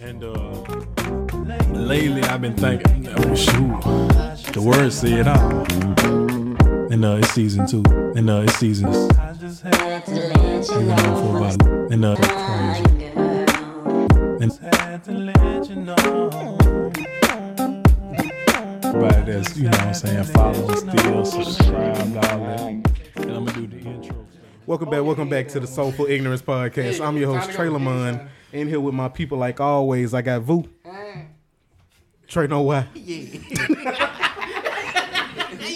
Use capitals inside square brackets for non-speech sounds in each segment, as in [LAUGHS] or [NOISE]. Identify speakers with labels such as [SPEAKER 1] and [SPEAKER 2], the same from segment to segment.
[SPEAKER 1] And uh, lately I've been thinking, oh, shoot, the word said out. And uh, it's season two. And uh, it's season. I just had to let you know for a while. And uh, crazy. And had to let you know. Everybody that's, you know what I'm saying, follow, still, subscribe, all that. And I'm gonna do the intro.
[SPEAKER 2] Welcome back, welcome back to the Soulful Ignorance Podcast. I'm your host, Trey Lamon. In here with my people, like always, I got Vu. Trey, know why? Mm. [LAUGHS] Yeah.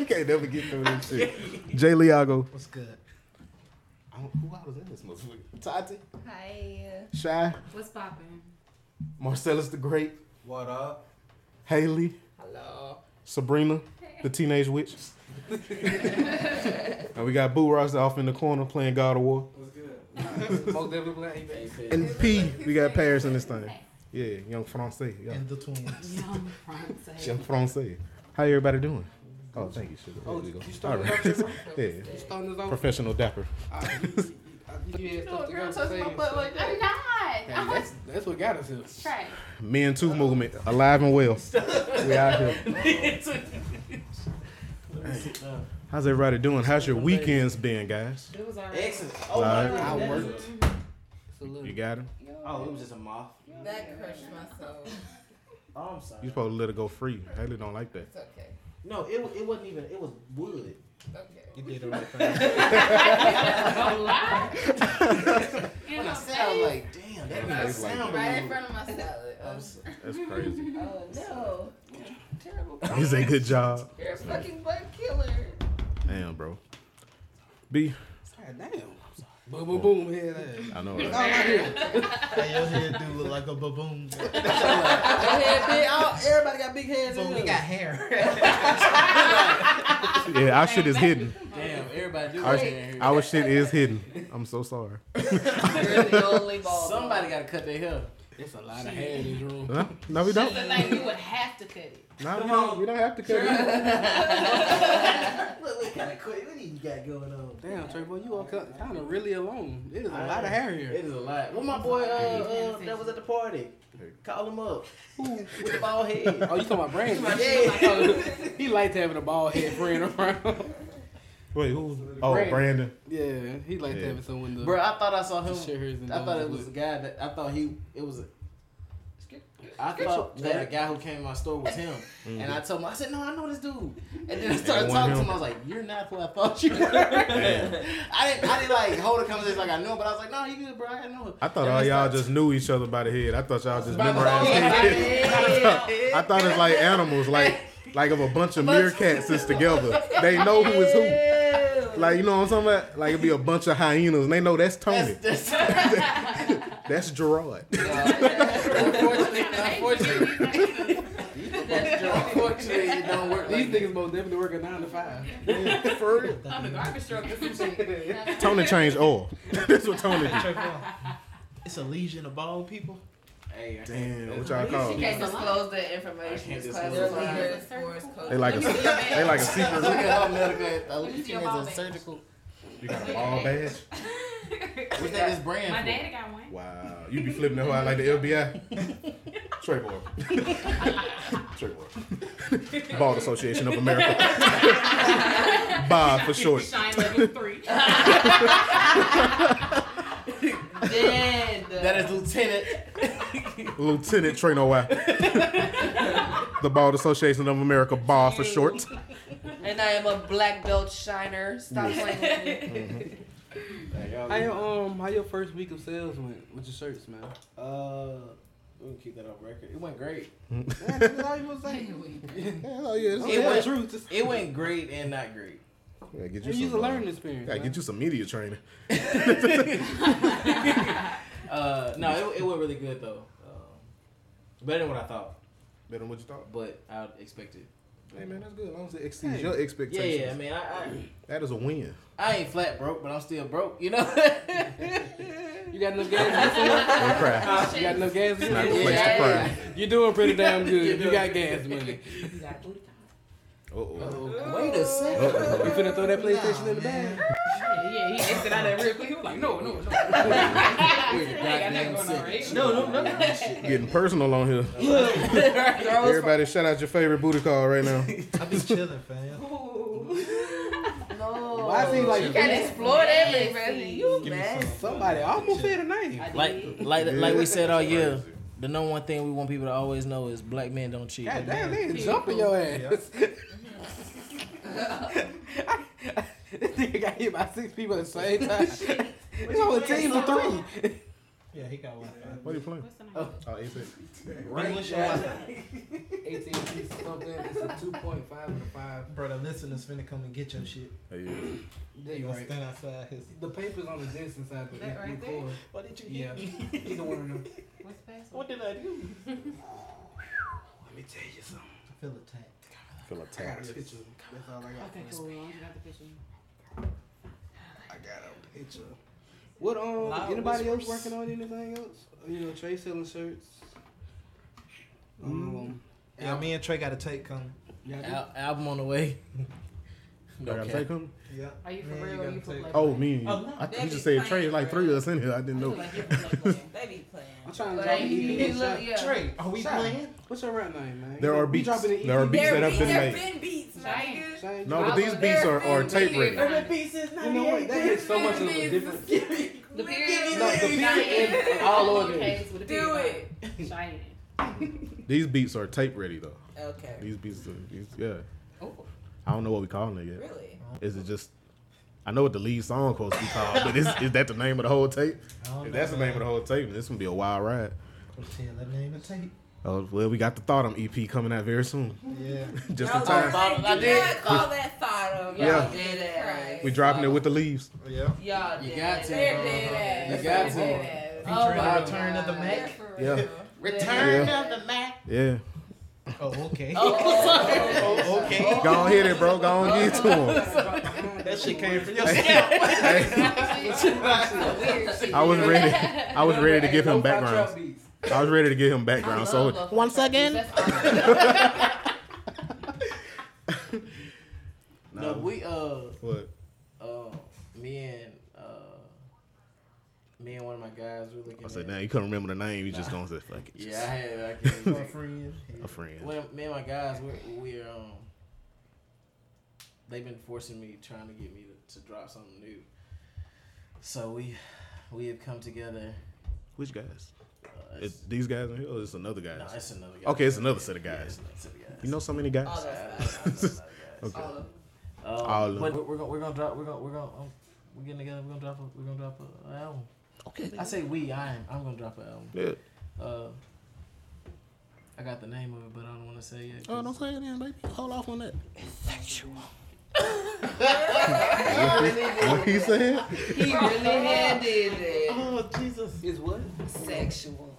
[SPEAKER 2] you can't never get through this shit. Jay Liago. What's good? I don't, who I was in this motherfucker? Tati,
[SPEAKER 3] Hi.
[SPEAKER 2] Shy,
[SPEAKER 3] What's poppin'?
[SPEAKER 2] Marcellus the Great,
[SPEAKER 4] What up?
[SPEAKER 2] Haley, Sabrina, the Teenage Witch. and we got Boo Ross off in the corner playing God of War.
[SPEAKER 4] What's good? Most definitely playing. baby.
[SPEAKER 2] And P, we got Paris in this thing. Yeah, young Francais. Yeah.
[SPEAKER 5] and the
[SPEAKER 2] [LAUGHS]
[SPEAKER 5] twins.
[SPEAKER 3] Young Francais.
[SPEAKER 2] Young Francais. How everybody doing? Oh, thank you. Sugar.
[SPEAKER 4] Oh,
[SPEAKER 2] There we go.
[SPEAKER 4] you
[SPEAKER 2] All
[SPEAKER 4] started
[SPEAKER 2] right.
[SPEAKER 4] off your-
[SPEAKER 2] [LAUGHS] yeah.
[SPEAKER 4] Starting this off.
[SPEAKER 2] Professional dapper.
[SPEAKER 4] I- you- I- you had
[SPEAKER 6] No,
[SPEAKER 4] stuff to
[SPEAKER 6] girl
[SPEAKER 4] go
[SPEAKER 6] touched
[SPEAKER 4] say
[SPEAKER 6] my
[SPEAKER 4] and
[SPEAKER 6] butt
[SPEAKER 4] stuff.
[SPEAKER 6] like
[SPEAKER 3] I'm
[SPEAKER 6] that.
[SPEAKER 3] not.
[SPEAKER 4] Hey, that's that's what got us here.
[SPEAKER 3] Trey.
[SPEAKER 2] Me and Two movement, alive and well. We out here. How's everybody doing? How's your weekends been, guys?
[SPEAKER 3] It was alright.
[SPEAKER 6] Excellent.
[SPEAKER 4] Oh,
[SPEAKER 2] All right.
[SPEAKER 4] I worked. It's a
[SPEAKER 2] You
[SPEAKER 4] little.
[SPEAKER 2] got him.
[SPEAKER 4] Oh, it was just a moth.
[SPEAKER 6] That crushed my soul.
[SPEAKER 4] Oh, I'm sorry.
[SPEAKER 2] You supposed to let it go free. Haley don't like that.
[SPEAKER 6] It's okay.
[SPEAKER 4] No, it wa- it wasn't even. It was
[SPEAKER 2] [LAUGHS]
[SPEAKER 4] wood.
[SPEAKER 6] Okay.
[SPEAKER 4] You did the right [LAUGHS] thing.
[SPEAKER 3] Don't lie. In
[SPEAKER 4] When I
[SPEAKER 3] my
[SPEAKER 4] said, I was
[SPEAKER 3] face.
[SPEAKER 4] like, damn, that didn't
[SPEAKER 2] It's like-
[SPEAKER 4] sound
[SPEAKER 6] Right in
[SPEAKER 4] believable.
[SPEAKER 6] front of my salad. Oh,
[SPEAKER 2] That's crazy.
[SPEAKER 6] oh no. Terrible.
[SPEAKER 2] He's a good job.
[SPEAKER 6] You're a fucking butt killer.
[SPEAKER 2] Damn, bro. B,
[SPEAKER 4] God damn. Boom, boom, boom, head ass.
[SPEAKER 2] I know.
[SPEAKER 4] All
[SPEAKER 2] Right?
[SPEAKER 4] out here.
[SPEAKER 5] Hey, your head do look like a baboon.
[SPEAKER 4] Go ahead, big- all- Everybody got big heads. in
[SPEAKER 5] we
[SPEAKER 4] here.
[SPEAKER 5] got hair.
[SPEAKER 2] Yeah, our shit is hidden.
[SPEAKER 4] Damn, everybody do
[SPEAKER 2] Our,
[SPEAKER 4] got hair in here.
[SPEAKER 2] our shit is hidden. I'm so sorry.
[SPEAKER 6] Really lonely
[SPEAKER 4] [LAUGHS]
[SPEAKER 6] ball.
[SPEAKER 4] Somebody got to cut their hair. There's a lot of hair in [LAUGHS] this room.
[SPEAKER 2] Huh? No, we don't.
[SPEAKER 3] Look like you would have to cut it.
[SPEAKER 2] No, we don't. We don't have to cut it.
[SPEAKER 5] look what kind of quick. What do you got going on?
[SPEAKER 4] Damn, Trey, boy, you all kind of really alone. It is a lot of hair here.
[SPEAKER 7] It is a lot. Well, my boy uh, uh, that was at the party, call him up. Who [LAUGHS] with the bald head?
[SPEAKER 4] Oh, you talking about Brandon?
[SPEAKER 6] Yeah.
[SPEAKER 4] he liked having a bald head friend around.
[SPEAKER 2] Wait, who? Oh, Brandon.
[SPEAKER 4] Brandon. yeah, he liked
[SPEAKER 2] Yeah.
[SPEAKER 4] having someone to.
[SPEAKER 7] [LAUGHS] Bro, I thought I saw
[SPEAKER 4] to
[SPEAKER 7] him.
[SPEAKER 4] share his and
[SPEAKER 7] I thought
[SPEAKER 4] those
[SPEAKER 7] it was a
[SPEAKER 4] with.
[SPEAKER 7] guy that I thought he it was. A, I thought that a guy who came to my store was him, and I told him I said no, I know this dude, and then I started
[SPEAKER 2] wasn't
[SPEAKER 7] talking to
[SPEAKER 2] him.
[SPEAKER 7] him. I was like, you're not who I thought you were. [LAUGHS] I didn't I didn't like hold a conversation like I know, but I was like, no, he good, bro. I know. him."
[SPEAKER 2] I thought
[SPEAKER 7] And
[SPEAKER 2] all
[SPEAKER 7] we
[SPEAKER 2] y'all
[SPEAKER 7] started-
[SPEAKER 2] just knew each other by the head. I thought y'all just
[SPEAKER 7] By the
[SPEAKER 2] memorized
[SPEAKER 7] head.
[SPEAKER 2] [LAUGHS] head.
[SPEAKER 7] Yeah.
[SPEAKER 2] I thought it's like animals, like like if a bunch of meerkats is together, they know who is who.
[SPEAKER 6] Ew.
[SPEAKER 2] Like you know what I'm talking about? Like it'd be a bunch of hyenas, and they know that's Tony,
[SPEAKER 7] [LAUGHS] That's, that's,
[SPEAKER 2] that's Gerard.
[SPEAKER 7] unfortunately, unfortunately,
[SPEAKER 3] Unfortunately.
[SPEAKER 7] unfortunately, it don't work.
[SPEAKER 4] These
[SPEAKER 7] Like
[SPEAKER 4] niggas most definitely working nine to five.
[SPEAKER 2] [LAUGHS] For real.
[SPEAKER 3] On the garbage truck or some shit.
[SPEAKER 2] [LAUGHS] Tony changed oil. that's what Tony did.
[SPEAKER 5] It's a legion of bald people.
[SPEAKER 7] Hey, I can't-
[SPEAKER 2] Damn, what y'all call?
[SPEAKER 6] You
[SPEAKER 2] it?
[SPEAKER 6] can't disclose that information.
[SPEAKER 7] I can't
[SPEAKER 6] It's
[SPEAKER 7] disclose
[SPEAKER 6] classified.
[SPEAKER 3] it.
[SPEAKER 6] It's forest code.
[SPEAKER 2] They like a they like
[SPEAKER 7] Look
[SPEAKER 2] a secret.
[SPEAKER 7] at her medical. At
[SPEAKER 3] Who's
[SPEAKER 7] least she
[SPEAKER 3] your
[SPEAKER 7] needs
[SPEAKER 3] mom
[SPEAKER 7] a
[SPEAKER 3] at?
[SPEAKER 7] surgical.
[SPEAKER 2] You got a ball badge.
[SPEAKER 7] What's that? This brand.
[SPEAKER 3] My
[SPEAKER 7] for?
[SPEAKER 3] daddy got one.
[SPEAKER 2] Wow, you be flipping that hoe out like the FBI. Trey boy. [LAUGHS] Trey boy. Bald Association of America. Bob for short.
[SPEAKER 3] Shine level three.
[SPEAKER 6] Dead.
[SPEAKER 7] That is Lieutenant.
[SPEAKER 2] Lieutenant Trey Noah. the Bald Association of America, Bob for short.
[SPEAKER 6] And I am a black belt shiner. Stop playing with me.
[SPEAKER 4] [LAUGHS] How your um, how your first week of sales went with your shirts, man?
[SPEAKER 7] Uh, we can keep that on record. It went great.
[SPEAKER 4] Man, that's all you was saying.
[SPEAKER 2] Hell [LAUGHS] yeah, this
[SPEAKER 4] It
[SPEAKER 2] is-
[SPEAKER 4] was true. Just
[SPEAKER 7] It went great and not great.
[SPEAKER 2] Yeah, get
[SPEAKER 4] it
[SPEAKER 2] you
[SPEAKER 4] was a
[SPEAKER 2] some, uh,
[SPEAKER 4] learning experience.
[SPEAKER 2] Gotta
[SPEAKER 4] man.
[SPEAKER 2] get you some media training.
[SPEAKER 7] Uh, no, it, it went really good though. Um, better than what I thought,
[SPEAKER 2] Better than what you thought.
[SPEAKER 7] but I expected.
[SPEAKER 2] Hey man, that's good. As long as it exceeds
[SPEAKER 4] Hey.
[SPEAKER 2] your
[SPEAKER 7] Yeah,
[SPEAKER 2] expectations.
[SPEAKER 7] yeah. I mean, I, I,
[SPEAKER 2] That is a win.
[SPEAKER 7] I ain't flat broke, but I'm still broke. You know.
[SPEAKER 4] You got enough gas. in your
[SPEAKER 2] Don't cry.
[SPEAKER 4] tank? You got enough gas. in
[SPEAKER 2] Not
[SPEAKER 4] your
[SPEAKER 2] the place
[SPEAKER 4] tank?
[SPEAKER 2] to cry.
[SPEAKER 7] [LAUGHS]
[SPEAKER 4] You're doing pretty damn
[SPEAKER 7] You're
[SPEAKER 4] good. You
[SPEAKER 7] doing
[SPEAKER 4] got
[SPEAKER 7] good.
[SPEAKER 4] gas money.
[SPEAKER 3] You got booty time.
[SPEAKER 2] Uh-oh.
[SPEAKER 7] Oh, Wait a
[SPEAKER 4] Oh,
[SPEAKER 7] second.
[SPEAKER 2] You finna throw that PlayStation in the bag?
[SPEAKER 3] Yeah, he exited out of that real quick. He was like, no, no, no.
[SPEAKER 7] [LAUGHS] Wait a goddamn
[SPEAKER 3] going on,
[SPEAKER 7] second.
[SPEAKER 3] right?
[SPEAKER 5] No,
[SPEAKER 7] [LAUGHS]
[SPEAKER 5] no, no.
[SPEAKER 2] Getting personal on here.
[SPEAKER 6] Girls
[SPEAKER 2] Everybody, shout out your favorite booty call right now.
[SPEAKER 5] I be chilling, fam.
[SPEAKER 6] from- no.
[SPEAKER 4] Why is he like-
[SPEAKER 6] you can explore everything,
[SPEAKER 3] Nasty.
[SPEAKER 6] man. You
[SPEAKER 5] Give me
[SPEAKER 6] man.
[SPEAKER 5] some.
[SPEAKER 4] Somebody almost said a name.
[SPEAKER 3] I
[SPEAKER 7] Like,
[SPEAKER 3] did.
[SPEAKER 7] like, like we said all year,
[SPEAKER 1] Crazy.
[SPEAKER 7] the number one thing we want people to always know is black men don't cheat.
[SPEAKER 4] God damn, they is jumping your ass. [LAUGHS] this nigga got hit by six people at the same time. [LAUGHS] It's on a team of three.
[SPEAKER 5] Yeah, he got one.
[SPEAKER 2] What are you playing?
[SPEAKER 3] What's the name?
[SPEAKER 2] Oh, he said-
[SPEAKER 5] English or Wi-Fi?
[SPEAKER 4] AT&T something. It's a two point five and a five.
[SPEAKER 5] Bro, the listeners finna come and get your shit.
[SPEAKER 2] Hey, yeah.
[SPEAKER 5] They
[SPEAKER 4] They
[SPEAKER 5] gonna
[SPEAKER 4] right.
[SPEAKER 5] stand outside his.
[SPEAKER 4] The paper's on the desk inside, but
[SPEAKER 3] That
[SPEAKER 4] that
[SPEAKER 3] right
[SPEAKER 4] right
[SPEAKER 3] there?
[SPEAKER 4] record.
[SPEAKER 5] What did you
[SPEAKER 4] Yeah, [LAUGHS] either one of them.
[SPEAKER 3] What's the password?
[SPEAKER 5] What did I do?
[SPEAKER 4] Let me tell you something.
[SPEAKER 5] I feel attacked.
[SPEAKER 2] I feel
[SPEAKER 4] I got
[SPEAKER 2] attacked.
[SPEAKER 4] a picture. That's all I got.
[SPEAKER 3] Okay, cool. I got the picture.
[SPEAKER 4] I got a picture. What um?
[SPEAKER 5] Loud
[SPEAKER 4] anybody else
[SPEAKER 5] whispers.
[SPEAKER 4] working on anything else? Oh, You know, Trey selling shirts. Um,
[SPEAKER 5] Yeah, me and Trey got a tape coming.
[SPEAKER 4] y'all do-
[SPEAKER 7] Al- album on the
[SPEAKER 2] [LAUGHS]
[SPEAKER 7] way.
[SPEAKER 2] I gotta take him.
[SPEAKER 5] Yeah.
[SPEAKER 3] Are you for
[SPEAKER 5] Man,
[SPEAKER 3] real?
[SPEAKER 5] got
[SPEAKER 3] Or you
[SPEAKER 5] a
[SPEAKER 3] for
[SPEAKER 5] tape.
[SPEAKER 3] play?
[SPEAKER 2] Oh, me. and you.
[SPEAKER 5] Oh, no,
[SPEAKER 2] I,
[SPEAKER 8] that
[SPEAKER 2] you
[SPEAKER 8] be
[SPEAKER 2] just said
[SPEAKER 8] fine,
[SPEAKER 2] Trey. Like
[SPEAKER 8] bro.
[SPEAKER 2] three of us in here. I didn't
[SPEAKER 3] I feel
[SPEAKER 2] know.
[SPEAKER 3] like you for
[SPEAKER 2] [LAUGHS]
[SPEAKER 3] play.
[SPEAKER 8] [LAUGHS] They be playing.
[SPEAKER 4] I'm trying to drop
[SPEAKER 3] Like,
[SPEAKER 4] an E
[SPEAKER 3] you-
[SPEAKER 4] EP
[SPEAKER 3] you look-
[SPEAKER 4] shot.
[SPEAKER 3] yeah.
[SPEAKER 5] Trey, are we
[SPEAKER 4] Shout.
[SPEAKER 5] playing?
[SPEAKER 4] What's your rap name, man?
[SPEAKER 2] There are
[SPEAKER 4] We
[SPEAKER 2] beats.
[SPEAKER 4] dropping an E
[SPEAKER 2] There are
[SPEAKER 4] EP.
[SPEAKER 2] beats that have been
[SPEAKER 8] there
[SPEAKER 2] made.
[SPEAKER 8] been beats, my
[SPEAKER 3] Giant.
[SPEAKER 8] nigga.
[SPEAKER 4] Shane,
[SPEAKER 2] No,
[SPEAKER 4] you-
[SPEAKER 2] but these
[SPEAKER 6] There
[SPEAKER 2] beats are, are
[SPEAKER 6] been
[SPEAKER 2] tape
[SPEAKER 6] beats.
[SPEAKER 2] written.
[SPEAKER 8] There been beats since
[SPEAKER 4] you know what?
[SPEAKER 8] 98.
[SPEAKER 4] That hits so much of a
[SPEAKER 6] Beats.
[SPEAKER 3] [LAUGHS]
[SPEAKER 4] different.
[SPEAKER 3] The
[SPEAKER 8] Give
[SPEAKER 3] period.
[SPEAKER 4] No,
[SPEAKER 8] me
[SPEAKER 4] the
[SPEAKER 8] lyrics.
[SPEAKER 4] beats in all organs.
[SPEAKER 3] With a
[SPEAKER 8] Do
[SPEAKER 3] period.
[SPEAKER 8] it.
[SPEAKER 3] Cheyenne.
[SPEAKER 2] These beats are tape ready though.
[SPEAKER 8] Okay.
[SPEAKER 2] These beats, are, these, yeah.
[SPEAKER 8] Oh,
[SPEAKER 2] I don't know what we calling it yet.
[SPEAKER 8] really?
[SPEAKER 2] Is it just? I know what the lead song supposed to be called, but is, is that the name of the whole tape?
[SPEAKER 5] I don't
[SPEAKER 2] If that's the
[SPEAKER 5] know,
[SPEAKER 2] name of the
[SPEAKER 5] man.
[SPEAKER 2] whole tape, then this gonna be a wild ride.
[SPEAKER 5] Tell that name of tape.
[SPEAKER 2] Oh well, we got the Thought 'em EP coming out very soon, [LAUGHS]
[SPEAKER 5] Yeah.
[SPEAKER 2] just
[SPEAKER 8] Y'all
[SPEAKER 2] in time.
[SPEAKER 8] like,
[SPEAKER 6] I
[SPEAKER 8] you
[SPEAKER 6] did.
[SPEAKER 8] gotta call that thought of.
[SPEAKER 2] Yeah.
[SPEAKER 8] Y'all did it.
[SPEAKER 2] We dropping it with the leaves.
[SPEAKER 5] Oh, Yeah.
[SPEAKER 6] Y'all
[SPEAKER 7] You
[SPEAKER 6] did.
[SPEAKER 7] got to.
[SPEAKER 8] They're dead ass.
[SPEAKER 7] You got
[SPEAKER 8] They're
[SPEAKER 7] to.
[SPEAKER 8] dead ass. Oh,
[SPEAKER 5] Featuring
[SPEAKER 6] my
[SPEAKER 3] Oh,
[SPEAKER 5] the return of the
[SPEAKER 6] God.
[SPEAKER 5] Mac.
[SPEAKER 2] Yeah,
[SPEAKER 8] [LAUGHS]
[SPEAKER 5] Return
[SPEAKER 2] Yeah.
[SPEAKER 5] of the Mac.
[SPEAKER 2] yeah.
[SPEAKER 5] Oh, okay.
[SPEAKER 3] [LAUGHS]
[SPEAKER 8] Oh,
[SPEAKER 5] okay.
[SPEAKER 2] Go on hit it, bro. Go on get it to
[SPEAKER 6] [LAUGHS]
[SPEAKER 2] him.
[SPEAKER 3] [LAUGHS]
[SPEAKER 5] That shit came from your scalp.
[SPEAKER 6] Weird shit.
[SPEAKER 2] I was ready. I was ready to give him background. I was ready to give him
[SPEAKER 6] [LAUGHS]
[SPEAKER 2] background. So
[SPEAKER 6] once again.
[SPEAKER 3] That's awesome.
[SPEAKER 7] No, we uh
[SPEAKER 2] what?
[SPEAKER 7] uh me and uh me and one of my guys were looking.
[SPEAKER 2] I said,
[SPEAKER 7] at-
[SPEAKER 2] now you couldn't remember the name. You just gonna say, fuck it.
[SPEAKER 7] Yeah, I
[SPEAKER 2] Just
[SPEAKER 7] had. I
[SPEAKER 2] [LAUGHS]
[SPEAKER 7] can't
[SPEAKER 5] My
[SPEAKER 7] remember.
[SPEAKER 5] friend.
[SPEAKER 2] a friend.
[SPEAKER 7] when me and my guys we're, we're um they've been forcing me trying to get me to, to drop something new so we we have come together
[SPEAKER 2] Which guys?
[SPEAKER 7] uh,
[SPEAKER 2] It's
[SPEAKER 7] it's,
[SPEAKER 2] these guys in here, or it's another guys?
[SPEAKER 7] no, it's another guy
[SPEAKER 2] Okay, it's another set of
[SPEAKER 7] Yeah,
[SPEAKER 2] guys.
[SPEAKER 7] it's another set of guys. [LAUGHS]
[SPEAKER 2] You know so many guys.
[SPEAKER 8] All
[SPEAKER 7] Uh,
[SPEAKER 8] that
[SPEAKER 7] it's
[SPEAKER 8] stuff.
[SPEAKER 7] another guys.
[SPEAKER 2] [LAUGHS] Okay.
[SPEAKER 7] Um,
[SPEAKER 2] All of
[SPEAKER 7] but
[SPEAKER 2] them.
[SPEAKER 7] we're, we're gonna we're gonna drop we're gonna we're gonna um, we're getting together we're gonna drop a, we're gonna drop a, an album
[SPEAKER 2] Okay.
[SPEAKER 7] Oh, I say we I am I'm gonna drop an album
[SPEAKER 2] Yeah.
[SPEAKER 7] uh I got the name of it but I don't want to say it
[SPEAKER 2] Oh,
[SPEAKER 7] 'cause-
[SPEAKER 2] don't say it in, baby. Hold off on that. [LAUGHS] what he said?
[SPEAKER 6] He really had did it.
[SPEAKER 5] Oh, Jesus.
[SPEAKER 4] Is what?
[SPEAKER 6] Sexual.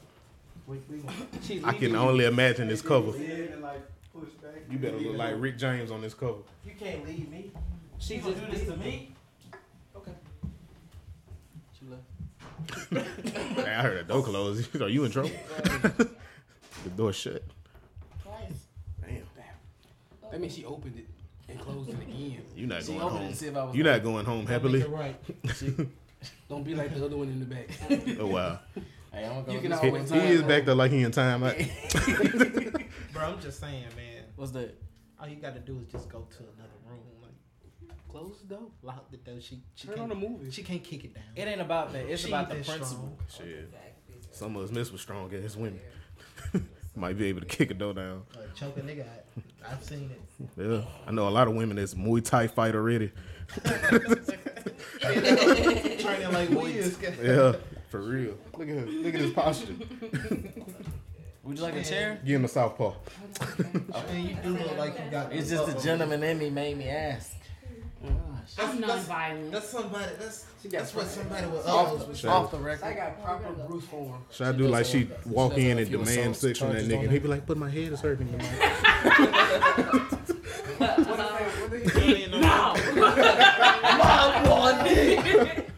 [SPEAKER 7] we, we
[SPEAKER 4] She's
[SPEAKER 2] I can uh,
[SPEAKER 4] leaking.
[SPEAKER 2] only imagine this cover.
[SPEAKER 5] like push back.
[SPEAKER 2] You better look like Rick James on this cover.
[SPEAKER 5] You can't leave me.
[SPEAKER 4] She
[SPEAKER 5] You
[SPEAKER 4] just
[SPEAKER 5] gonna do this to me?
[SPEAKER 4] She left.
[SPEAKER 2] Man, I heard a door [LAUGHS] close. Are you in trouble? the door shut.
[SPEAKER 4] That means she opened it and closed it again.
[SPEAKER 2] You not
[SPEAKER 7] she
[SPEAKER 2] going
[SPEAKER 7] opened it
[SPEAKER 2] home.
[SPEAKER 7] to see if I was
[SPEAKER 2] You not going home happily.
[SPEAKER 5] You're right.
[SPEAKER 4] Don't be like the other one in the back.
[SPEAKER 2] Oh wow.
[SPEAKER 7] Hey, I'm gonna go
[SPEAKER 4] You
[SPEAKER 7] with
[SPEAKER 4] can
[SPEAKER 7] this
[SPEAKER 2] He,
[SPEAKER 7] one
[SPEAKER 2] he
[SPEAKER 7] time.
[SPEAKER 2] is back there like he in time. I,
[SPEAKER 5] Bro, I'm just saying, man.
[SPEAKER 7] What's that?
[SPEAKER 5] All you gotta do is just go to another room. Like,
[SPEAKER 4] Close the door.
[SPEAKER 5] lock the door. She, she,
[SPEAKER 4] Turn on the
[SPEAKER 5] can't,
[SPEAKER 4] movie.
[SPEAKER 5] she can't kick it down.
[SPEAKER 7] It ain't about that. It's
[SPEAKER 5] She
[SPEAKER 7] about the
[SPEAKER 5] this strong.
[SPEAKER 7] principle.
[SPEAKER 2] shit. Some of us miss with strong ass women. [LAUGHS] Might be able to kick a door down.
[SPEAKER 5] Like, choke a nigga out. I've seen it.
[SPEAKER 2] Yeah. I know a lot of women that's Muay Thai fight already.
[SPEAKER 5] [LAUGHS] Training like wheels.
[SPEAKER 2] Yeah. [LAUGHS] For real. Look at her. Look at his posture.
[SPEAKER 7] Would you like a chair?
[SPEAKER 2] Give him a southpaw.
[SPEAKER 5] [LAUGHS] Man, you do look like you got.
[SPEAKER 7] It's just the gentleman in me made me ask. Gosh.
[SPEAKER 3] I'm nonviolent.
[SPEAKER 5] That's somebody. That's
[SPEAKER 4] She got
[SPEAKER 5] that's what somebody with
[SPEAKER 7] Off,
[SPEAKER 5] others
[SPEAKER 7] the-
[SPEAKER 5] was.
[SPEAKER 2] Shit.
[SPEAKER 7] off the
[SPEAKER 4] I
[SPEAKER 7] record.
[SPEAKER 4] got proper Bruce form.
[SPEAKER 2] Should I do like she walk in and demand sex from that nigga? And he be like, but my head is hurting. Man.
[SPEAKER 5] no.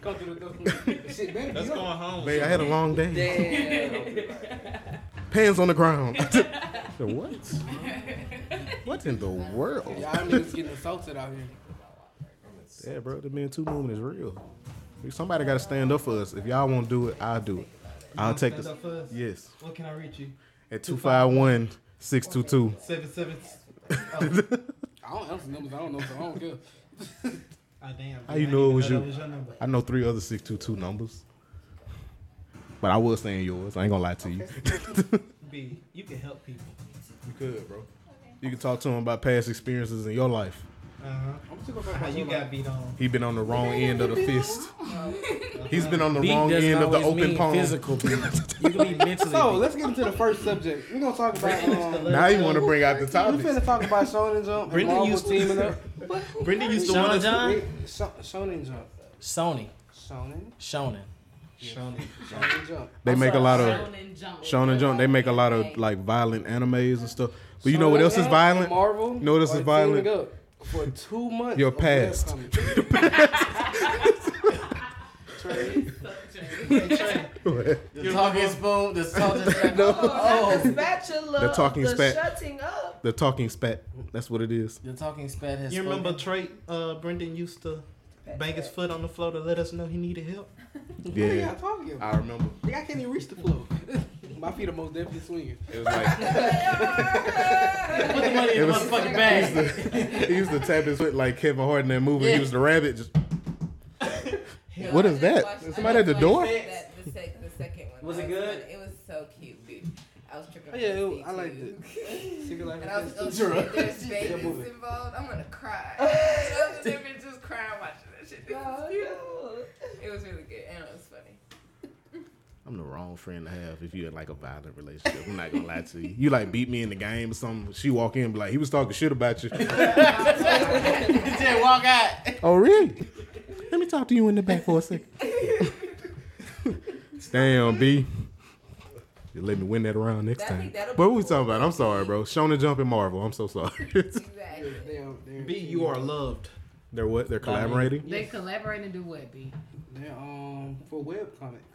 [SPEAKER 4] Come through the door. Shit, better
[SPEAKER 5] That's
[SPEAKER 4] be
[SPEAKER 5] going
[SPEAKER 4] up.
[SPEAKER 5] home.
[SPEAKER 2] Babe, I had a long day.
[SPEAKER 6] [LAUGHS] Damn.
[SPEAKER 2] [LAUGHS] Pants on the ground. I said, what? What in the world?
[SPEAKER 4] [LAUGHS] Y'all niggas getting assaulted out here.
[SPEAKER 2] Yeah, bro, the man two movement is real. Somebody got to stand up for us. If y'all won't do it, I'll do it. I'll take
[SPEAKER 5] Stand
[SPEAKER 2] this.
[SPEAKER 5] up for us.
[SPEAKER 2] Yes,
[SPEAKER 5] What can I reach you?
[SPEAKER 2] at 251 622.
[SPEAKER 5] Seven seven.
[SPEAKER 4] I don't know some numbers. I don't know, so I don't care.
[SPEAKER 5] Ah damn.
[SPEAKER 2] How you
[SPEAKER 5] I
[SPEAKER 2] know it
[SPEAKER 5] didn't
[SPEAKER 2] was
[SPEAKER 5] that
[SPEAKER 2] you?
[SPEAKER 5] your number.
[SPEAKER 2] I know three other 622 numbers. But I was saying yours. I ain't going to lie to you. [LAUGHS]
[SPEAKER 5] B, you can help people.
[SPEAKER 2] You could, bro. You can talk to him about past experiences in your life.
[SPEAKER 5] Uh huh.
[SPEAKER 4] I'm still gonna
[SPEAKER 5] How
[SPEAKER 4] talk
[SPEAKER 5] you got beat on?
[SPEAKER 2] He been on the wrong end of the fist. He's been on the
[SPEAKER 9] Beat
[SPEAKER 2] wrong
[SPEAKER 9] doesn't
[SPEAKER 2] end of the
[SPEAKER 9] always
[SPEAKER 2] open
[SPEAKER 9] mean
[SPEAKER 2] palm.
[SPEAKER 9] Physical. beat. you can
[SPEAKER 7] [LAUGHS]
[SPEAKER 9] be mentally.
[SPEAKER 4] So
[SPEAKER 9] beat.
[SPEAKER 4] let's get into the first subject. We're gonna talk about. Um,
[SPEAKER 2] [LAUGHS] Now you want to bring out the
[SPEAKER 4] we
[SPEAKER 2] topic.
[SPEAKER 4] finna talk about Shonen Jump and
[SPEAKER 9] Brendan
[SPEAKER 4] Marvel
[SPEAKER 9] used to-
[SPEAKER 4] teaming up.
[SPEAKER 9] Brendan used to want to John.
[SPEAKER 4] Sh- Shonen Jump.
[SPEAKER 9] Sony.
[SPEAKER 4] Shonen.
[SPEAKER 9] Shonen.
[SPEAKER 4] Shonen Jump.
[SPEAKER 2] They make a lot of
[SPEAKER 3] Shonen Jump.
[SPEAKER 2] Shonen Jump. They make a lot of like violent animes and stuff. But you know what
[SPEAKER 4] Shonen
[SPEAKER 2] else is
[SPEAKER 4] Jump and
[SPEAKER 2] violent?
[SPEAKER 4] Marvel.
[SPEAKER 2] know what else
[SPEAKER 4] are
[SPEAKER 2] is violent?
[SPEAKER 4] teaming up For two months.
[SPEAKER 2] Your
[SPEAKER 4] of web
[SPEAKER 2] past.
[SPEAKER 4] [LAUGHS] comics.
[SPEAKER 7] The talking spoon, the [LAUGHS] talking
[SPEAKER 8] Oh, the spatula.
[SPEAKER 2] The talking
[SPEAKER 8] the
[SPEAKER 2] spat.
[SPEAKER 8] Shutting [LAUGHS] up.
[SPEAKER 2] [LAUGHS] The talking spat. That's what it is.
[SPEAKER 7] The talking spat has
[SPEAKER 5] You remember
[SPEAKER 7] spoken.
[SPEAKER 5] Trey? Uh, Brendan used to bang his foot on the floor to let us know he needed help.
[SPEAKER 4] What are y'all
[SPEAKER 2] Yeah,
[SPEAKER 4] talking about?
[SPEAKER 2] I remember.
[SPEAKER 4] Like, I can't even reach the floor. [LAUGHS] My feet are most definitely swinging.
[SPEAKER 2] It was like [LAUGHS]
[SPEAKER 7] Put the money in
[SPEAKER 2] It
[SPEAKER 7] the [LAUGHS]
[SPEAKER 2] was-
[SPEAKER 7] motherfucking
[SPEAKER 2] he
[SPEAKER 7] bag.
[SPEAKER 2] used, to, he used to tap his foot like Kevin Hart in that movie. He was the rabbit. Just What is that? Is somebody at the door?
[SPEAKER 8] That, the, sec- the second one.
[SPEAKER 7] Was
[SPEAKER 8] That
[SPEAKER 7] it good?
[SPEAKER 8] It was so cute, dude. I was tripping.
[SPEAKER 4] Oh, yeah, it
[SPEAKER 8] on the
[SPEAKER 4] was- I
[SPEAKER 8] seat,
[SPEAKER 4] liked
[SPEAKER 8] too.
[SPEAKER 4] Secret Life of
[SPEAKER 8] And I was,
[SPEAKER 4] Pets.
[SPEAKER 8] oh, shit,
[SPEAKER 7] Drunk. [LAUGHS]
[SPEAKER 4] [LAUGHS]
[SPEAKER 8] there's babies involved. I'm gonna cry. I was there just crying watching that shit. This is
[SPEAKER 7] Oh,
[SPEAKER 8] beautiful. It was really good and it was funny.
[SPEAKER 2] I'm the wrong friend to have if you're in like a violent relationship. I'm not gonna lie to you. You like beat me in the game or something. She walk in, and be like, he was talking shit about you.
[SPEAKER 7] He said, walk out.
[SPEAKER 2] [LAUGHS] oh really? Let me talk to you in the back for a second. Damn, B. You let me win that round next
[SPEAKER 8] I
[SPEAKER 2] time.
[SPEAKER 8] think that'll
[SPEAKER 2] What
[SPEAKER 8] be
[SPEAKER 2] were we
[SPEAKER 8] cool.
[SPEAKER 2] talking about? I'm sorry, bro. Shonen Jump and Marvel. I'm so sorry. [LAUGHS]
[SPEAKER 8] Exactly.
[SPEAKER 4] Damn, damn.
[SPEAKER 5] B, you are loved.
[SPEAKER 2] they're what? They're collaborating.
[SPEAKER 3] They collaborate and do what, B?
[SPEAKER 4] They're um for web comics.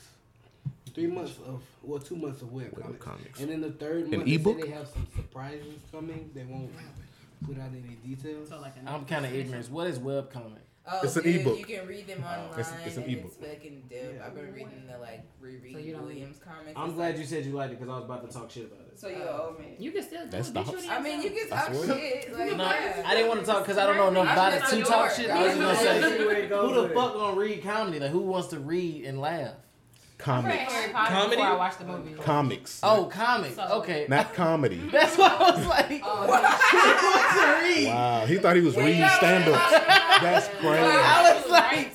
[SPEAKER 4] Three months of well, two months of web, comics.
[SPEAKER 2] comics.
[SPEAKER 4] and then the third month
[SPEAKER 2] ebook?
[SPEAKER 4] They, say they have some surprises coming. They won't put out any details.
[SPEAKER 3] So like an
[SPEAKER 9] I'm kind of ignorant. What is webcomic?
[SPEAKER 8] Oh,
[SPEAKER 2] It's an
[SPEAKER 8] dude,
[SPEAKER 2] ebook.
[SPEAKER 8] You can read them online.
[SPEAKER 2] Oh, It's- it's an
[SPEAKER 8] and
[SPEAKER 2] ebook.
[SPEAKER 8] It's fucking dope. I've been reading the like reread
[SPEAKER 3] So you don't-
[SPEAKER 8] Williams comics.
[SPEAKER 7] I'm
[SPEAKER 8] It's
[SPEAKER 7] glad Uh,
[SPEAKER 8] like-
[SPEAKER 7] you said you liked it because I was about to talk shit about it.
[SPEAKER 8] So you're an old man.
[SPEAKER 3] You can still do
[SPEAKER 2] That's
[SPEAKER 3] it.
[SPEAKER 2] the
[SPEAKER 3] Bitch, you
[SPEAKER 2] house.
[SPEAKER 3] didn't
[SPEAKER 8] I mean,
[SPEAKER 3] know.
[SPEAKER 8] you can talk shit. Like,
[SPEAKER 9] No,
[SPEAKER 8] yeah.
[SPEAKER 9] I didn't want to talk because I don't know enough about it to talk shit. I was
[SPEAKER 3] [LAUGHS]
[SPEAKER 9] just gonna say, who the fuck gonna read comedy? Like, who wants to read and laugh?
[SPEAKER 3] I read
[SPEAKER 2] Comics.
[SPEAKER 3] Harry Potter
[SPEAKER 9] Comedy?
[SPEAKER 3] before I watched the movie.
[SPEAKER 2] Comics.
[SPEAKER 9] Oh, comics.
[SPEAKER 3] So- Oh,
[SPEAKER 9] Okay, [LAUGHS]
[SPEAKER 2] Not comedy.
[SPEAKER 9] that's what I was like.
[SPEAKER 8] Oh,
[SPEAKER 2] Wow. He thought he was reading stand
[SPEAKER 8] [LAUGHS]
[SPEAKER 2] ups. That's crazy.
[SPEAKER 9] I was like,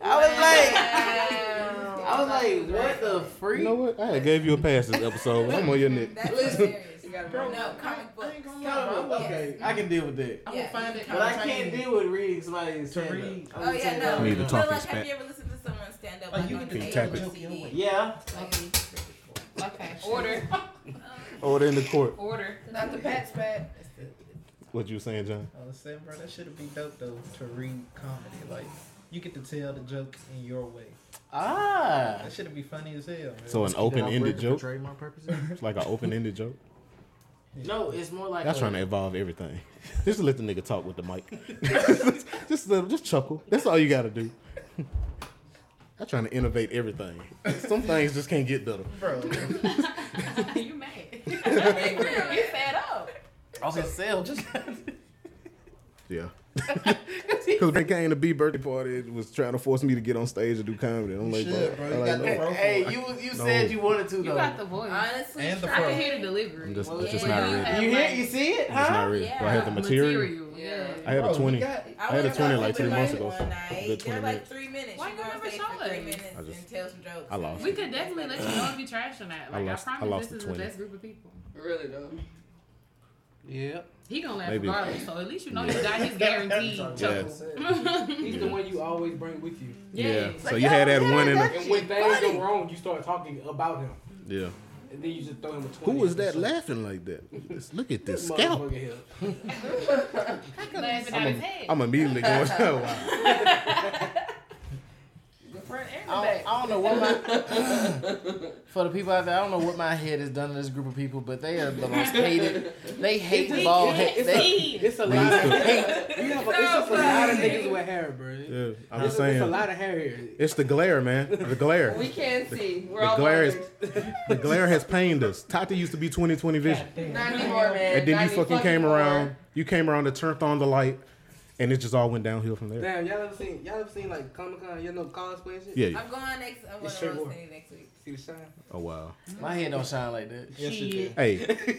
[SPEAKER 9] I was like,
[SPEAKER 3] [LAUGHS]
[SPEAKER 7] I was like, what the freak?
[SPEAKER 2] You know what? I gave you a pass this episode. I'm on your neck.
[SPEAKER 8] That's
[SPEAKER 2] [LAUGHS]
[SPEAKER 8] serious. You gotta remember. No, comic books.
[SPEAKER 7] No, okay, I can deal with that.
[SPEAKER 8] I'm gonna find it.
[SPEAKER 7] But I can't deal with reading somebody's
[SPEAKER 5] To
[SPEAKER 7] stand-up.
[SPEAKER 5] read.
[SPEAKER 7] I'm
[SPEAKER 8] Oh
[SPEAKER 7] just
[SPEAKER 8] yeah,
[SPEAKER 7] saying,
[SPEAKER 8] no.
[SPEAKER 2] Need to
[SPEAKER 8] But,
[SPEAKER 2] talk
[SPEAKER 8] like,
[SPEAKER 2] this
[SPEAKER 8] have
[SPEAKER 2] back.
[SPEAKER 8] you ever listened to someone stand up?
[SPEAKER 5] Oh,
[SPEAKER 8] like,
[SPEAKER 5] you
[SPEAKER 8] on
[SPEAKER 5] can
[SPEAKER 8] tape
[SPEAKER 2] tap
[SPEAKER 8] or
[SPEAKER 5] it.
[SPEAKER 8] CD?
[SPEAKER 7] Yeah,
[SPEAKER 8] Like,
[SPEAKER 3] Okay, order,
[SPEAKER 2] Oh, they're in the court.
[SPEAKER 3] order.
[SPEAKER 8] not the patch pad.
[SPEAKER 2] What you were saying, John?
[SPEAKER 5] I was saying, bro, that should be dope though to read comedy. Like, you get to tell the joke in your way.
[SPEAKER 7] ah.
[SPEAKER 5] That should be funny as hell. Man.
[SPEAKER 2] So an open ended joke?
[SPEAKER 7] my purposes.
[SPEAKER 2] It's like an open ended joke.
[SPEAKER 7] no, it's more like
[SPEAKER 2] Y'all
[SPEAKER 7] a-
[SPEAKER 2] trying to evolve everything. [LAUGHS] Just let the nigga talk with the mic. [LAUGHS] just let him- just chuckle. That's all you gotta do. I'm trying to innovate everything. Some things just can't get better.
[SPEAKER 5] bro,
[SPEAKER 3] you mad?
[SPEAKER 8] You fed up.
[SPEAKER 9] [LAUGHS]
[SPEAKER 7] also sell. Just
[SPEAKER 2] Yeah. Because they came to B birthday party and was trying to force me to get on stage and do comedy. I'm like,
[SPEAKER 5] should,
[SPEAKER 2] bro,
[SPEAKER 5] bro. You
[SPEAKER 2] I
[SPEAKER 5] got
[SPEAKER 2] like,
[SPEAKER 5] the
[SPEAKER 2] no.
[SPEAKER 5] profile.
[SPEAKER 7] hey, you you said you wanted to
[SPEAKER 3] You
[SPEAKER 7] though.
[SPEAKER 3] got the voice.
[SPEAKER 8] Honestly,
[SPEAKER 5] And the
[SPEAKER 8] try
[SPEAKER 3] I can
[SPEAKER 5] front.
[SPEAKER 3] hear the delivery.
[SPEAKER 2] I'm just,
[SPEAKER 8] Well,
[SPEAKER 2] just
[SPEAKER 8] yeah,
[SPEAKER 2] not
[SPEAKER 8] you
[SPEAKER 2] ready.
[SPEAKER 8] have-
[SPEAKER 7] you hear? You see it?
[SPEAKER 2] I'm just not
[SPEAKER 7] Huh?
[SPEAKER 2] ready. Do I have the material?
[SPEAKER 3] Yeah.
[SPEAKER 2] I had
[SPEAKER 5] Bro,
[SPEAKER 2] a
[SPEAKER 5] you
[SPEAKER 2] 20.
[SPEAKER 5] got-
[SPEAKER 2] I had a
[SPEAKER 8] went
[SPEAKER 2] 20
[SPEAKER 8] to
[SPEAKER 2] like two
[SPEAKER 8] open
[SPEAKER 2] months
[SPEAKER 8] mic
[SPEAKER 2] ago.
[SPEAKER 8] One
[SPEAKER 2] The
[SPEAKER 8] night.
[SPEAKER 2] 20
[SPEAKER 8] They're like
[SPEAKER 2] minutes.
[SPEAKER 8] three minutes.
[SPEAKER 3] Why
[SPEAKER 8] you
[SPEAKER 3] you
[SPEAKER 8] go on
[SPEAKER 3] never
[SPEAKER 8] stage for
[SPEAKER 3] show
[SPEAKER 8] three
[SPEAKER 3] us?
[SPEAKER 8] minutes
[SPEAKER 2] I just-
[SPEAKER 8] and tell some jokes.
[SPEAKER 2] I lost.
[SPEAKER 3] We could definitely let you know if you trash or not.
[SPEAKER 2] I
[SPEAKER 3] Like I,
[SPEAKER 2] lost- I
[SPEAKER 3] promise,
[SPEAKER 2] lost the
[SPEAKER 3] this is
[SPEAKER 2] 20.
[SPEAKER 3] the best group of people.
[SPEAKER 4] Really though. Yeah,
[SPEAKER 3] He gonna laugh
[SPEAKER 2] Maybe.
[SPEAKER 3] regardless. So at least you know you got his guaranteed chuckle.
[SPEAKER 2] Yes.
[SPEAKER 10] [LAUGHS]
[SPEAKER 4] he's the one you always bring with you.
[SPEAKER 2] Yeah.
[SPEAKER 3] Yes.
[SPEAKER 2] So you had that one in the.
[SPEAKER 4] And when things go wrong, you start talking about him,
[SPEAKER 2] Yeah.
[SPEAKER 4] and then you just throw him a twenty.
[SPEAKER 2] Who was that laughing like that? Just look at this scalp.
[SPEAKER 4] Motherfucker here.
[SPEAKER 3] Laughing out his head.
[SPEAKER 2] [LAUGHS] I'm immediately going, oh, wow.
[SPEAKER 8] The front and
[SPEAKER 7] I don't, I don't know what my [LAUGHS] for the people out there. I don't know what my head has done to this group of people, but they are the most hated. They hate
[SPEAKER 6] We
[SPEAKER 7] bald
[SPEAKER 6] can't
[SPEAKER 7] head. They,
[SPEAKER 6] see.
[SPEAKER 4] It's a lot of hate. You have a, it's just a lot of
[SPEAKER 8] Sounds like-
[SPEAKER 4] niggas with hair, bro.
[SPEAKER 2] Yeah, I'm
[SPEAKER 4] It's,
[SPEAKER 2] just
[SPEAKER 4] it's a
[SPEAKER 2] saying.
[SPEAKER 4] lot of hair here.
[SPEAKER 2] It's the glare, man.
[SPEAKER 8] [LAUGHS]
[SPEAKER 2] The glare.
[SPEAKER 6] We can't see. We're
[SPEAKER 2] The
[SPEAKER 6] all
[SPEAKER 2] glare is
[SPEAKER 6] bothered.
[SPEAKER 2] the glare has pained us. Tati used to be 2020 vision,
[SPEAKER 6] Not anymore, man.
[SPEAKER 2] and then
[SPEAKER 6] Not
[SPEAKER 2] you
[SPEAKER 6] any
[SPEAKER 2] fucking came
[SPEAKER 6] more.
[SPEAKER 2] around. You came around and turned on the light, and it just all went downhill from there.
[SPEAKER 4] Damn, y'all ever seen y'all ever seen like Comic Con? Y'all know cosplay and shit.
[SPEAKER 2] Yeah. yeah.
[SPEAKER 8] I'm going next. I'm going
[SPEAKER 4] It's
[SPEAKER 8] to
[SPEAKER 4] sure
[SPEAKER 8] Rose
[SPEAKER 4] will.
[SPEAKER 8] City next week.
[SPEAKER 4] See the shine.
[SPEAKER 2] Oh wow.
[SPEAKER 7] my head don't shine like that.
[SPEAKER 4] Shit.
[SPEAKER 2] Hey,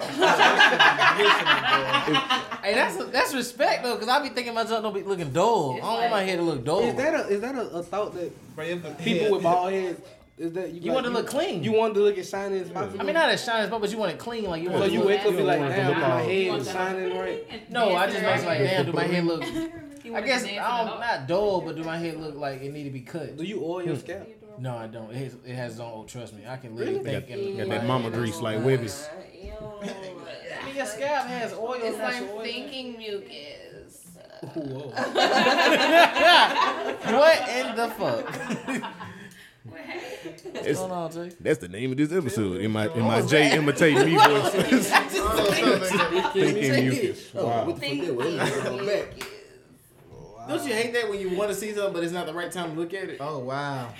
[SPEAKER 7] Hey, that's that's respect though, cause I be thinking my junk don't be looking dull. I don't want my head to look dull.
[SPEAKER 4] Is that a is that a, a thought that people
[SPEAKER 5] People
[SPEAKER 4] with bald heads is that you,
[SPEAKER 7] you want to look clean.
[SPEAKER 4] You want to look as shiny as possible.
[SPEAKER 7] I mean, not as shiny as possible, but you want it clean. Like you
[SPEAKER 4] so
[SPEAKER 7] want.
[SPEAKER 4] you
[SPEAKER 7] to look,
[SPEAKER 4] wake up and be like,
[SPEAKER 2] want it to
[SPEAKER 4] damn,
[SPEAKER 2] look
[SPEAKER 4] my
[SPEAKER 2] all-
[SPEAKER 4] head is shining right.
[SPEAKER 7] no, I just was
[SPEAKER 10] Dancing
[SPEAKER 7] like,
[SPEAKER 10] around.
[SPEAKER 7] damn, do my head look?
[SPEAKER 10] He
[SPEAKER 7] I
[SPEAKER 10] wanted to
[SPEAKER 7] guess I
[SPEAKER 10] dance in the
[SPEAKER 7] don't
[SPEAKER 10] dark.
[SPEAKER 7] not dull, but do my head look like it need to be cut?
[SPEAKER 4] Do you oil your scalp?
[SPEAKER 7] No, I don't. It has, it has its own. Oh, trust me, I can live
[SPEAKER 2] Really?
[SPEAKER 7] thinking.
[SPEAKER 2] Got- got
[SPEAKER 7] my
[SPEAKER 2] that mama
[SPEAKER 7] head-
[SPEAKER 2] grease like Webby's.
[SPEAKER 6] Ew.
[SPEAKER 7] I mean, your scalp has oil.
[SPEAKER 6] It's
[SPEAKER 7] natural
[SPEAKER 6] like
[SPEAKER 7] oil.
[SPEAKER 6] thinking mucus.
[SPEAKER 4] Whoa.
[SPEAKER 7] [LAUGHS] what in the fuck?
[SPEAKER 2] it's,
[SPEAKER 7] What's going on, Jay?
[SPEAKER 2] that's the name of this episode. In my in my Jay imitate me voice. Thinking mucus. Wow.
[SPEAKER 6] Thinking mucus.
[SPEAKER 7] Don't you hate that when you want to see something, but it's not the right time to look at it?
[SPEAKER 5] Oh wow.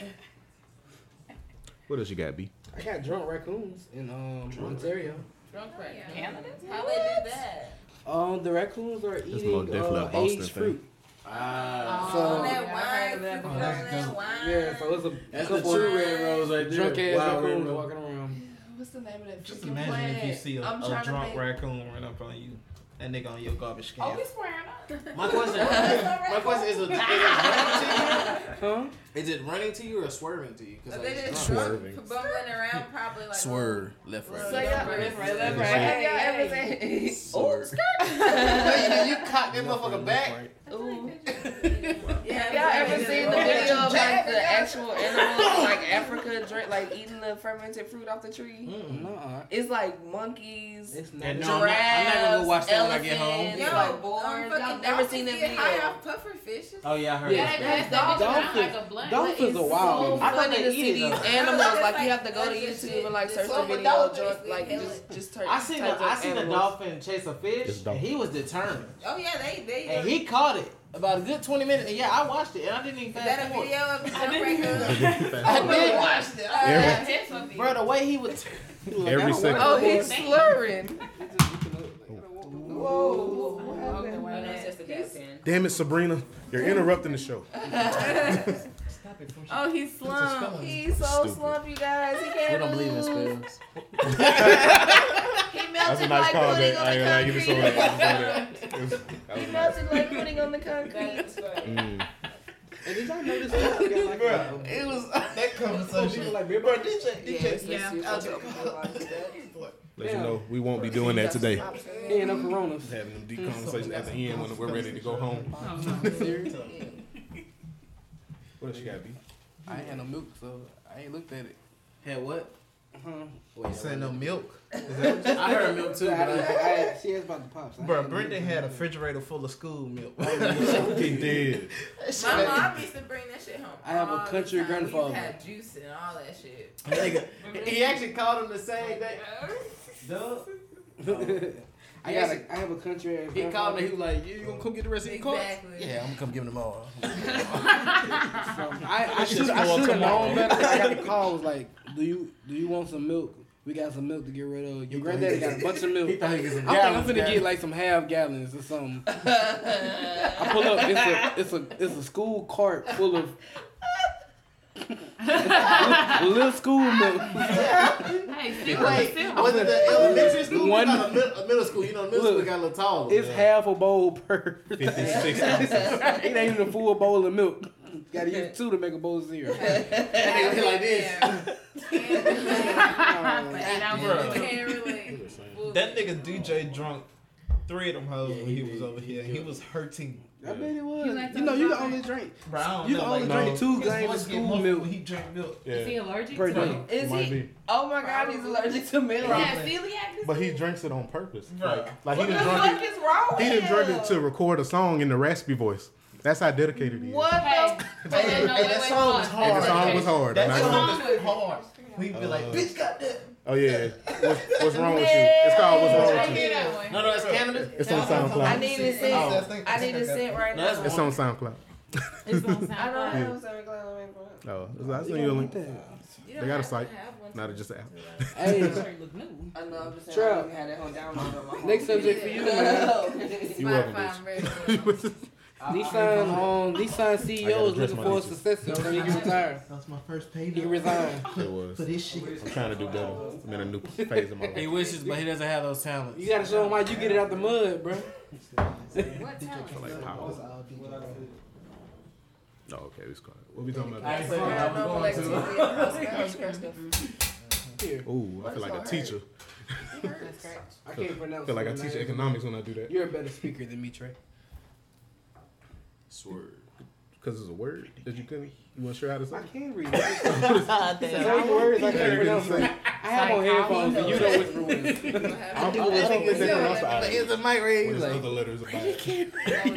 [SPEAKER 2] What else you got, B?
[SPEAKER 4] I got drunk raccoons in um, Ontario.
[SPEAKER 10] Drunk right
[SPEAKER 8] Yeah.
[SPEAKER 10] now. Canada?
[SPEAKER 8] How would I do that?
[SPEAKER 4] Um, the raccoons are
[SPEAKER 2] more
[SPEAKER 4] eating
[SPEAKER 2] definitely a
[SPEAKER 4] uh,
[SPEAKER 2] Boston
[SPEAKER 4] aged
[SPEAKER 2] thing.
[SPEAKER 4] fruit.
[SPEAKER 7] Ah,
[SPEAKER 4] So-
[SPEAKER 8] On
[SPEAKER 4] Oh,
[SPEAKER 8] that
[SPEAKER 10] yeah, I
[SPEAKER 8] wine.
[SPEAKER 10] heard of that
[SPEAKER 8] people on
[SPEAKER 5] before.
[SPEAKER 8] that wine.
[SPEAKER 4] Yeah, so it's a
[SPEAKER 7] that's the
[SPEAKER 4] couple
[SPEAKER 7] true red rose right there.
[SPEAKER 4] drunk ass
[SPEAKER 7] Wild red
[SPEAKER 4] raccoons
[SPEAKER 7] rose.
[SPEAKER 4] walking around.
[SPEAKER 6] What's the name of that
[SPEAKER 5] [LAUGHS] Just
[SPEAKER 6] freaking
[SPEAKER 5] imagine if you
[SPEAKER 6] plant?
[SPEAKER 5] see a,
[SPEAKER 6] I'm
[SPEAKER 5] a
[SPEAKER 6] trying to
[SPEAKER 5] drunk
[SPEAKER 6] think.
[SPEAKER 5] raccoon run up on you. That nigga on your garbage can.
[SPEAKER 10] Oh, we squaring up.
[SPEAKER 7] My question.
[SPEAKER 8] my
[SPEAKER 7] [LAUGHS] my question is: Is it [LAUGHS] running to
[SPEAKER 4] Huh?
[SPEAKER 7] you? Is it running to you or swerving to you? Because
[SPEAKER 8] They just
[SPEAKER 2] Swerving.
[SPEAKER 8] drunk, bumbling around probably like. "Oh,
[SPEAKER 7] swerve left
[SPEAKER 8] right.
[SPEAKER 6] So
[SPEAKER 7] right.
[SPEAKER 8] Swerve.
[SPEAKER 6] y'all,
[SPEAKER 8] Right,
[SPEAKER 6] right,
[SPEAKER 8] right,
[SPEAKER 6] right. Have y'all
[SPEAKER 8] right.
[SPEAKER 6] ever seen?
[SPEAKER 7] Swerve. [LAUGHS] you cocked that motherfucker back.
[SPEAKER 6] [LAUGHS] Ooh.
[SPEAKER 8] Yeah, [LAUGHS]
[SPEAKER 6] Have y'all ever
[SPEAKER 8] yeah.
[SPEAKER 6] seen the video of like the actual animals, like Africa, drink, like eating the fermented fruit off the tree?
[SPEAKER 7] Mm.
[SPEAKER 4] No,
[SPEAKER 6] It's like monkeys.
[SPEAKER 4] it's not.
[SPEAKER 7] And
[SPEAKER 6] Giraffes,
[SPEAKER 7] no, I'm not- I'm not gonna go watch that when I get home.
[SPEAKER 6] elephants,
[SPEAKER 8] Yo,
[SPEAKER 6] like boars.
[SPEAKER 8] um,
[SPEAKER 6] I've
[SPEAKER 8] fucking
[SPEAKER 6] never
[SPEAKER 8] dolphins
[SPEAKER 6] seen that
[SPEAKER 8] get high
[SPEAKER 6] video.
[SPEAKER 8] off puffer fishes.
[SPEAKER 7] Oh yeah, I heard.
[SPEAKER 4] Yeah,
[SPEAKER 7] that.
[SPEAKER 10] Yeah,
[SPEAKER 4] that's-
[SPEAKER 10] that
[SPEAKER 4] dolphins-
[SPEAKER 10] dolphin, like a blunt.
[SPEAKER 4] Dolphins
[SPEAKER 6] But
[SPEAKER 4] are
[SPEAKER 6] it's
[SPEAKER 4] wild.
[SPEAKER 6] so
[SPEAKER 4] I thought
[SPEAKER 6] funny
[SPEAKER 4] they
[SPEAKER 6] to
[SPEAKER 4] eat
[SPEAKER 6] see
[SPEAKER 4] it,
[SPEAKER 6] these
[SPEAKER 4] though.
[SPEAKER 6] animals.
[SPEAKER 8] I was
[SPEAKER 6] Like you
[SPEAKER 8] like,
[SPEAKER 6] have to go to
[SPEAKER 8] that's just
[SPEAKER 6] YouTube
[SPEAKER 8] it.
[SPEAKER 6] and like
[SPEAKER 8] Just
[SPEAKER 6] search
[SPEAKER 8] so
[SPEAKER 6] the
[SPEAKER 8] the
[SPEAKER 6] video.
[SPEAKER 8] dolphins
[SPEAKER 6] Drunk,
[SPEAKER 8] get
[SPEAKER 6] like
[SPEAKER 8] hella-
[SPEAKER 6] just just type.
[SPEAKER 7] I seen
[SPEAKER 6] type
[SPEAKER 7] a,
[SPEAKER 6] up
[SPEAKER 7] I seen a
[SPEAKER 6] animals.
[SPEAKER 7] dolphin chase a
[SPEAKER 2] It's
[SPEAKER 7] fish,
[SPEAKER 2] a
[SPEAKER 7] and
[SPEAKER 2] dolphin.
[SPEAKER 7] he was determined,
[SPEAKER 8] Oh yeah, they they.
[SPEAKER 7] and he caught it about a good twenty minutes. And yeah, I watched it, and I didn't even
[SPEAKER 8] is that
[SPEAKER 7] fast
[SPEAKER 8] a
[SPEAKER 7] forward.
[SPEAKER 8] video
[SPEAKER 6] [LAUGHS]
[SPEAKER 8] of the drunk raccoon?
[SPEAKER 7] I [LAUGHS] did,
[SPEAKER 10] watched it.
[SPEAKER 2] Every-
[SPEAKER 7] bro. The way
[SPEAKER 4] [LAUGHS]
[SPEAKER 7] he was,
[SPEAKER 2] Every second.
[SPEAKER 6] Oh, he's slurring.
[SPEAKER 2] Damn it, Sabrina, you're interrupting the show.
[SPEAKER 5] Stop it. Portia.
[SPEAKER 6] Oh, he's slumped. He's so
[SPEAKER 2] Stupid.
[SPEAKER 6] slumped, you guys. He
[SPEAKER 7] we
[SPEAKER 6] can't
[SPEAKER 7] don't believe in
[SPEAKER 6] move.
[SPEAKER 7] spells.
[SPEAKER 6] He
[SPEAKER 2] That's a nice
[SPEAKER 6] melted like
[SPEAKER 2] call,
[SPEAKER 6] pudding
[SPEAKER 2] Jay. I ain't gonna
[SPEAKER 6] on
[SPEAKER 2] give you
[SPEAKER 6] the
[SPEAKER 2] so much.
[SPEAKER 6] concrete.
[SPEAKER 2] That
[SPEAKER 6] [LAUGHS] He
[SPEAKER 2] was nice.
[SPEAKER 6] melted like pudding on the concrete.
[SPEAKER 4] And
[SPEAKER 2] Mm.
[SPEAKER 4] did y'all notice that? We got, like, a-
[SPEAKER 6] It was.
[SPEAKER 5] That conversation.
[SPEAKER 4] People like,
[SPEAKER 7] Bro, this shit,
[SPEAKER 6] Yeah,
[SPEAKER 7] shit-
[SPEAKER 6] it's
[SPEAKER 10] Yeah.
[SPEAKER 5] [LAUGHS]
[SPEAKER 6] messy.
[SPEAKER 2] Let you know we won't be doing that today.
[SPEAKER 4] Yeah, no [LAUGHS] coronas.
[SPEAKER 2] Having them deep conversations at the end when we're ready to go home.
[SPEAKER 10] Oh,
[SPEAKER 7] [LAUGHS]
[SPEAKER 2] What else you got, B?
[SPEAKER 4] I ain't had no milk, so I ain't looked at it.
[SPEAKER 7] Had what?
[SPEAKER 4] Uh-huh.
[SPEAKER 7] Wait,
[SPEAKER 5] You said no milk.
[SPEAKER 7] [LAUGHS] I heard milk too,
[SPEAKER 4] I,
[SPEAKER 7] but [LAUGHS] I,
[SPEAKER 4] I, I, [LAUGHS] she asked about the pops. I
[SPEAKER 5] Bro,
[SPEAKER 4] ain't
[SPEAKER 5] Brendan
[SPEAKER 4] had no
[SPEAKER 5] had a
[SPEAKER 4] milk.
[SPEAKER 5] refrigerator full of school milk.
[SPEAKER 7] Oh,
[SPEAKER 5] [LAUGHS]
[SPEAKER 2] He did.
[SPEAKER 8] My mom used to bring that shit home.
[SPEAKER 4] I have a
[SPEAKER 8] all the
[SPEAKER 4] country
[SPEAKER 8] time. We used to
[SPEAKER 4] grandfather.
[SPEAKER 8] Had juice and all that shit.
[SPEAKER 7] nigga, he actually called him the same day.
[SPEAKER 5] Duh.
[SPEAKER 7] Oh.
[SPEAKER 4] I got a, I have a country ass.
[SPEAKER 7] He called me. He
[SPEAKER 4] grandfather,
[SPEAKER 7] was like, "You you gonna come get the rest of your car?"
[SPEAKER 8] Exactly.
[SPEAKER 7] Yeah, I'm gonna come give him tomorrow.
[SPEAKER 4] so I, I should I should have known better. [LAUGHS] I got the call was like, do you do you want some milk? We got some milk to get rid of. Your granddaddy got a bunch of [LAUGHS] milk.
[SPEAKER 7] He thought he was some
[SPEAKER 4] I think I'm
[SPEAKER 7] gallons,
[SPEAKER 4] finna
[SPEAKER 7] guys.
[SPEAKER 4] get like some half gallons or something. [LAUGHS] I pull up. It's a it's a it's a school cart full [LAUGHS] of little school milk.
[SPEAKER 7] Wait, [LAUGHS] was it the elementary school?
[SPEAKER 4] One-
[SPEAKER 7] One a middle, middle school. You know, middle
[SPEAKER 4] Look,
[SPEAKER 7] school got a little
[SPEAKER 2] Oh,
[SPEAKER 7] taller.
[SPEAKER 4] It's half a bowl [LAUGHS] per. it [LAUGHS]
[SPEAKER 2] 56 ounces.
[SPEAKER 4] ain't even a full bowl of milk. Gotta use two to make a bowl of zero.
[SPEAKER 7] that nigga hit like this.
[SPEAKER 8] this.
[SPEAKER 4] Um,
[SPEAKER 5] That nigga DJ drunk three of them hoes
[SPEAKER 7] Yeah,
[SPEAKER 5] when
[SPEAKER 7] he
[SPEAKER 5] he was
[SPEAKER 7] did.
[SPEAKER 5] over here. He was hurting.
[SPEAKER 4] I bet it was.
[SPEAKER 10] You like
[SPEAKER 4] You know, you can
[SPEAKER 10] those
[SPEAKER 4] only drink.
[SPEAKER 5] Bro, I don't
[SPEAKER 4] You
[SPEAKER 5] know,
[SPEAKER 4] can only
[SPEAKER 5] like,
[SPEAKER 4] drink two games of
[SPEAKER 5] his voice get
[SPEAKER 4] school
[SPEAKER 5] muffled
[SPEAKER 4] milk.
[SPEAKER 5] when He drank milk.
[SPEAKER 10] Is he
[SPEAKER 2] Yeah.
[SPEAKER 10] allergic
[SPEAKER 4] Per
[SPEAKER 10] to
[SPEAKER 4] day.
[SPEAKER 10] it?
[SPEAKER 6] Is
[SPEAKER 2] Might
[SPEAKER 6] he?
[SPEAKER 2] be.
[SPEAKER 6] Oh my God, he's allergic to milk.
[SPEAKER 8] Yeah, celiac disease.
[SPEAKER 2] But he drinks it on purpose.
[SPEAKER 5] Right.
[SPEAKER 2] Like he
[SPEAKER 6] What the
[SPEAKER 2] didn't drink
[SPEAKER 6] fuck is wrong
[SPEAKER 2] it.
[SPEAKER 6] with
[SPEAKER 2] He didn't drink it
[SPEAKER 6] him?
[SPEAKER 2] to record a song in the raspy voice. That's how dedicated he is.
[SPEAKER 7] What
[SPEAKER 3] Hey,
[SPEAKER 7] the?
[SPEAKER 3] but then, no,
[SPEAKER 7] Hey,
[SPEAKER 3] wait,
[SPEAKER 7] that
[SPEAKER 3] wait,
[SPEAKER 7] song was
[SPEAKER 3] pause.
[SPEAKER 2] And the
[SPEAKER 7] hard.
[SPEAKER 2] song was hard. I'm
[SPEAKER 7] That
[SPEAKER 2] not gonna-
[SPEAKER 7] song was hard. We'd be like,
[SPEAKER 2] Uh,
[SPEAKER 7] bitch, got that.
[SPEAKER 2] Oh yeah. What's, what's wrong with you? It's called What's Wrong
[SPEAKER 8] I
[SPEAKER 2] with You.
[SPEAKER 8] hear that one.
[SPEAKER 7] No, no, it's Canada.
[SPEAKER 2] It's on
[SPEAKER 6] I
[SPEAKER 2] SoundCloud.
[SPEAKER 6] need to sit.
[SPEAKER 7] Oh.
[SPEAKER 6] I need to sit right
[SPEAKER 7] No, that's
[SPEAKER 6] now.
[SPEAKER 2] It's on SoundCloud.
[SPEAKER 3] It's on
[SPEAKER 6] I don't
[SPEAKER 3] SoundCloud.
[SPEAKER 6] have SoundCloud.
[SPEAKER 2] [LAUGHS] Oh, I'll send you a link. [LAUGHS]
[SPEAKER 8] You
[SPEAKER 2] They got a
[SPEAKER 8] don't
[SPEAKER 2] site.
[SPEAKER 8] have to have one.
[SPEAKER 2] Not just an app.
[SPEAKER 4] Hey,
[SPEAKER 3] Look
[SPEAKER 7] [LAUGHS]
[SPEAKER 3] new.
[SPEAKER 6] I know. I'm just saying. I
[SPEAKER 4] Trap.
[SPEAKER 6] don't even have that whole
[SPEAKER 8] [LAUGHS]
[SPEAKER 6] download on my phone.
[SPEAKER 4] next subject for you, man.
[SPEAKER 6] No. [LAUGHS]
[SPEAKER 2] You welcome,
[SPEAKER 8] Spotify
[SPEAKER 2] [LAUGHS] bitch.
[SPEAKER 8] version.
[SPEAKER 4] Nissan, um, Nissan
[SPEAKER 2] I gotta
[SPEAKER 4] CEO is
[SPEAKER 2] dress
[SPEAKER 4] looking
[SPEAKER 2] my
[SPEAKER 4] for a
[SPEAKER 2] nipples.
[SPEAKER 4] successor. so He can retire.
[SPEAKER 5] That was my first
[SPEAKER 4] He can
[SPEAKER 5] payment
[SPEAKER 4] resign.
[SPEAKER 2] It was.
[SPEAKER 5] for this shit.
[SPEAKER 2] I'm trying to do better. I'm in a new phase of my
[SPEAKER 9] He
[SPEAKER 2] life.
[SPEAKER 9] wishes, but he doesn't have those talents.
[SPEAKER 4] You gotta show him how you get it out the mud, bro.
[SPEAKER 8] What talent?
[SPEAKER 2] Like power. Oh, okay. It's going. What we talking
[SPEAKER 9] I
[SPEAKER 2] about?
[SPEAKER 9] ain't saying where I was
[SPEAKER 2] [LAUGHS]
[SPEAKER 9] going to.
[SPEAKER 2] Ooh, I feel like a teacher.
[SPEAKER 4] I can't pronounce.
[SPEAKER 2] I feel like I
[SPEAKER 4] your
[SPEAKER 2] teach
[SPEAKER 4] name.
[SPEAKER 2] economics when I do that.
[SPEAKER 4] You're a better speaker than me, Trey.
[SPEAKER 2] Swear. Because it's a word that you couldn't. You weren't sure how to say.
[SPEAKER 4] I
[SPEAKER 2] it?
[SPEAKER 4] can read. It's
[SPEAKER 6] Damn.
[SPEAKER 2] [LAUGHS]
[SPEAKER 4] [LAUGHS] only words I
[SPEAKER 2] Yeah,
[SPEAKER 4] can't
[SPEAKER 2] you couldn't
[SPEAKER 4] pronounce.
[SPEAKER 2] say. it.
[SPEAKER 4] I have on headphones, and you don't whisper with me.
[SPEAKER 2] I don't I don't think they pronounce the I.
[SPEAKER 7] It's a mic
[SPEAKER 2] When
[SPEAKER 7] raise.
[SPEAKER 2] it's
[SPEAKER 7] Like,
[SPEAKER 2] other letters. about it.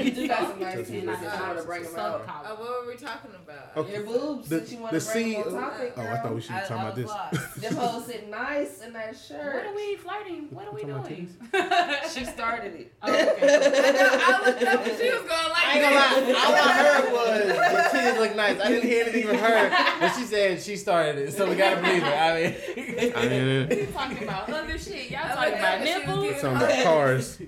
[SPEAKER 6] You do got some nice titties. and I want to bring them out.
[SPEAKER 8] Uh, what were we talking about?
[SPEAKER 2] Okay.
[SPEAKER 6] Your boobs,
[SPEAKER 2] The-
[SPEAKER 6] since you want
[SPEAKER 2] the
[SPEAKER 6] to bring them
[SPEAKER 2] CEO
[SPEAKER 6] on topic,
[SPEAKER 2] Oh, I thought we should be
[SPEAKER 8] I-
[SPEAKER 2] talking
[SPEAKER 8] I
[SPEAKER 2] about
[SPEAKER 8] was
[SPEAKER 2] [LAUGHS] this.
[SPEAKER 8] lost.
[SPEAKER 6] Them hoes sit nice in that
[SPEAKER 3] What are
[SPEAKER 6] shirt.
[SPEAKER 3] we flirting? What are we doing? [LAUGHS]
[SPEAKER 6] She started it.
[SPEAKER 3] Oh, [LAUGHS] okay.
[SPEAKER 8] I know, I looked
[SPEAKER 6] [LAUGHS]
[SPEAKER 8] up and she was going like
[SPEAKER 7] I ain't gonna
[SPEAKER 8] that.
[SPEAKER 7] lie. All I heard was your titties look nice. I didn't hear anything from her.
[SPEAKER 9] But she said she started it, so we gotta believe her. I mean,
[SPEAKER 2] I mean, [LAUGHS]
[SPEAKER 3] We talking about other shit. Y'all
[SPEAKER 8] I
[SPEAKER 3] talking
[SPEAKER 8] looked
[SPEAKER 3] about
[SPEAKER 8] up
[SPEAKER 3] nipples?
[SPEAKER 8] and she was giving-
[SPEAKER 2] talking about cars.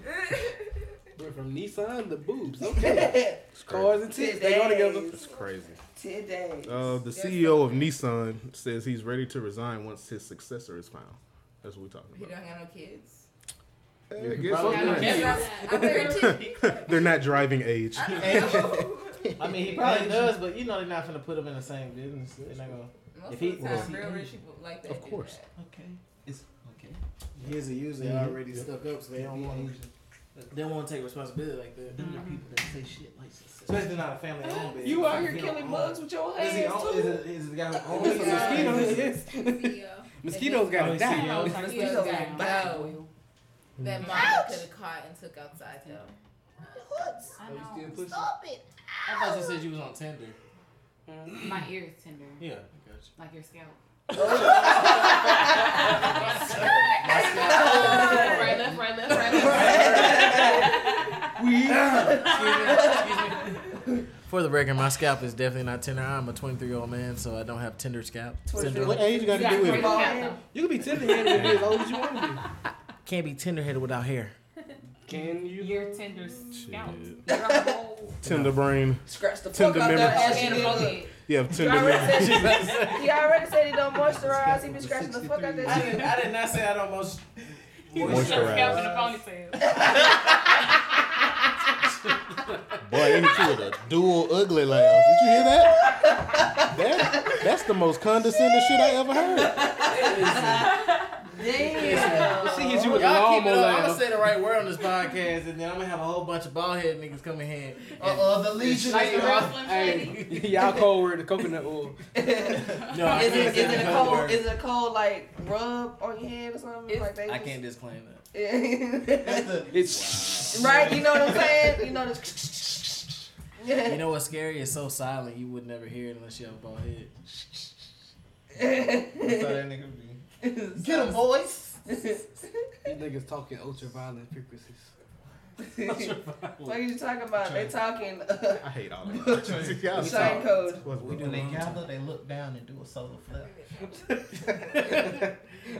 [SPEAKER 4] We're from Nissan to boobs. Okay.
[SPEAKER 2] It's
[SPEAKER 4] Cars
[SPEAKER 2] crazy.
[SPEAKER 4] and tits, they go together.
[SPEAKER 2] It's crazy.
[SPEAKER 6] Today.
[SPEAKER 2] Uh, the CEO of Nissan says he's ready to resign once his successor is found. That's what we're talking
[SPEAKER 8] He
[SPEAKER 2] about.
[SPEAKER 8] don't have no kids.
[SPEAKER 2] Eh, I guess
[SPEAKER 7] probably
[SPEAKER 2] so.
[SPEAKER 7] don't
[SPEAKER 8] That's what I'm- I'm [LAUGHS] pretty-
[SPEAKER 2] [LAUGHS] They're not driving age.
[SPEAKER 7] I mean,
[SPEAKER 5] [LAUGHS]
[SPEAKER 7] he probably does, but you know they're not gonna put him in the same business. They're not gonna.
[SPEAKER 8] Most
[SPEAKER 7] If he-
[SPEAKER 8] of the time, real rich people like that.
[SPEAKER 2] Of
[SPEAKER 8] do
[SPEAKER 2] course.
[SPEAKER 8] that.
[SPEAKER 5] Okay. It's okay.
[SPEAKER 7] He's a user already stuck up, so they don't want
[SPEAKER 5] Asian.
[SPEAKER 7] they don't want to take responsibility like that.
[SPEAKER 5] Them the people that say shit like success.
[SPEAKER 7] Especially not a family owned business.
[SPEAKER 6] You out
[SPEAKER 7] He
[SPEAKER 6] here
[SPEAKER 7] don't
[SPEAKER 6] killing
[SPEAKER 7] own-
[SPEAKER 6] bugs with your
[SPEAKER 7] Is he
[SPEAKER 6] hands
[SPEAKER 7] own,
[SPEAKER 6] too.
[SPEAKER 7] is, it, is the guy who owns
[SPEAKER 4] It's
[SPEAKER 7] it?
[SPEAKER 4] a mosquito. yes.
[SPEAKER 8] CEO.
[SPEAKER 4] [LAUGHS] Mm-hmm. Mosquitoes gotta die.
[SPEAKER 3] I was
[SPEAKER 7] CEO.
[SPEAKER 3] like,
[SPEAKER 8] Mosquitoes
[SPEAKER 3] yeah,
[SPEAKER 8] got
[SPEAKER 3] yeah.
[SPEAKER 8] no. That mom could have caught and took outside though.
[SPEAKER 3] I know.
[SPEAKER 9] I thought you said you was on Tinder.
[SPEAKER 3] My ear is tender,
[SPEAKER 9] Yeah, I got you.
[SPEAKER 3] like your [LAUGHS] scalp. right, left, right, left, right, left.
[SPEAKER 9] For the record, my scalp is definitely not tender. I'm a 23 year old man, so I don't have tender scalp. Tender.
[SPEAKER 2] What age you got to
[SPEAKER 3] got
[SPEAKER 2] do with
[SPEAKER 3] great
[SPEAKER 2] it?
[SPEAKER 3] cap,
[SPEAKER 4] You can be tender headed and be as old as you want to be.
[SPEAKER 9] Can't be tender headed without hair.
[SPEAKER 4] Can
[SPEAKER 3] though.
[SPEAKER 4] you?
[SPEAKER 3] Your tender scalp.
[SPEAKER 2] Tender brain.
[SPEAKER 6] Scratch the fuck
[SPEAKER 2] Tender
[SPEAKER 6] out
[SPEAKER 2] memory.
[SPEAKER 6] that ass you
[SPEAKER 3] And a
[SPEAKER 6] did.
[SPEAKER 3] forehead.
[SPEAKER 2] You have
[SPEAKER 6] He
[SPEAKER 2] tender memory.
[SPEAKER 6] already said [LAUGHS] he- he already said he don't moisturize. He been scratching the fuck out that
[SPEAKER 7] I
[SPEAKER 6] shit.
[SPEAKER 7] did, I did not say I don't most.
[SPEAKER 3] Your scalp
[SPEAKER 2] Moisturize.
[SPEAKER 3] in a ponytail.
[SPEAKER 2] [LAUGHS]
[SPEAKER 3] [LAUGHS]
[SPEAKER 2] Boy, ain't you with a dual ugly laugh. Did you hear that? that? That's the most condescending shit I ever heard.
[SPEAKER 7] Damn.
[SPEAKER 4] She hits you with a
[SPEAKER 7] Y'all
[SPEAKER 4] lawnmower
[SPEAKER 7] keep it up. I'm gonna
[SPEAKER 4] laugh.
[SPEAKER 7] say the right word on this podcast, and then I'm gonna have a whole bunch of bald head niggas come in here. Uh oh, the legion.
[SPEAKER 3] Like the
[SPEAKER 7] is
[SPEAKER 3] real
[SPEAKER 7] off.
[SPEAKER 3] Slim Shady.
[SPEAKER 4] Hey, [LAUGHS] y'all cold word the coconut oil.
[SPEAKER 9] No, I
[SPEAKER 6] Is
[SPEAKER 9] can't
[SPEAKER 6] it,
[SPEAKER 9] say
[SPEAKER 6] is it a
[SPEAKER 9] the
[SPEAKER 6] cold?
[SPEAKER 9] word.
[SPEAKER 6] Is it a cold like rub on your head or something? Like they
[SPEAKER 9] I
[SPEAKER 6] just-
[SPEAKER 9] can't
[SPEAKER 6] [LAUGHS]
[SPEAKER 9] disclaim that.
[SPEAKER 7] That's the-
[SPEAKER 4] It's
[SPEAKER 6] right? You know what I'm saying? You know [LAUGHS] this.
[SPEAKER 9] You know what's scary? It's so silent you would never hear it unless you have a bald head.
[SPEAKER 5] That's how that nigga be.
[SPEAKER 7] Get
[SPEAKER 6] [LAUGHS]
[SPEAKER 7] him, boys.
[SPEAKER 4] these niggas talking ultraviolet frequencies.
[SPEAKER 6] what are you talking about? They talking uh,
[SPEAKER 2] I hate all that. [LAUGHS] Y'all suck.
[SPEAKER 6] sign code.
[SPEAKER 2] What's
[SPEAKER 5] We
[SPEAKER 2] wrong?
[SPEAKER 5] do. When they gather, they look down and do a solar flare.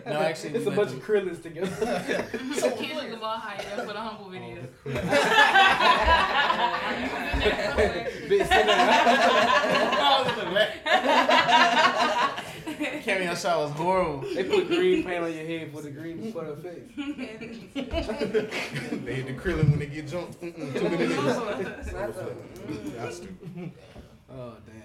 [SPEAKER 9] No, actually, we
[SPEAKER 4] it's a
[SPEAKER 9] met
[SPEAKER 4] bunch
[SPEAKER 9] them-
[SPEAKER 4] of krillins together.
[SPEAKER 3] Kendrick Lamar hired us for the humble videos. [LAUGHS]
[SPEAKER 4] Bitch, sit down.
[SPEAKER 7] Cameo shot was horrible.
[SPEAKER 4] they put green paint on your head for the green for the effect.
[SPEAKER 2] [LAUGHS] They hit the krillin when they get jumped. Mm-mm, too many niggas.
[SPEAKER 6] That's a-
[SPEAKER 2] Y'all stupid.
[SPEAKER 4] Oh damn.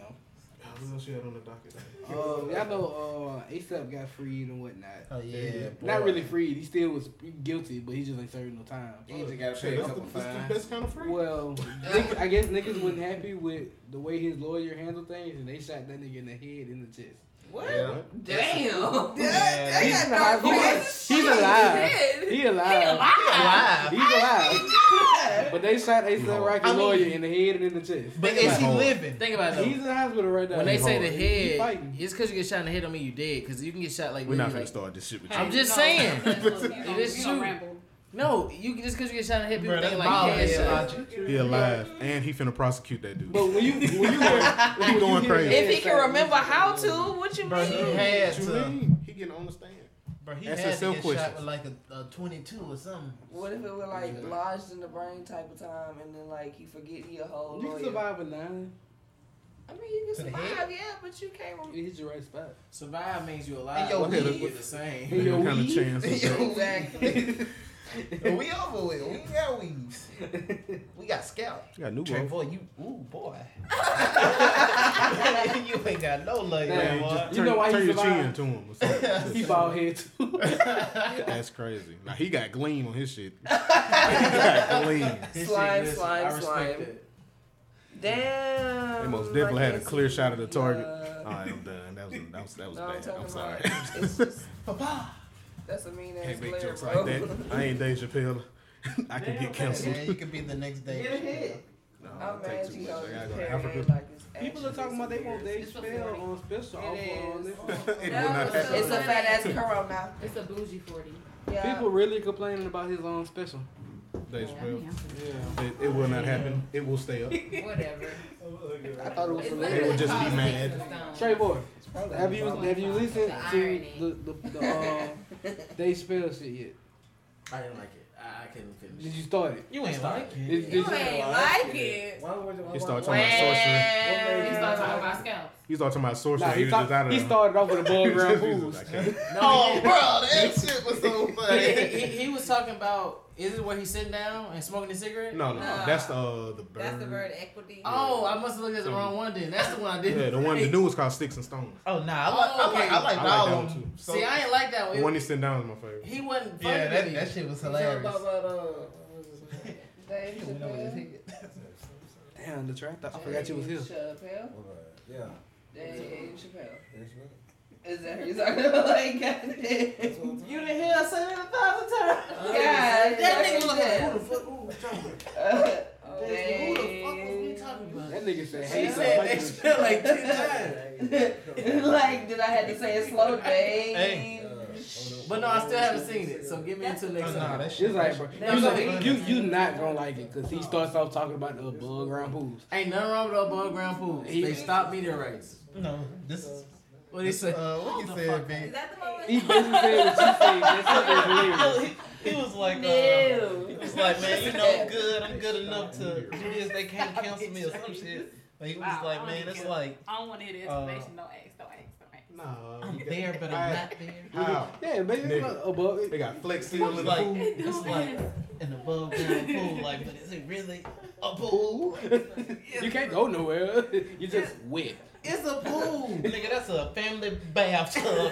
[SPEAKER 2] What else you had on the docket?
[SPEAKER 4] Um, y'all know uh, ASAP got freed and whatnot.
[SPEAKER 5] Oh yeah.
[SPEAKER 4] Not really freed. He still was guilty, but he just ain't serving no time.
[SPEAKER 7] He just gotta pay
[SPEAKER 2] Shit,
[SPEAKER 7] a
[SPEAKER 2] that's, the,
[SPEAKER 7] couple
[SPEAKER 2] that's,
[SPEAKER 7] fines.
[SPEAKER 2] the, that's kind of free.
[SPEAKER 4] Well, Nick, I guess niggas wasn't happy with the way his lawyer handled things, and they shot that nigga in the head in the chest.
[SPEAKER 8] What?
[SPEAKER 5] Yeah.
[SPEAKER 8] Damn.
[SPEAKER 6] Yeah,
[SPEAKER 4] He's
[SPEAKER 6] that
[SPEAKER 4] alive.
[SPEAKER 6] got dark
[SPEAKER 4] He's,
[SPEAKER 6] face.
[SPEAKER 4] he's alive.
[SPEAKER 6] Shit.
[SPEAKER 4] He alive. He alive. He's alive. But they shot Ace and Rocky
[SPEAKER 7] I mean-
[SPEAKER 4] Lawyer in the head and in the chest.
[SPEAKER 5] But is he
[SPEAKER 2] about-
[SPEAKER 5] living?
[SPEAKER 7] Think about it.
[SPEAKER 4] He's in
[SPEAKER 7] Though.
[SPEAKER 4] the hospital right now.
[SPEAKER 7] When they say the
[SPEAKER 4] He
[SPEAKER 7] head,
[SPEAKER 4] fighting.
[SPEAKER 7] it's because you get shot in the head. Don't mean you dead. Because you can get shot like
[SPEAKER 2] We're not
[SPEAKER 7] really,
[SPEAKER 2] gonna
[SPEAKER 7] like-
[SPEAKER 2] start this shit with
[SPEAKER 7] I'm
[SPEAKER 2] you.
[SPEAKER 7] just saying.
[SPEAKER 10] That's what- you gonna-
[SPEAKER 7] It's
[SPEAKER 10] you gonna
[SPEAKER 7] true.
[SPEAKER 10] ramble.
[SPEAKER 7] No, you can just because you get shot in the head, people
[SPEAKER 5] Bro, that's
[SPEAKER 7] think
[SPEAKER 5] like
[SPEAKER 7] like you
[SPEAKER 5] head
[SPEAKER 7] had shot.
[SPEAKER 5] logic.
[SPEAKER 2] He alive, and he finna prosecute that dude.
[SPEAKER 4] But when you when
[SPEAKER 7] [LAUGHS]
[SPEAKER 2] [LAUGHS]
[SPEAKER 4] you hear, when you
[SPEAKER 2] going
[SPEAKER 4] hear
[SPEAKER 2] crazy.
[SPEAKER 4] that
[SPEAKER 8] If he
[SPEAKER 4] shit,
[SPEAKER 8] can remember how to, what you
[SPEAKER 5] Bro, he
[SPEAKER 8] mean?
[SPEAKER 5] had
[SPEAKER 2] What you
[SPEAKER 5] to.
[SPEAKER 2] mean? He getting on the stand.
[SPEAKER 5] Bro, he
[SPEAKER 2] That's a
[SPEAKER 5] had to get
[SPEAKER 2] self-question.
[SPEAKER 5] shot with like a, a 22 or something.
[SPEAKER 8] [LAUGHS] What if it was like lodged in the brain type of time, and then like he forget he a whole
[SPEAKER 4] You can
[SPEAKER 8] [LAUGHS] lawyer?
[SPEAKER 4] survive a nine.
[SPEAKER 8] I mean, you can
[SPEAKER 5] To the
[SPEAKER 6] [LAUGHS]
[SPEAKER 8] survive, yeah, but you can't.
[SPEAKER 4] It hits your right spot.
[SPEAKER 7] Survive means you alive.
[SPEAKER 5] And your
[SPEAKER 7] Don't mean
[SPEAKER 5] weed.
[SPEAKER 7] you
[SPEAKER 5] [LAUGHS]
[SPEAKER 7] the same.
[SPEAKER 4] Yo,
[SPEAKER 2] What kind of
[SPEAKER 4] we-
[SPEAKER 2] chance? is that?
[SPEAKER 8] Exactly.
[SPEAKER 5] we over with. We got weaves.
[SPEAKER 7] [LAUGHS]
[SPEAKER 4] [LAUGHS]
[SPEAKER 5] We got scalp.
[SPEAKER 2] You got new [LAUGHS] growth.
[SPEAKER 5] Trevor, you, ooh boy. you ain't got no leg,
[SPEAKER 4] Man,
[SPEAKER 5] boy.
[SPEAKER 4] You
[SPEAKER 2] Turn-
[SPEAKER 4] know why he
[SPEAKER 2] turn your chin
[SPEAKER 4] survived?
[SPEAKER 2] to him. Or something.
[SPEAKER 4] He bald head too.
[SPEAKER 2] [LAUGHS] That's crazy. Now he got gleam on his shit. he got gleam.
[SPEAKER 7] This shit
[SPEAKER 8] Slime,
[SPEAKER 7] good.
[SPEAKER 8] slime,
[SPEAKER 7] I respect
[SPEAKER 8] slime.
[SPEAKER 7] it.
[SPEAKER 8] Damn.
[SPEAKER 2] They most definitely had a
[SPEAKER 8] Like
[SPEAKER 2] clear
[SPEAKER 8] it's-
[SPEAKER 2] shot of the target.
[SPEAKER 8] Yeah.
[SPEAKER 2] All right, I'm done. That was that was, that was
[SPEAKER 8] No, I'm
[SPEAKER 2] bad.
[SPEAKER 8] talking
[SPEAKER 2] I'm, sorry.
[SPEAKER 8] about.
[SPEAKER 2] [LAUGHS]
[SPEAKER 8] It's just,
[SPEAKER 5] Papa.
[SPEAKER 8] that's a mean ass
[SPEAKER 2] Can't make
[SPEAKER 8] glare,
[SPEAKER 2] jokes
[SPEAKER 8] bro.
[SPEAKER 2] like that. I ain't Dave Chappelle. [LAUGHS] I can get canceled.
[SPEAKER 5] Yeah, you could be the next day.
[SPEAKER 8] Get a hit.
[SPEAKER 2] No,
[SPEAKER 8] I'm
[SPEAKER 2] it
[SPEAKER 8] mad
[SPEAKER 2] takes too
[SPEAKER 8] you
[SPEAKER 2] much. I
[SPEAKER 8] don't
[SPEAKER 2] gotta go
[SPEAKER 8] compare it
[SPEAKER 2] to Africa.
[SPEAKER 8] like it's
[SPEAKER 4] People are
[SPEAKER 8] actually
[SPEAKER 4] talking about they want
[SPEAKER 8] disappeared.
[SPEAKER 4] Dave
[SPEAKER 10] It's a
[SPEAKER 4] Chappell
[SPEAKER 10] forty.
[SPEAKER 4] on special offer on
[SPEAKER 8] It
[SPEAKER 4] this.
[SPEAKER 8] is.
[SPEAKER 2] [LAUGHS] It will not
[SPEAKER 6] It's
[SPEAKER 2] happen.
[SPEAKER 8] It's a fat ass corona.
[SPEAKER 10] It's a bougie 40.
[SPEAKER 8] Yeah.
[SPEAKER 4] People really complaining about his own special.
[SPEAKER 2] Dave
[SPEAKER 10] Yeah, I'm
[SPEAKER 2] Chappelle.
[SPEAKER 10] here.
[SPEAKER 4] Yeah.
[SPEAKER 2] It, it will not happen. It will stay up.
[SPEAKER 6] Whatever.
[SPEAKER 4] I thought it was
[SPEAKER 10] It's
[SPEAKER 4] hilarious.
[SPEAKER 10] literally
[SPEAKER 2] would just be
[SPEAKER 10] called
[SPEAKER 2] mad.
[SPEAKER 10] Sticks and Stones.
[SPEAKER 4] Trey Boy, have you have you listened
[SPEAKER 10] The
[SPEAKER 4] to
[SPEAKER 10] irony.
[SPEAKER 4] the the, the uh, Dave Chappelle shit yet?
[SPEAKER 7] I didn't like it. I, I couldn't finish.
[SPEAKER 4] Did you start it?
[SPEAKER 5] You ain't like it.
[SPEAKER 4] Did, did
[SPEAKER 6] You ain't like it.
[SPEAKER 7] Why would why-
[SPEAKER 2] He started
[SPEAKER 7] why-
[SPEAKER 2] talking about sorcery.
[SPEAKER 10] He started talking about scalps.
[SPEAKER 2] He started talking about sorcery.
[SPEAKER 4] Nah,
[SPEAKER 2] he,
[SPEAKER 4] he,
[SPEAKER 2] was
[SPEAKER 4] talk,
[SPEAKER 2] just out of
[SPEAKER 4] he
[SPEAKER 2] there.
[SPEAKER 4] started off with above
[SPEAKER 2] [LAUGHS] He was
[SPEAKER 4] ground
[SPEAKER 2] just-
[SPEAKER 4] rules.
[SPEAKER 2] I can't.
[SPEAKER 7] [LAUGHS] No, he-
[SPEAKER 11] that shit was
[SPEAKER 7] [LAUGHS]
[SPEAKER 11] so
[SPEAKER 7] he, he, he was talking about is it where he's sitting down and smoking a cigarette?
[SPEAKER 2] No, no,
[SPEAKER 6] Nah.
[SPEAKER 2] that's uh, the bird.
[SPEAKER 6] That's the word equity.
[SPEAKER 7] Oh, I must have looked at the wrong one then. That's the one I didn't.
[SPEAKER 2] Yeah, the one the new one's called Sticks and Stones.
[SPEAKER 5] Oh nah, I like
[SPEAKER 7] Oh, okay.
[SPEAKER 5] I like, I
[SPEAKER 2] I
[SPEAKER 5] like,
[SPEAKER 2] like
[SPEAKER 5] all
[SPEAKER 2] that
[SPEAKER 5] of
[SPEAKER 2] one
[SPEAKER 5] them.
[SPEAKER 2] too.
[SPEAKER 5] So,
[SPEAKER 7] See, I ain't like that
[SPEAKER 2] The one
[SPEAKER 7] one.
[SPEAKER 2] he sitting down is my favorite.
[SPEAKER 7] He wasn't funny
[SPEAKER 5] yeah,
[SPEAKER 7] to me.
[SPEAKER 5] that, that shit was hilarious.
[SPEAKER 7] uh,
[SPEAKER 8] Dave
[SPEAKER 5] He went over his
[SPEAKER 8] Chappelle.
[SPEAKER 5] head.
[SPEAKER 4] Damn, the track. I forgot you was here.
[SPEAKER 8] Chappelle.
[SPEAKER 11] Yeah.
[SPEAKER 8] Dave Chappelle. Is that who you're talking [LAUGHS] about? Like, goddamn.
[SPEAKER 7] You didn't hear us say that a thousand times.
[SPEAKER 8] God, that nigga look
[SPEAKER 7] Who
[SPEAKER 8] at
[SPEAKER 7] the fuck? Who was talking? Who the fuck was we talking about?
[SPEAKER 4] That nigga said,
[SPEAKER 7] She
[SPEAKER 4] "Hey,
[SPEAKER 7] said
[SPEAKER 4] somebody-
[SPEAKER 7] that shit like ten times.
[SPEAKER 8] [LAUGHS] like, did I have to say it slow, Dave?
[SPEAKER 5] Hey.
[SPEAKER 7] But no, I still haven't seen it. So give me until
[SPEAKER 5] Oh,
[SPEAKER 7] next
[SPEAKER 5] nah,
[SPEAKER 7] time.
[SPEAKER 5] that shit
[SPEAKER 4] It's like, bro,
[SPEAKER 8] That
[SPEAKER 4] you,
[SPEAKER 8] was
[SPEAKER 4] like,
[SPEAKER 5] funny.
[SPEAKER 4] you, you not gonna like it because he starts off talking about the above ground pools.
[SPEAKER 7] Ain't nothing wrong with above ground pools. They stop meteorites.
[SPEAKER 5] No, this is
[SPEAKER 7] What they [LAUGHS] say?
[SPEAKER 5] uh what you said,
[SPEAKER 6] Is
[SPEAKER 5] big.
[SPEAKER 6] that the one
[SPEAKER 4] He
[SPEAKER 6] with
[SPEAKER 4] basically said what you said. That's hilarious.
[SPEAKER 5] He was like uh,
[SPEAKER 8] Ew.
[SPEAKER 5] It's like, man, you know, I'm good. I'm good enough to do this. They can't cancel me or some shit. But he was
[SPEAKER 10] Wow,
[SPEAKER 5] like,
[SPEAKER 10] I
[SPEAKER 5] man,
[SPEAKER 10] don't
[SPEAKER 5] it's
[SPEAKER 10] care.
[SPEAKER 5] like,
[SPEAKER 10] I don't want to hear the
[SPEAKER 5] Uh,
[SPEAKER 10] explanation. Don't ask, don't ask, don't ask.
[SPEAKER 2] No,
[SPEAKER 5] I'm
[SPEAKER 2] you got-
[SPEAKER 5] there, but I'm not there.
[SPEAKER 2] How?
[SPEAKER 4] Yeah, baby, it's not above.
[SPEAKER 2] They got flex
[SPEAKER 5] It
[SPEAKER 2] seal in
[SPEAKER 5] was
[SPEAKER 2] the
[SPEAKER 5] like,
[SPEAKER 2] pool.
[SPEAKER 5] it's like an above ground pool. Like, but is it really a pool?
[SPEAKER 4] [LAUGHS] You can't go nowhere. [LAUGHS] You just wet.
[SPEAKER 5] It's a [LAUGHS] pool. Nigga, that's a family [LAUGHS] bathtub.
[SPEAKER 7] No,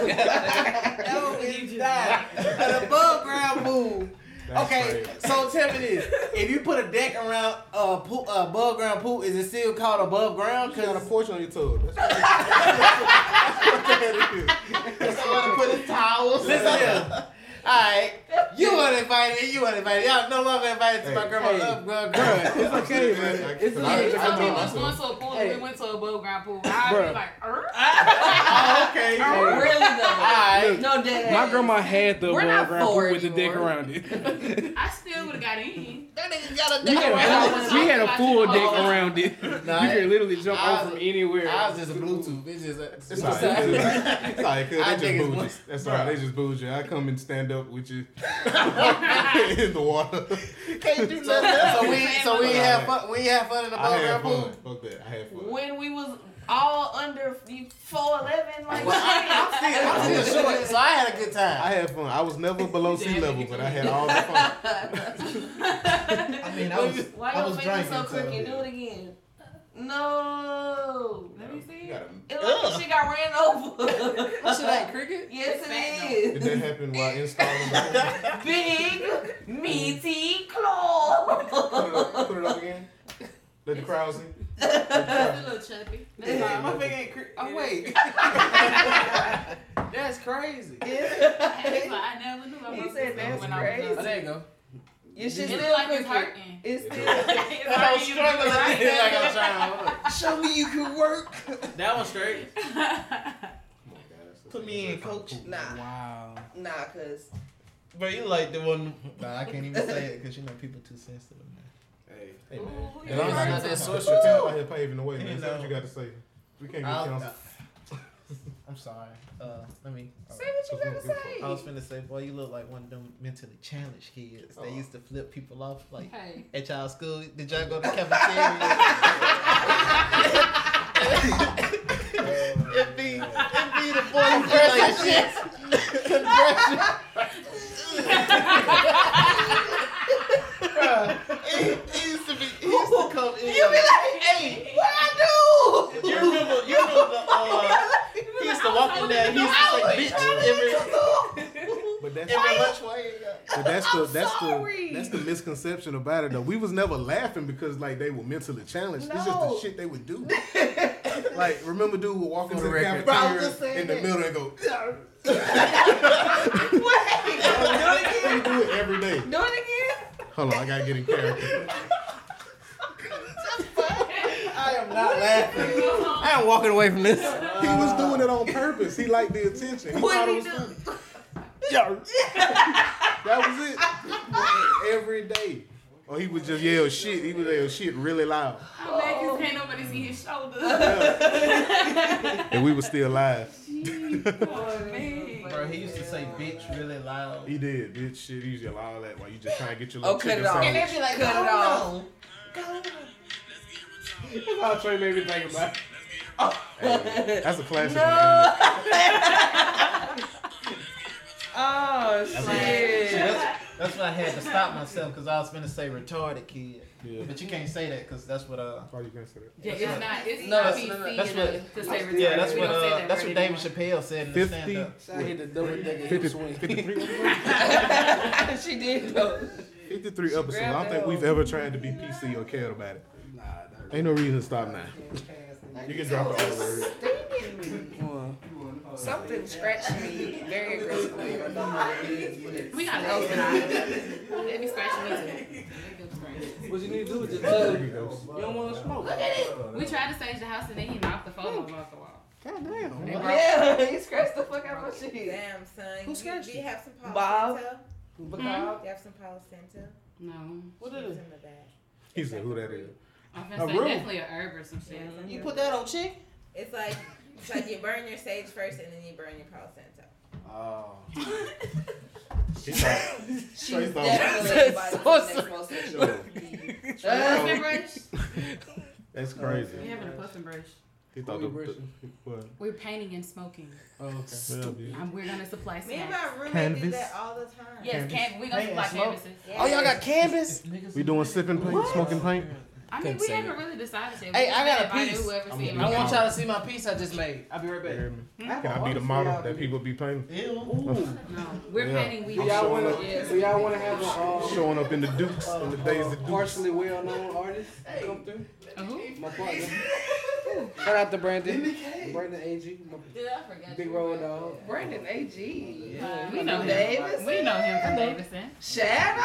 [SPEAKER 8] [LAUGHS]
[SPEAKER 7] it's not. An above ground pool.
[SPEAKER 2] That's
[SPEAKER 7] Okay, [LAUGHS]
[SPEAKER 2] crazy.
[SPEAKER 7] so tell me this: if you put a deck around a pool, a above ground pool, is it still called above ground?
[SPEAKER 2] You got a
[SPEAKER 7] Because
[SPEAKER 2] porch on your toe. [LAUGHS] That's what that is.
[SPEAKER 7] somebody put a towel. Listen here. Alright, you uninvited, you uninvited. Y'all no longer invited to my
[SPEAKER 2] Hey.
[SPEAKER 7] grandma's
[SPEAKER 4] Hey.
[SPEAKER 7] above ground pool.
[SPEAKER 4] It's okay, man.
[SPEAKER 2] I- I-
[SPEAKER 4] It's okay.
[SPEAKER 2] I- I- I-
[SPEAKER 10] Some
[SPEAKER 2] I-
[SPEAKER 10] people
[SPEAKER 2] I-
[SPEAKER 10] was going to a pool and
[SPEAKER 4] Hey.
[SPEAKER 10] we went to a above ground pool. I'd
[SPEAKER 4] Bruh.
[SPEAKER 10] be like, er?
[SPEAKER 7] Oh,
[SPEAKER 8] [LAUGHS]
[SPEAKER 7] okay.
[SPEAKER 4] Hey.
[SPEAKER 8] Really though.
[SPEAKER 7] Alright.
[SPEAKER 8] No, dead
[SPEAKER 4] My
[SPEAKER 8] ass.
[SPEAKER 4] grandma had the
[SPEAKER 8] We're
[SPEAKER 4] above
[SPEAKER 8] not
[SPEAKER 4] ground pool
[SPEAKER 8] forward
[SPEAKER 4] with the deck
[SPEAKER 8] anymore.
[SPEAKER 4] around
[SPEAKER 2] [LAUGHS]
[SPEAKER 4] it. [LAUGHS]
[SPEAKER 10] I still would have got in.
[SPEAKER 7] That nigga got a
[SPEAKER 4] We had
[SPEAKER 7] deck
[SPEAKER 4] a full, we had a full deck around it.
[SPEAKER 7] [LAUGHS] Nah,
[SPEAKER 4] you can literally jump
[SPEAKER 7] I-
[SPEAKER 4] on from anywhere.
[SPEAKER 7] I was just a Bluetooth. It's just a,
[SPEAKER 2] It's all right. It's all
[SPEAKER 7] [LAUGHS]
[SPEAKER 2] right. It's all right,
[SPEAKER 7] I think
[SPEAKER 2] cause they just
[SPEAKER 7] it's
[SPEAKER 2] booed
[SPEAKER 7] one-
[SPEAKER 2] you. That's all right. They just booed you. I come and stand up with
[SPEAKER 7] [LAUGHS]
[SPEAKER 2] you in the water.
[SPEAKER 7] Can't do nothing. else. So we so we ain't have fun. We ain't have fun in the
[SPEAKER 2] I
[SPEAKER 7] above
[SPEAKER 2] had
[SPEAKER 7] ground pool.
[SPEAKER 2] fun. Fuck that. I had fun.
[SPEAKER 8] When we was all under four eleven, like
[SPEAKER 7] Well, I, I'm still, I'm [LAUGHS] still short, so I had a good
[SPEAKER 2] I
[SPEAKER 7] time.
[SPEAKER 2] had fun. I was never below sea level, but I had all the fun.
[SPEAKER 5] I mean, I was,
[SPEAKER 8] [LAUGHS] why
[SPEAKER 5] I
[SPEAKER 8] your
[SPEAKER 5] was
[SPEAKER 8] fingers
[SPEAKER 5] drinking.
[SPEAKER 8] so crooked? Do
[SPEAKER 5] so-
[SPEAKER 8] it again. No.
[SPEAKER 10] Let me see.
[SPEAKER 2] You gotta-
[SPEAKER 8] It looked like she got ran over.
[SPEAKER 7] That shit ain't cricket.
[SPEAKER 8] yes,
[SPEAKER 10] Fat
[SPEAKER 8] it
[SPEAKER 2] Did
[SPEAKER 8] is.
[SPEAKER 2] that happen while installing
[SPEAKER 7] [LAUGHS]
[SPEAKER 2] the
[SPEAKER 8] Big meaty claw.
[SPEAKER 2] Oh, Put it up- Put it up again. Let the crowd see.
[SPEAKER 10] Just a little chubby. That's all.
[SPEAKER 7] My finger ain't. Cr- oh wait.
[SPEAKER 4] [LAUGHS]
[SPEAKER 7] [LAUGHS] That's crazy.
[SPEAKER 10] That's why I never knew I
[SPEAKER 6] He
[SPEAKER 10] was
[SPEAKER 6] said that's
[SPEAKER 10] when I
[SPEAKER 6] crazy.
[SPEAKER 10] was
[SPEAKER 7] Oh, there you go.
[SPEAKER 6] You should
[SPEAKER 10] It
[SPEAKER 6] still
[SPEAKER 10] look like
[SPEAKER 6] cook
[SPEAKER 10] it's
[SPEAKER 6] it.
[SPEAKER 10] hurting. [LAUGHS]
[SPEAKER 6] It's still.
[SPEAKER 10] It's hurting you right
[SPEAKER 7] [LAUGHS] like
[SPEAKER 10] now.
[SPEAKER 7] I'm trying.
[SPEAKER 6] Show me you can work.
[SPEAKER 7] That one's straight.
[SPEAKER 5] Put me in, coach.
[SPEAKER 6] Nah,
[SPEAKER 4] Wow.
[SPEAKER 6] nah, cause
[SPEAKER 5] Bro, you like the one. Nah, I can't even say it because you know people too sensitive. Man.
[SPEAKER 7] Hey.
[SPEAKER 2] Hey, man.
[SPEAKER 10] Ooh,
[SPEAKER 7] As long as I'm not that
[SPEAKER 2] Push
[SPEAKER 7] social
[SPEAKER 2] your
[SPEAKER 7] type.
[SPEAKER 2] out here paving the way, man.
[SPEAKER 5] You
[SPEAKER 2] That's what
[SPEAKER 5] know.
[SPEAKER 2] you got to say. We can't get
[SPEAKER 5] I'll-
[SPEAKER 2] counsel.
[SPEAKER 5] I'm sorry. Uh, let me.
[SPEAKER 6] say what you gotta say.
[SPEAKER 5] I was finna say, boy, you look like one of them mentally challenged kids. They used to flip people off like
[SPEAKER 10] Hey.
[SPEAKER 5] at y'all school. Did y'all go to cafeteria? it be it be the boy who be like shit. Bruh, it, it used to be. It used to come in.
[SPEAKER 6] You be like, hey, what I do?
[SPEAKER 5] You remember? You remember
[SPEAKER 10] [LAUGHS]
[SPEAKER 5] the? Uh, he used to walk in there. He used to say bitch every
[SPEAKER 4] [LAUGHS]
[SPEAKER 2] But that's
[SPEAKER 5] every lunch break.
[SPEAKER 2] But that's the
[SPEAKER 6] I'm
[SPEAKER 2] that's
[SPEAKER 6] sorry.
[SPEAKER 2] the that's the misconception about it though. We was never laughing because like they were mentally challenged. It's just
[SPEAKER 6] No.
[SPEAKER 2] the shit they would
[SPEAKER 6] [LAUGHS]
[SPEAKER 2] do. like remember, dude would walk into
[SPEAKER 7] the
[SPEAKER 2] the
[SPEAKER 7] record.
[SPEAKER 2] cafeteria in the middle and go.
[SPEAKER 6] [LAUGHS]
[SPEAKER 2] Wait, do it every day.
[SPEAKER 6] Do it again.
[SPEAKER 2] Hold on, I gotta get in character.
[SPEAKER 7] I am not laughing.
[SPEAKER 10] Go home.
[SPEAKER 7] I am walking away from this.
[SPEAKER 2] He was doing it on purpose. He liked the attention. He
[SPEAKER 6] What
[SPEAKER 2] thought it
[SPEAKER 6] did he
[SPEAKER 2] was
[SPEAKER 6] do?
[SPEAKER 2] funny. Yo. that was it. Every day. Or he would just yell shit. He would yell shit really loud.
[SPEAKER 10] I'm mad 'cause can't nobody see his shoulders.
[SPEAKER 2] And we were still live.
[SPEAKER 5] [LAUGHS]
[SPEAKER 10] Oh, man.
[SPEAKER 5] Bro, he used to say bitch really loud.
[SPEAKER 2] He did, bitch. Shit, he used to allow that while you just trying to get your
[SPEAKER 6] Oh,
[SPEAKER 2] little
[SPEAKER 6] cut
[SPEAKER 2] chicken
[SPEAKER 6] it off.
[SPEAKER 2] sandwich.
[SPEAKER 6] they be like, cut it off.
[SPEAKER 2] That's how Trey made me think about it. Hey, that's a classic.
[SPEAKER 6] No.
[SPEAKER 2] man.
[SPEAKER 6] Oh shit.
[SPEAKER 5] That's, that's what I had to stop myself because I was gonna say retarded kid,
[SPEAKER 2] Yeah.
[SPEAKER 5] but you can't say that because that's what uh
[SPEAKER 2] Oh, you can say that.
[SPEAKER 10] Yeah, it's not. It's
[SPEAKER 6] No,
[SPEAKER 10] not
[SPEAKER 6] that's-
[SPEAKER 10] PC
[SPEAKER 5] that's
[SPEAKER 10] enough
[SPEAKER 5] what-
[SPEAKER 10] to say retarded.
[SPEAKER 5] yeah that's
[SPEAKER 10] We
[SPEAKER 5] what
[SPEAKER 10] don't
[SPEAKER 5] uh
[SPEAKER 10] say that
[SPEAKER 5] that's
[SPEAKER 10] word
[SPEAKER 5] what David
[SPEAKER 10] anymore.
[SPEAKER 5] Chappelle said in the stand
[SPEAKER 2] Fifty.
[SPEAKER 5] up.
[SPEAKER 4] Shout out to double decker hip
[SPEAKER 2] 50
[SPEAKER 4] swing.
[SPEAKER 2] 53,
[SPEAKER 8] [LAUGHS]
[SPEAKER 6] she did though.
[SPEAKER 2] 53 episodes. I don't think we've ever tried to be PC or cared about it.
[SPEAKER 4] Nah, that
[SPEAKER 2] Ain't no reason to stop now. You can drop it all the word.
[SPEAKER 6] [LAUGHS] Something scratched me very aggressively.
[SPEAKER 8] [LAUGHS]
[SPEAKER 6] I don't know what it is, but it's-
[SPEAKER 10] We gotta open our. [LAUGHS] Let me scratch me too.
[SPEAKER 4] What you need to do is just tell him, you don't want to smoke.
[SPEAKER 10] We tried to stage the house and then he knocked the phone over off the wall.
[SPEAKER 6] Yeah, [LAUGHS] he scratched the fuck out of my shit.
[SPEAKER 8] Damn, son.
[SPEAKER 4] Who scared
[SPEAKER 8] you? Do you have some Paul
[SPEAKER 6] Bob?
[SPEAKER 8] Santo?
[SPEAKER 6] Because
[SPEAKER 10] Hmm?
[SPEAKER 8] Do you have some Paul Santo?
[SPEAKER 10] No,
[SPEAKER 4] What
[SPEAKER 8] It's
[SPEAKER 4] is
[SPEAKER 8] in
[SPEAKER 4] it?
[SPEAKER 8] the back.
[SPEAKER 2] He said, who that is?
[SPEAKER 10] I'm
[SPEAKER 2] A
[SPEAKER 10] gonna say
[SPEAKER 2] room.
[SPEAKER 10] definitely a herb or some shit.
[SPEAKER 8] Yeah, it's in
[SPEAKER 7] You
[SPEAKER 8] the
[SPEAKER 7] put
[SPEAKER 8] back.
[SPEAKER 7] that on chick?
[SPEAKER 8] It's like it's like you burn your sage first and then you burn your Paul Santo.
[SPEAKER 7] Oh.
[SPEAKER 2] He thought,
[SPEAKER 6] she's
[SPEAKER 2] thought-
[SPEAKER 6] definitely somebody that's most sexual.
[SPEAKER 10] Puffin
[SPEAKER 2] Oh,
[SPEAKER 10] brush.
[SPEAKER 2] that's
[SPEAKER 10] We
[SPEAKER 2] crazy.
[SPEAKER 10] having a puffin brush.
[SPEAKER 2] He thought the, the, what?
[SPEAKER 10] We're painting and smoking.
[SPEAKER 4] Oh, okay.
[SPEAKER 2] Yeah,
[SPEAKER 10] Um, we're gonna supply
[SPEAKER 8] [LAUGHS] Me and
[SPEAKER 10] snacks.
[SPEAKER 8] my roommate did
[SPEAKER 5] Canvas.
[SPEAKER 8] that all the time.
[SPEAKER 10] Yes, can, we gonna
[SPEAKER 5] Paint and
[SPEAKER 10] supply
[SPEAKER 5] smoke.
[SPEAKER 10] canvases.
[SPEAKER 8] Yes.
[SPEAKER 7] Oh, y'all got canvas?
[SPEAKER 2] we doing sipping paint, smoking paint?
[SPEAKER 10] I mean,
[SPEAKER 7] Couldn't
[SPEAKER 10] we
[SPEAKER 7] say
[SPEAKER 10] haven't really decided yet.
[SPEAKER 7] Hey,
[SPEAKER 10] We
[SPEAKER 7] I
[SPEAKER 10] just
[SPEAKER 7] got a
[SPEAKER 10] invited
[SPEAKER 7] piece.
[SPEAKER 10] Whoever
[SPEAKER 2] I'm
[SPEAKER 10] sees
[SPEAKER 2] gonna
[SPEAKER 7] I
[SPEAKER 10] it.
[SPEAKER 7] want y'all to see my piece I just made. I'll be right
[SPEAKER 2] You
[SPEAKER 7] back.
[SPEAKER 2] hear me?
[SPEAKER 10] Hmm?
[SPEAKER 2] Can I be the model that people be painting?
[SPEAKER 5] Ew.
[SPEAKER 10] No, we're
[SPEAKER 2] Yeah.
[SPEAKER 10] painting. We
[SPEAKER 4] Do y'all
[SPEAKER 2] showing
[SPEAKER 4] want
[SPEAKER 2] up.
[SPEAKER 4] to? Do y'all want to have a um,
[SPEAKER 2] Showing up in the Dukes, in the days
[SPEAKER 4] uh,
[SPEAKER 2] of Dukes.
[SPEAKER 4] partially well-known artist come through?
[SPEAKER 10] Uh, who?
[SPEAKER 4] My
[SPEAKER 10] [LAUGHS]
[SPEAKER 4] partner. Shout out to Brandon. Brandon A.G. My
[SPEAKER 10] Did I forget?
[SPEAKER 4] big road dog.
[SPEAKER 6] Brandon A.G.
[SPEAKER 10] Uh, we know him.
[SPEAKER 6] Davidson.
[SPEAKER 10] We know him from Davidson.
[SPEAKER 6] Shadow.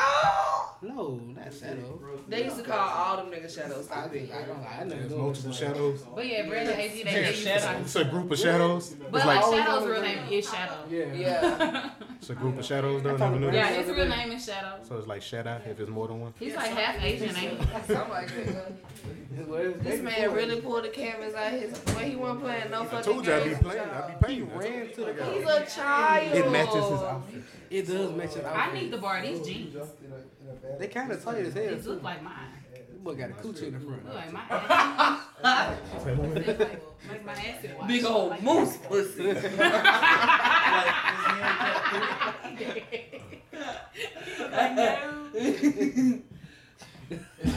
[SPEAKER 4] No, not Shadow.
[SPEAKER 6] They used to call all them niggas shadows.
[SPEAKER 4] I
[SPEAKER 6] Stop it.
[SPEAKER 4] think I don't. I never
[SPEAKER 2] There's
[SPEAKER 4] knew it was
[SPEAKER 2] multiple
[SPEAKER 4] Brandon.
[SPEAKER 2] shadows.
[SPEAKER 10] But yeah, Brandon AG, they used to talk.
[SPEAKER 2] It's a group of shadows. It's
[SPEAKER 10] But like,
[SPEAKER 2] like
[SPEAKER 10] Shadow's real name is Shadow.
[SPEAKER 4] Yeah.
[SPEAKER 8] [LAUGHS]
[SPEAKER 6] Yeah.
[SPEAKER 2] it's a group of shadows. Don't
[SPEAKER 4] I
[SPEAKER 2] never know
[SPEAKER 4] thought-
[SPEAKER 10] [LAUGHS] Yeah,
[SPEAKER 2] that.
[SPEAKER 10] his real name is Shadow.
[SPEAKER 2] So it's like shadow if it's more than one.
[SPEAKER 10] He's like half Asian, ain't he?
[SPEAKER 6] I'm like, nigga,
[SPEAKER 4] That's what it was
[SPEAKER 6] this
[SPEAKER 4] made
[SPEAKER 6] man
[SPEAKER 4] for.
[SPEAKER 6] really pulled the cameras out his. But he wasn't playing no
[SPEAKER 2] I
[SPEAKER 6] fucking
[SPEAKER 2] told you I'd be
[SPEAKER 6] games.
[SPEAKER 2] playing. I'd be playing. That's-
[SPEAKER 4] ran to the
[SPEAKER 6] He's a child.
[SPEAKER 2] It matches his outfit.
[SPEAKER 4] It does match your
[SPEAKER 10] I
[SPEAKER 4] outfit.
[SPEAKER 10] need to borrow these jeans.
[SPEAKER 4] They kind of tight as hell.
[SPEAKER 10] These
[SPEAKER 4] too.
[SPEAKER 10] look like mine.
[SPEAKER 4] This boy got a coochie in the front.
[SPEAKER 10] Look like my ass.
[SPEAKER 2] Like,
[SPEAKER 10] They like, Make my ass sit wide.
[SPEAKER 6] Big
[SPEAKER 8] oh,
[SPEAKER 10] [LAUGHS]
[SPEAKER 6] old
[SPEAKER 10] Like-
[SPEAKER 6] moose pussy.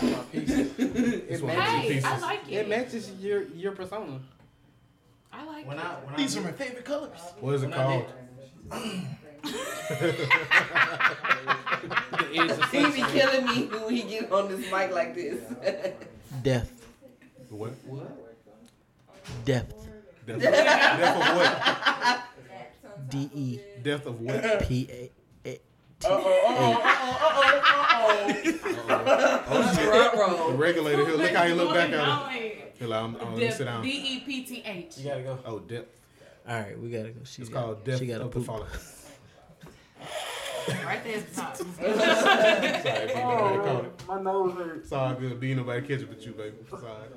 [SPEAKER 2] This one of the
[SPEAKER 10] Hey, I
[SPEAKER 2] pieces.
[SPEAKER 10] like
[SPEAKER 4] It
[SPEAKER 10] it.
[SPEAKER 4] matches your your persona.
[SPEAKER 10] I like
[SPEAKER 7] When
[SPEAKER 10] it.
[SPEAKER 7] I, when I
[SPEAKER 5] These
[SPEAKER 7] do-
[SPEAKER 5] are my favorite colors.
[SPEAKER 2] What is it called?
[SPEAKER 8] [LAUGHS]
[SPEAKER 6] he be killing me when he get on this mic like this.
[SPEAKER 7] Death.
[SPEAKER 2] [LAUGHS] What?
[SPEAKER 12] Depth.
[SPEAKER 2] Death of, death of
[SPEAKER 12] D E
[SPEAKER 2] what? Death of what?
[SPEAKER 12] P A.
[SPEAKER 2] Oh, The regulator. He'll look how he look back at him. He'll like, I'm, I'm let me sit
[SPEAKER 10] D
[SPEAKER 2] down.
[SPEAKER 10] E P T H.
[SPEAKER 7] You gotta go.
[SPEAKER 2] Oh, depth.
[SPEAKER 12] All right, we gotta go. She
[SPEAKER 2] It's
[SPEAKER 12] got-
[SPEAKER 2] called death
[SPEAKER 12] she gotta
[SPEAKER 2] of the
[SPEAKER 12] poop.
[SPEAKER 2] [LAUGHS] fallen.
[SPEAKER 10] Right there at the
[SPEAKER 2] [LAUGHS]
[SPEAKER 10] top.
[SPEAKER 2] Sorry, if you nobody caught it.
[SPEAKER 4] My nose hurts.
[SPEAKER 2] It's all good. Be nobody catch it but you, baby. It's all right.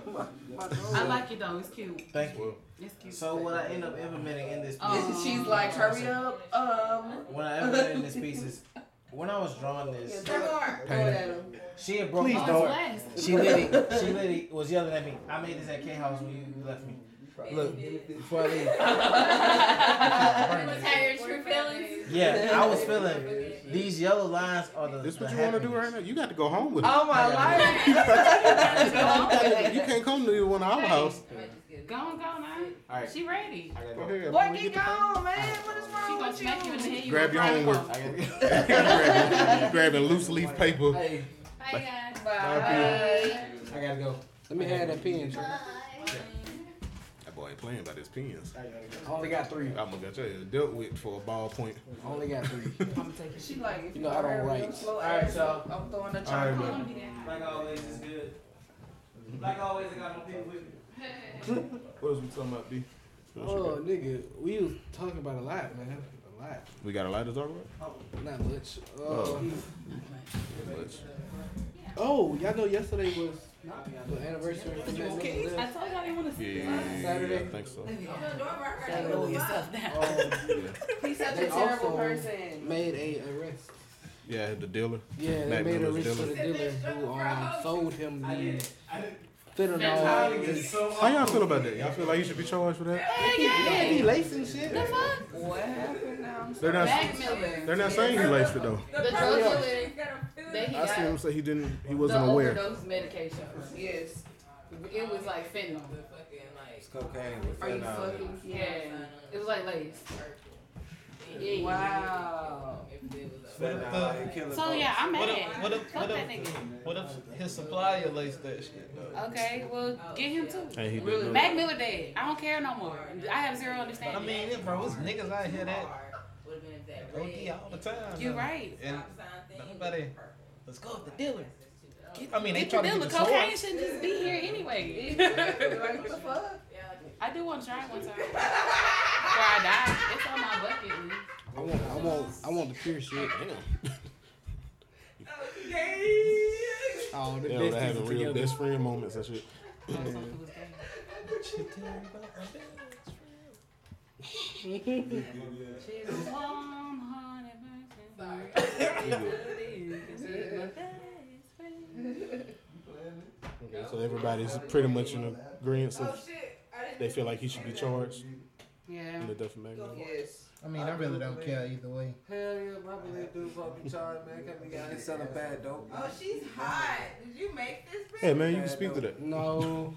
[SPEAKER 2] [LAUGHS]
[SPEAKER 10] I like it though. It's cute.
[SPEAKER 7] Thank you.
[SPEAKER 10] It's cute.
[SPEAKER 7] So uh, what I end up implementing in this piece,
[SPEAKER 10] Oh.
[SPEAKER 8] She's like, hurry up. Um,
[SPEAKER 7] [LAUGHS] when I implemented in this piece is when I was drawing this,
[SPEAKER 8] yeah, more. Go at him. [LAUGHS]
[SPEAKER 7] she had broke
[SPEAKER 4] Please
[SPEAKER 7] my
[SPEAKER 4] don't.
[SPEAKER 7] heart. She literally, she literally was yelling at me. I made this at K House when you left me. Look, before I [LAUGHS] leave.
[SPEAKER 8] Oh
[SPEAKER 7] Yeah, I was feeling these yellow lines are the.
[SPEAKER 2] This
[SPEAKER 7] the
[SPEAKER 2] what you want to do
[SPEAKER 7] happiness.
[SPEAKER 2] right now? You got to go home with it.
[SPEAKER 8] Oh my life.
[SPEAKER 2] [LAUGHS] You can't come to one of our house.
[SPEAKER 10] Go on, go on, man.
[SPEAKER 7] All right.
[SPEAKER 10] She ready.
[SPEAKER 7] I gotta
[SPEAKER 2] Go
[SPEAKER 7] go.
[SPEAKER 2] ahead.
[SPEAKER 8] Boy,
[SPEAKER 2] when we
[SPEAKER 8] get
[SPEAKER 2] the-
[SPEAKER 8] gone, man. What is
[SPEAKER 10] She
[SPEAKER 8] wrong
[SPEAKER 10] gonna
[SPEAKER 8] with
[SPEAKER 10] smack you in the
[SPEAKER 8] you?
[SPEAKER 10] head. You
[SPEAKER 2] Grab your
[SPEAKER 10] gonna cry.
[SPEAKER 2] homework.
[SPEAKER 7] I gotta go.
[SPEAKER 2] [LAUGHS] grabbing, grabbing loose leaf paper.
[SPEAKER 7] Hey,
[SPEAKER 10] Hey, guys.
[SPEAKER 8] Bye.
[SPEAKER 7] I gotta go.
[SPEAKER 4] Let me have that pen. Trey.
[SPEAKER 2] That boy ain't playing by his pens.
[SPEAKER 7] I gotta go.
[SPEAKER 4] I only got three.
[SPEAKER 2] I'm gonna get you dealt with for a ballpoint.
[SPEAKER 4] I only got three.
[SPEAKER 8] She like, if
[SPEAKER 4] You know I don't
[SPEAKER 8] hurry,
[SPEAKER 4] write.
[SPEAKER 8] slow
[SPEAKER 7] All right,
[SPEAKER 8] ass
[SPEAKER 7] so-
[SPEAKER 8] up. I'm throwing the
[SPEAKER 2] right,
[SPEAKER 8] chocolate.
[SPEAKER 2] man.
[SPEAKER 7] Like always, it's good. Like always, I got my people with me.
[SPEAKER 2] What was we talking about, B?
[SPEAKER 4] Oh, nigga, we was talking about a lot, man. A lot.
[SPEAKER 2] We got a lot to talk about?
[SPEAKER 4] Not much. Uh,
[SPEAKER 2] Oh.
[SPEAKER 4] oh.
[SPEAKER 2] Much.
[SPEAKER 4] y'all know yesterday was the anniversary. of Matt Miller
[SPEAKER 10] I
[SPEAKER 4] left.
[SPEAKER 10] told y'all they want to
[SPEAKER 2] Yeah,
[SPEAKER 10] see
[SPEAKER 2] yeah, yeah, yeah, I think so.
[SPEAKER 4] Um,
[SPEAKER 8] He's such
[SPEAKER 4] They
[SPEAKER 8] a terrible
[SPEAKER 4] also-
[SPEAKER 8] person.
[SPEAKER 4] Oh, made a arrest.
[SPEAKER 2] Yeah, the dealer.
[SPEAKER 4] Yeah,
[SPEAKER 2] Matt
[SPEAKER 4] they made an
[SPEAKER 2] Miller's
[SPEAKER 4] arrest for the
[SPEAKER 10] dealer.
[SPEAKER 4] dealer who um, sold him
[SPEAKER 7] I
[SPEAKER 4] the
[SPEAKER 7] did. I did.
[SPEAKER 4] fentanyl.
[SPEAKER 7] It's so
[SPEAKER 2] How y'all feel about that? Y'all feel like you should be charged for that?
[SPEAKER 4] Yeah, he laced and shit.
[SPEAKER 8] What happened now?
[SPEAKER 2] They're not. They're not saying he laced it though.
[SPEAKER 10] The drug dealer that he
[SPEAKER 2] I seen
[SPEAKER 10] got
[SPEAKER 2] him say he didn't. He
[SPEAKER 10] the
[SPEAKER 2] wasn't aware.
[SPEAKER 10] overdose medication.
[SPEAKER 8] Yes.
[SPEAKER 10] It was like fentanyl.
[SPEAKER 7] It's cocaine with
[SPEAKER 8] Are you
[SPEAKER 7] fentanyl. in it.
[SPEAKER 8] fucking?
[SPEAKER 10] Yeah, it was like lace. Yeah.
[SPEAKER 8] Wow.
[SPEAKER 7] Fentanyl, like, killing
[SPEAKER 10] So yeah,
[SPEAKER 7] folks.
[SPEAKER 10] I'm
[SPEAKER 5] What
[SPEAKER 10] mad.
[SPEAKER 5] if, what if,
[SPEAKER 10] Fuck
[SPEAKER 5] what
[SPEAKER 10] that
[SPEAKER 5] if,
[SPEAKER 10] nigga.
[SPEAKER 5] what if his supplier laced that shit though?
[SPEAKER 10] Okay, well get him too.
[SPEAKER 2] Hey, he
[SPEAKER 8] Really?
[SPEAKER 2] didn't know.
[SPEAKER 10] Mac Miller dead. I don't care no more. I have zero
[SPEAKER 5] I
[SPEAKER 10] understanding.
[SPEAKER 5] mean, it- bro, it's niggas out here that OD all the time.
[SPEAKER 10] You're
[SPEAKER 5] though.
[SPEAKER 10] right.
[SPEAKER 5] And nobody, let's go with the dealer. Get, I mean, they
[SPEAKER 10] Get your
[SPEAKER 5] trying to get
[SPEAKER 10] deal with
[SPEAKER 5] the
[SPEAKER 10] cocaine
[SPEAKER 5] source.
[SPEAKER 10] shouldn't just be here
[SPEAKER 5] [LAUGHS]
[SPEAKER 10] anyway.
[SPEAKER 8] Like, what the fuck?
[SPEAKER 10] I do want to try it one time. Before I die, it's on my bucket list.
[SPEAKER 4] I want, I want, I want the pure shit. Oh, the
[SPEAKER 2] Yeah,
[SPEAKER 4] best
[SPEAKER 2] they had a
[SPEAKER 4] is
[SPEAKER 2] real
[SPEAKER 4] together.
[SPEAKER 2] best friend moments and shit.
[SPEAKER 10] I was hoping it was gay. She's a warm-hearted person.
[SPEAKER 2] Okay, so everybody's pretty much in agreement.
[SPEAKER 10] Oh,
[SPEAKER 2] Of they feel like he should be charged
[SPEAKER 10] Yeah.
[SPEAKER 2] in the death of Mac Miller.
[SPEAKER 8] Yes.
[SPEAKER 5] I mean, I really don't care either way.
[SPEAKER 7] Hell yeah, my believe dude gonna be charged, man. Come and get selling bad dope.
[SPEAKER 8] Oh, she's hot. Did you make this? bitch?
[SPEAKER 2] Hey man, you can speak to that.
[SPEAKER 4] No,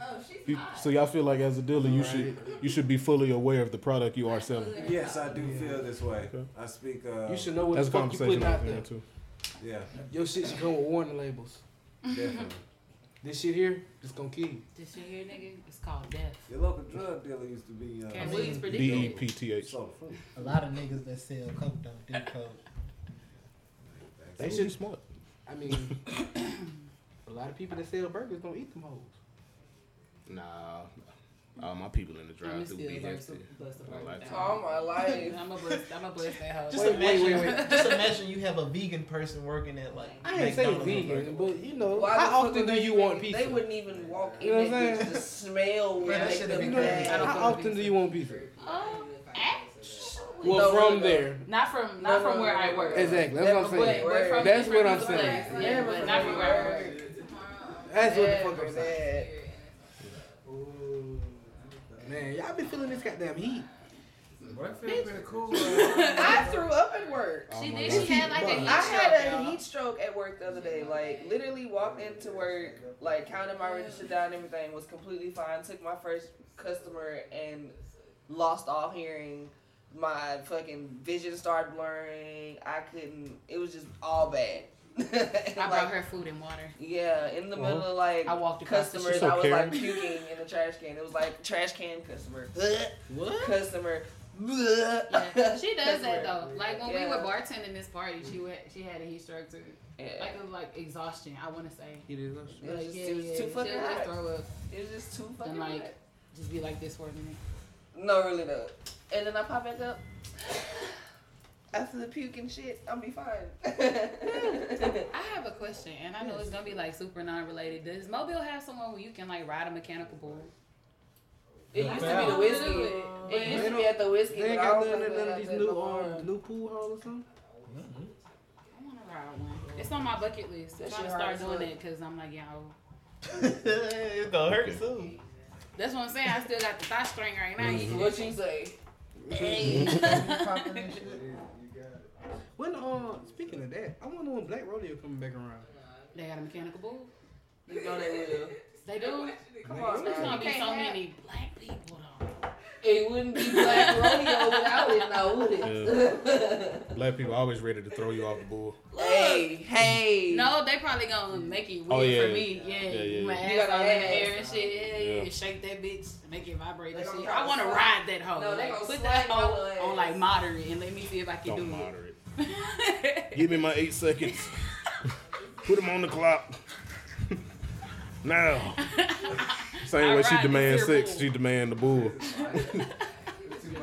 [SPEAKER 8] Oh, she's
[SPEAKER 2] You,
[SPEAKER 8] hot.
[SPEAKER 2] so y'all feel like as a dealer, you should you should be fully aware of the product you are selling.
[SPEAKER 13] Yes, I do feel this way. I speak. Uh,
[SPEAKER 4] you should know what
[SPEAKER 2] That's a
[SPEAKER 4] the fuck you
[SPEAKER 2] conversation
[SPEAKER 4] putting
[SPEAKER 2] I'm
[SPEAKER 4] out
[SPEAKER 2] having
[SPEAKER 4] there.
[SPEAKER 2] too.
[SPEAKER 13] Yeah,
[SPEAKER 4] Your shit should come with warning labels.
[SPEAKER 13] definitely.
[SPEAKER 4] This shit here, just gonna kill you.
[SPEAKER 10] This shit here, nigga, it's called death.
[SPEAKER 13] Your local drug dealer used to be. Uh,
[SPEAKER 10] Cam Williams
[SPEAKER 2] D E
[SPEAKER 10] predicted. it.
[SPEAKER 2] P T H.
[SPEAKER 13] so free.
[SPEAKER 5] A lot of niggas that sell coke don't do coke.
[SPEAKER 2] They should be smart.
[SPEAKER 4] I [COUGHS] mean, a lot of people that sell burgers don't eat them hoes.
[SPEAKER 2] Nah, all my people in the
[SPEAKER 10] I'ma
[SPEAKER 2] drive-through
[SPEAKER 10] still
[SPEAKER 2] be
[SPEAKER 10] bust a-
[SPEAKER 2] hefty.
[SPEAKER 10] bust a
[SPEAKER 2] I like
[SPEAKER 10] burger
[SPEAKER 8] Oh
[SPEAKER 10] down.
[SPEAKER 8] my life.
[SPEAKER 10] I'ma bust- I'ma bust that hoe.
[SPEAKER 5] Just
[SPEAKER 4] Wait, wait,
[SPEAKER 5] imagine,
[SPEAKER 4] wait, wait.
[SPEAKER 5] just imagine you have a vegan person working at like.
[SPEAKER 4] I ain't say
[SPEAKER 5] McDonald's or
[SPEAKER 4] vegan,
[SPEAKER 5] something.
[SPEAKER 4] but you know,
[SPEAKER 8] Why the
[SPEAKER 4] how
[SPEAKER 8] fuck
[SPEAKER 4] often do
[SPEAKER 8] would they
[SPEAKER 4] you
[SPEAKER 8] even-
[SPEAKER 4] want
[SPEAKER 8] They
[SPEAKER 4] pizza?
[SPEAKER 8] wouldn't even walk in.
[SPEAKER 4] You know what I'm
[SPEAKER 8] They
[SPEAKER 4] saying?
[SPEAKER 8] just the smell would
[SPEAKER 5] Man, that
[SPEAKER 8] make
[SPEAKER 5] should've
[SPEAKER 8] them
[SPEAKER 5] been
[SPEAKER 4] You know,
[SPEAKER 5] crazy.
[SPEAKER 8] mad.
[SPEAKER 10] don't
[SPEAKER 4] how
[SPEAKER 10] fuck with
[SPEAKER 4] often do
[SPEAKER 10] pizza.
[SPEAKER 4] you want pizza?
[SPEAKER 10] Um, actually,
[SPEAKER 4] Well,
[SPEAKER 8] No,
[SPEAKER 4] from
[SPEAKER 8] no.
[SPEAKER 4] there,
[SPEAKER 10] not from not from where I work.
[SPEAKER 4] exactly. That's what I'm
[SPEAKER 10] But,
[SPEAKER 4] saying.
[SPEAKER 10] but from
[SPEAKER 4] That's
[SPEAKER 10] different
[SPEAKER 4] what I'm
[SPEAKER 10] places.
[SPEAKER 4] saying.
[SPEAKER 10] Yeah, but not from where I work.
[SPEAKER 4] That's what the fuck
[SPEAKER 8] Never
[SPEAKER 4] I'm saying.
[SPEAKER 8] that.
[SPEAKER 4] Ooh, Man, y'all been feeling this goddamn heat.
[SPEAKER 8] I threw up at work.
[SPEAKER 2] Oh
[SPEAKER 10] She
[SPEAKER 2] my
[SPEAKER 10] did.
[SPEAKER 2] God.
[SPEAKER 10] She had like a
[SPEAKER 8] I
[SPEAKER 10] heat
[SPEAKER 8] had
[SPEAKER 10] stroke,
[SPEAKER 8] a
[SPEAKER 10] y'all.
[SPEAKER 8] heat stroke at work the other day. Like literally walked into work, like counted my register down, and everything was completely fine. Took my first customer and lost all hearing. My fucking vision started blurring. I couldn't. It was just all bad. [LAUGHS]
[SPEAKER 10] I brought her food and water.
[SPEAKER 6] Yeah, in the middle
[SPEAKER 10] Uh-huh.
[SPEAKER 6] of like
[SPEAKER 10] I walked across the
[SPEAKER 6] customers,
[SPEAKER 10] street.
[SPEAKER 8] [LAUGHS]
[SPEAKER 6] I was like
[SPEAKER 10] She's so
[SPEAKER 6] puking in the trash can. It was like trash can customer,
[SPEAKER 10] What?
[SPEAKER 6] [LAUGHS] customer. [LAUGHS]
[SPEAKER 10] [LAUGHS] She does that though. Like when we
[SPEAKER 6] Yeah.
[SPEAKER 10] were bartending this party, she went. She had a heat stroke too.
[SPEAKER 6] Yeah.
[SPEAKER 10] Like it was like exhaustion. I want to say.
[SPEAKER 6] It is. It
[SPEAKER 10] Like,
[SPEAKER 6] was just,
[SPEAKER 10] yeah,
[SPEAKER 6] it was
[SPEAKER 10] yeah,
[SPEAKER 6] too
[SPEAKER 10] yeah.
[SPEAKER 6] fucking
[SPEAKER 10] She'll
[SPEAKER 6] hot.
[SPEAKER 10] just throw up.
[SPEAKER 6] It was just too fucking
[SPEAKER 10] And like,
[SPEAKER 6] hot.
[SPEAKER 10] just be like this for a minute.
[SPEAKER 6] No, really though. And then I pop back up after the puke and shit. I'll [LAUGHS] be fine.
[SPEAKER 10] I have a question, and I know it's gonna be like super non-related. Does Mobile have somewhere where you can like ride a mechanical bull?
[SPEAKER 6] It used to be the whiskey. It used to be at the whiskey.
[SPEAKER 4] They ain't
[SPEAKER 6] but I
[SPEAKER 4] got
[SPEAKER 6] don't
[SPEAKER 4] none
[SPEAKER 6] think
[SPEAKER 4] of
[SPEAKER 6] they
[SPEAKER 4] none of
[SPEAKER 6] got
[SPEAKER 4] these
[SPEAKER 6] that
[SPEAKER 4] new
[SPEAKER 6] no more.
[SPEAKER 4] um, new pool halls or something.
[SPEAKER 10] I want to ride one. It's on my bucket list. I'm trying
[SPEAKER 6] That
[SPEAKER 10] to
[SPEAKER 6] shit hard
[SPEAKER 10] start
[SPEAKER 6] as
[SPEAKER 10] doing
[SPEAKER 6] fuck.
[SPEAKER 10] that because I'm like, y'all.
[SPEAKER 5] it's gonna hurt soon.
[SPEAKER 10] That's what I'm saying. I still got the thigh string right now.
[SPEAKER 6] Mhm. What you say?
[SPEAKER 4] [LAUGHS] Mm-hmm. When uh, speaking of that, I wonder when Black Rodeo coming back around.
[SPEAKER 10] [LAUGHS] They got a mechanical bull.
[SPEAKER 6] You know they will.
[SPEAKER 10] They do.
[SPEAKER 6] Come
[SPEAKER 10] There's
[SPEAKER 6] on,
[SPEAKER 10] gonna
[SPEAKER 6] man.
[SPEAKER 10] be so many black people.
[SPEAKER 6] It wouldn't be black rodeo without it, now would it?
[SPEAKER 2] Black people always ready to throw you off the bull.
[SPEAKER 6] [LAUGHS] hey, hey.
[SPEAKER 10] No, they probably gonna make it weird
[SPEAKER 2] Oh, yeah.
[SPEAKER 10] for me. Yeah,
[SPEAKER 2] Yeah, yeah,
[SPEAKER 10] my
[SPEAKER 2] yeah.
[SPEAKER 10] ass
[SPEAKER 6] You gotta
[SPEAKER 10] all in the
[SPEAKER 6] ass.
[SPEAKER 10] air and shit. Yeah, yeah,
[SPEAKER 6] Yeah.
[SPEAKER 10] shake that bitch, make it vibrate
[SPEAKER 6] They
[SPEAKER 10] and
[SPEAKER 6] gonna
[SPEAKER 10] shit.
[SPEAKER 6] try
[SPEAKER 10] I
[SPEAKER 6] to
[SPEAKER 10] want to
[SPEAKER 6] slap-
[SPEAKER 10] ride that hoe.
[SPEAKER 6] No, they
[SPEAKER 10] Like,
[SPEAKER 6] gonna
[SPEAKER 10] put
[SPEAKER 6] slap
[SPEAKER 10] that hoe
[SPEAKER 6] your ass.
[SPEAKER 10] on like moderate and let me see if I can
[SPEAKER 2] Don't
[SPEAKER 10] do
[SPEAKER 2] moderate.
[SPEAKER 10] it. [LAUGHS]
[SPEAKER 2] Give me my eight [LAUGHS] seconds. Put him on the clock. now. Same way she
[SPEAKER 10] Alright,
[SPEAKER 2] demand
[SPEAKER 10] Mr.
[SPEAKER 2] sex,
[SPEAKER 10] Bull.
[SPEAKER 2] she demand the bull.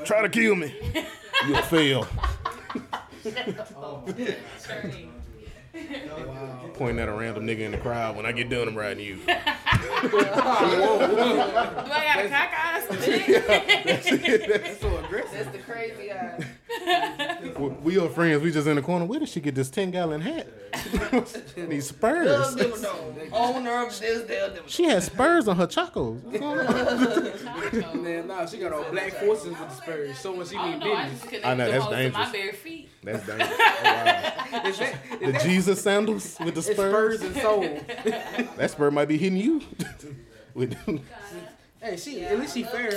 [SPEAKER 2] Try to kill me. You'll fail. Point at a random nigga in the crowd when I get done, I'm riding [LAUGHS] you.
[SPEAKER 10] Do I got a cock
[SPEAKER 6] [LAUGHS]
[SPEAKER 10] eyes?
[SPEAKER 2] That's
[SPEAKER 6] so aggressive. That's the crazy eye.
[SPEAKER 4] [LAUGHS]
[SPEAKER 2] We- We are friends. We just in the corner. Where did she get this ten gallon [LAUGHS] hat? These
[SPEAKER 6] Del
[SPEAKER 2] spurs.
[SPEAKER 6] Dimmadome, owner of this Del Dimmadome.
[SPEAKER 2] She has spurs on her chacos. What's going on?
[SPEAKER 4] Man, nah, she got all black forces with the Spurs. So when she
[SPEAKER 10] Oh
[SPEAKER 4] need
[SPEAKER 10] no, I
[SPEAKER 4] business,
[SPEAKER 10] just connected
[SPEAKER 2] I know,
[SPEAKER 10] the
[SPEAKER 2] that's
[SPEAKER 10] hoes to my
[SPEAKER 2] dangerous.
[SPEAKER 10] bare feet.
[SPEAKER 2] That's dangerous. Oh, wow.
[SPEAKER 4] Is that- is
[SPEAKER 2] The
[SPEAKER 4] that-
[SPEAKER 2] Jesus sandals with the
[SPEAKER 4] It's
[SPEAKER 2] spurs.
[SPEAKER 4] Spurs and soul.
[SPEAKER 2] That spur might be hitting you. [LAUGHS] with
[SPEAKER 4] [LAUGHS] hey, she at least she fair.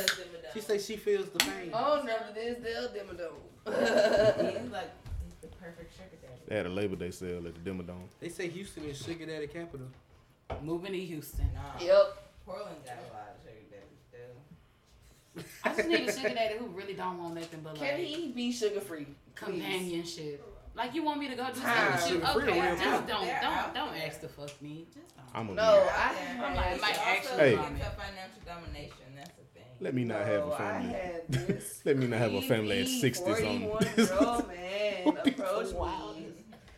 [SPEAKER 4] She say she feels the pain.
[SPEAKER 10] Oh.
[SPEAKER 6] Owner of this Del [LAUGHS] Dimmadome.
[SPEAKER 3] He's like the perfect sugar daddy.
[SPEAKER 2] they had a Labor Day sale at the Demodome.
[SPEAKER 4] They say Houston is sugar daddy capital.
[SPEAKER 10] Moving to [LAUGHS] Houston.
[SPEAKER 6] Yep.
[SPEAKER 3] Portland got a lot of sugar daddies still.
[SPEAKER 10] I just need a sugar daddy who really don't want nothing but like
[SPEAKER 6] Can he be sugar free?
[SPEAKER 10] companionship. Like you want me to go do
[SPEAKER 6] Time.
[SPEAKER 10] stuff with you?
[SPEAKER 6] Sugar-free
[SPEAKER 10] Ah, Okay,
[SPEAKER 6] real
[SPEAKER 10] just don't
[SPEAKER 6] quick.
[SPEAKER 10] don't
[SPEAKER 6] They're
[SPEAKER 10] don't,
[SPEAKER 6] out
[SPEAKER 10] ask to fuck me. Just don't.
[SPEAKER 2] I'm a
[SPEAKER 6] No,
[SPEAKER 2] man.
[SPEAKER 6] I
[SPEAKER 3] I'm
[SPEAKER 6] am
[SPEAKER 10] like,
[SPEAKER 3] like,
[SPEAKER 10] might
[SPEAKER 3] also
[SPEAKER 10] actually
[SPEAKER 2] Hey.
[SPEAKER 3] gives up financial domination. That's the thing.
[SPEAKER 2] Let me not have a
[SPEAKER 6] No, I
[SPEAKER 2] family.
[SPEAKER 6] had
[SPEAKER 2] [LAUGHS]
[SPEAKER 6] this
[SPEAKER 2] Let me not have a family at
[SPEAKER 6] creepy
[SPEAKER 2] 60 something. [LAUGHS]
[SPEAKER 6] 41 year
[SPEAKER 10] [LAUGHS]
[SPEAKER 6] old man approached me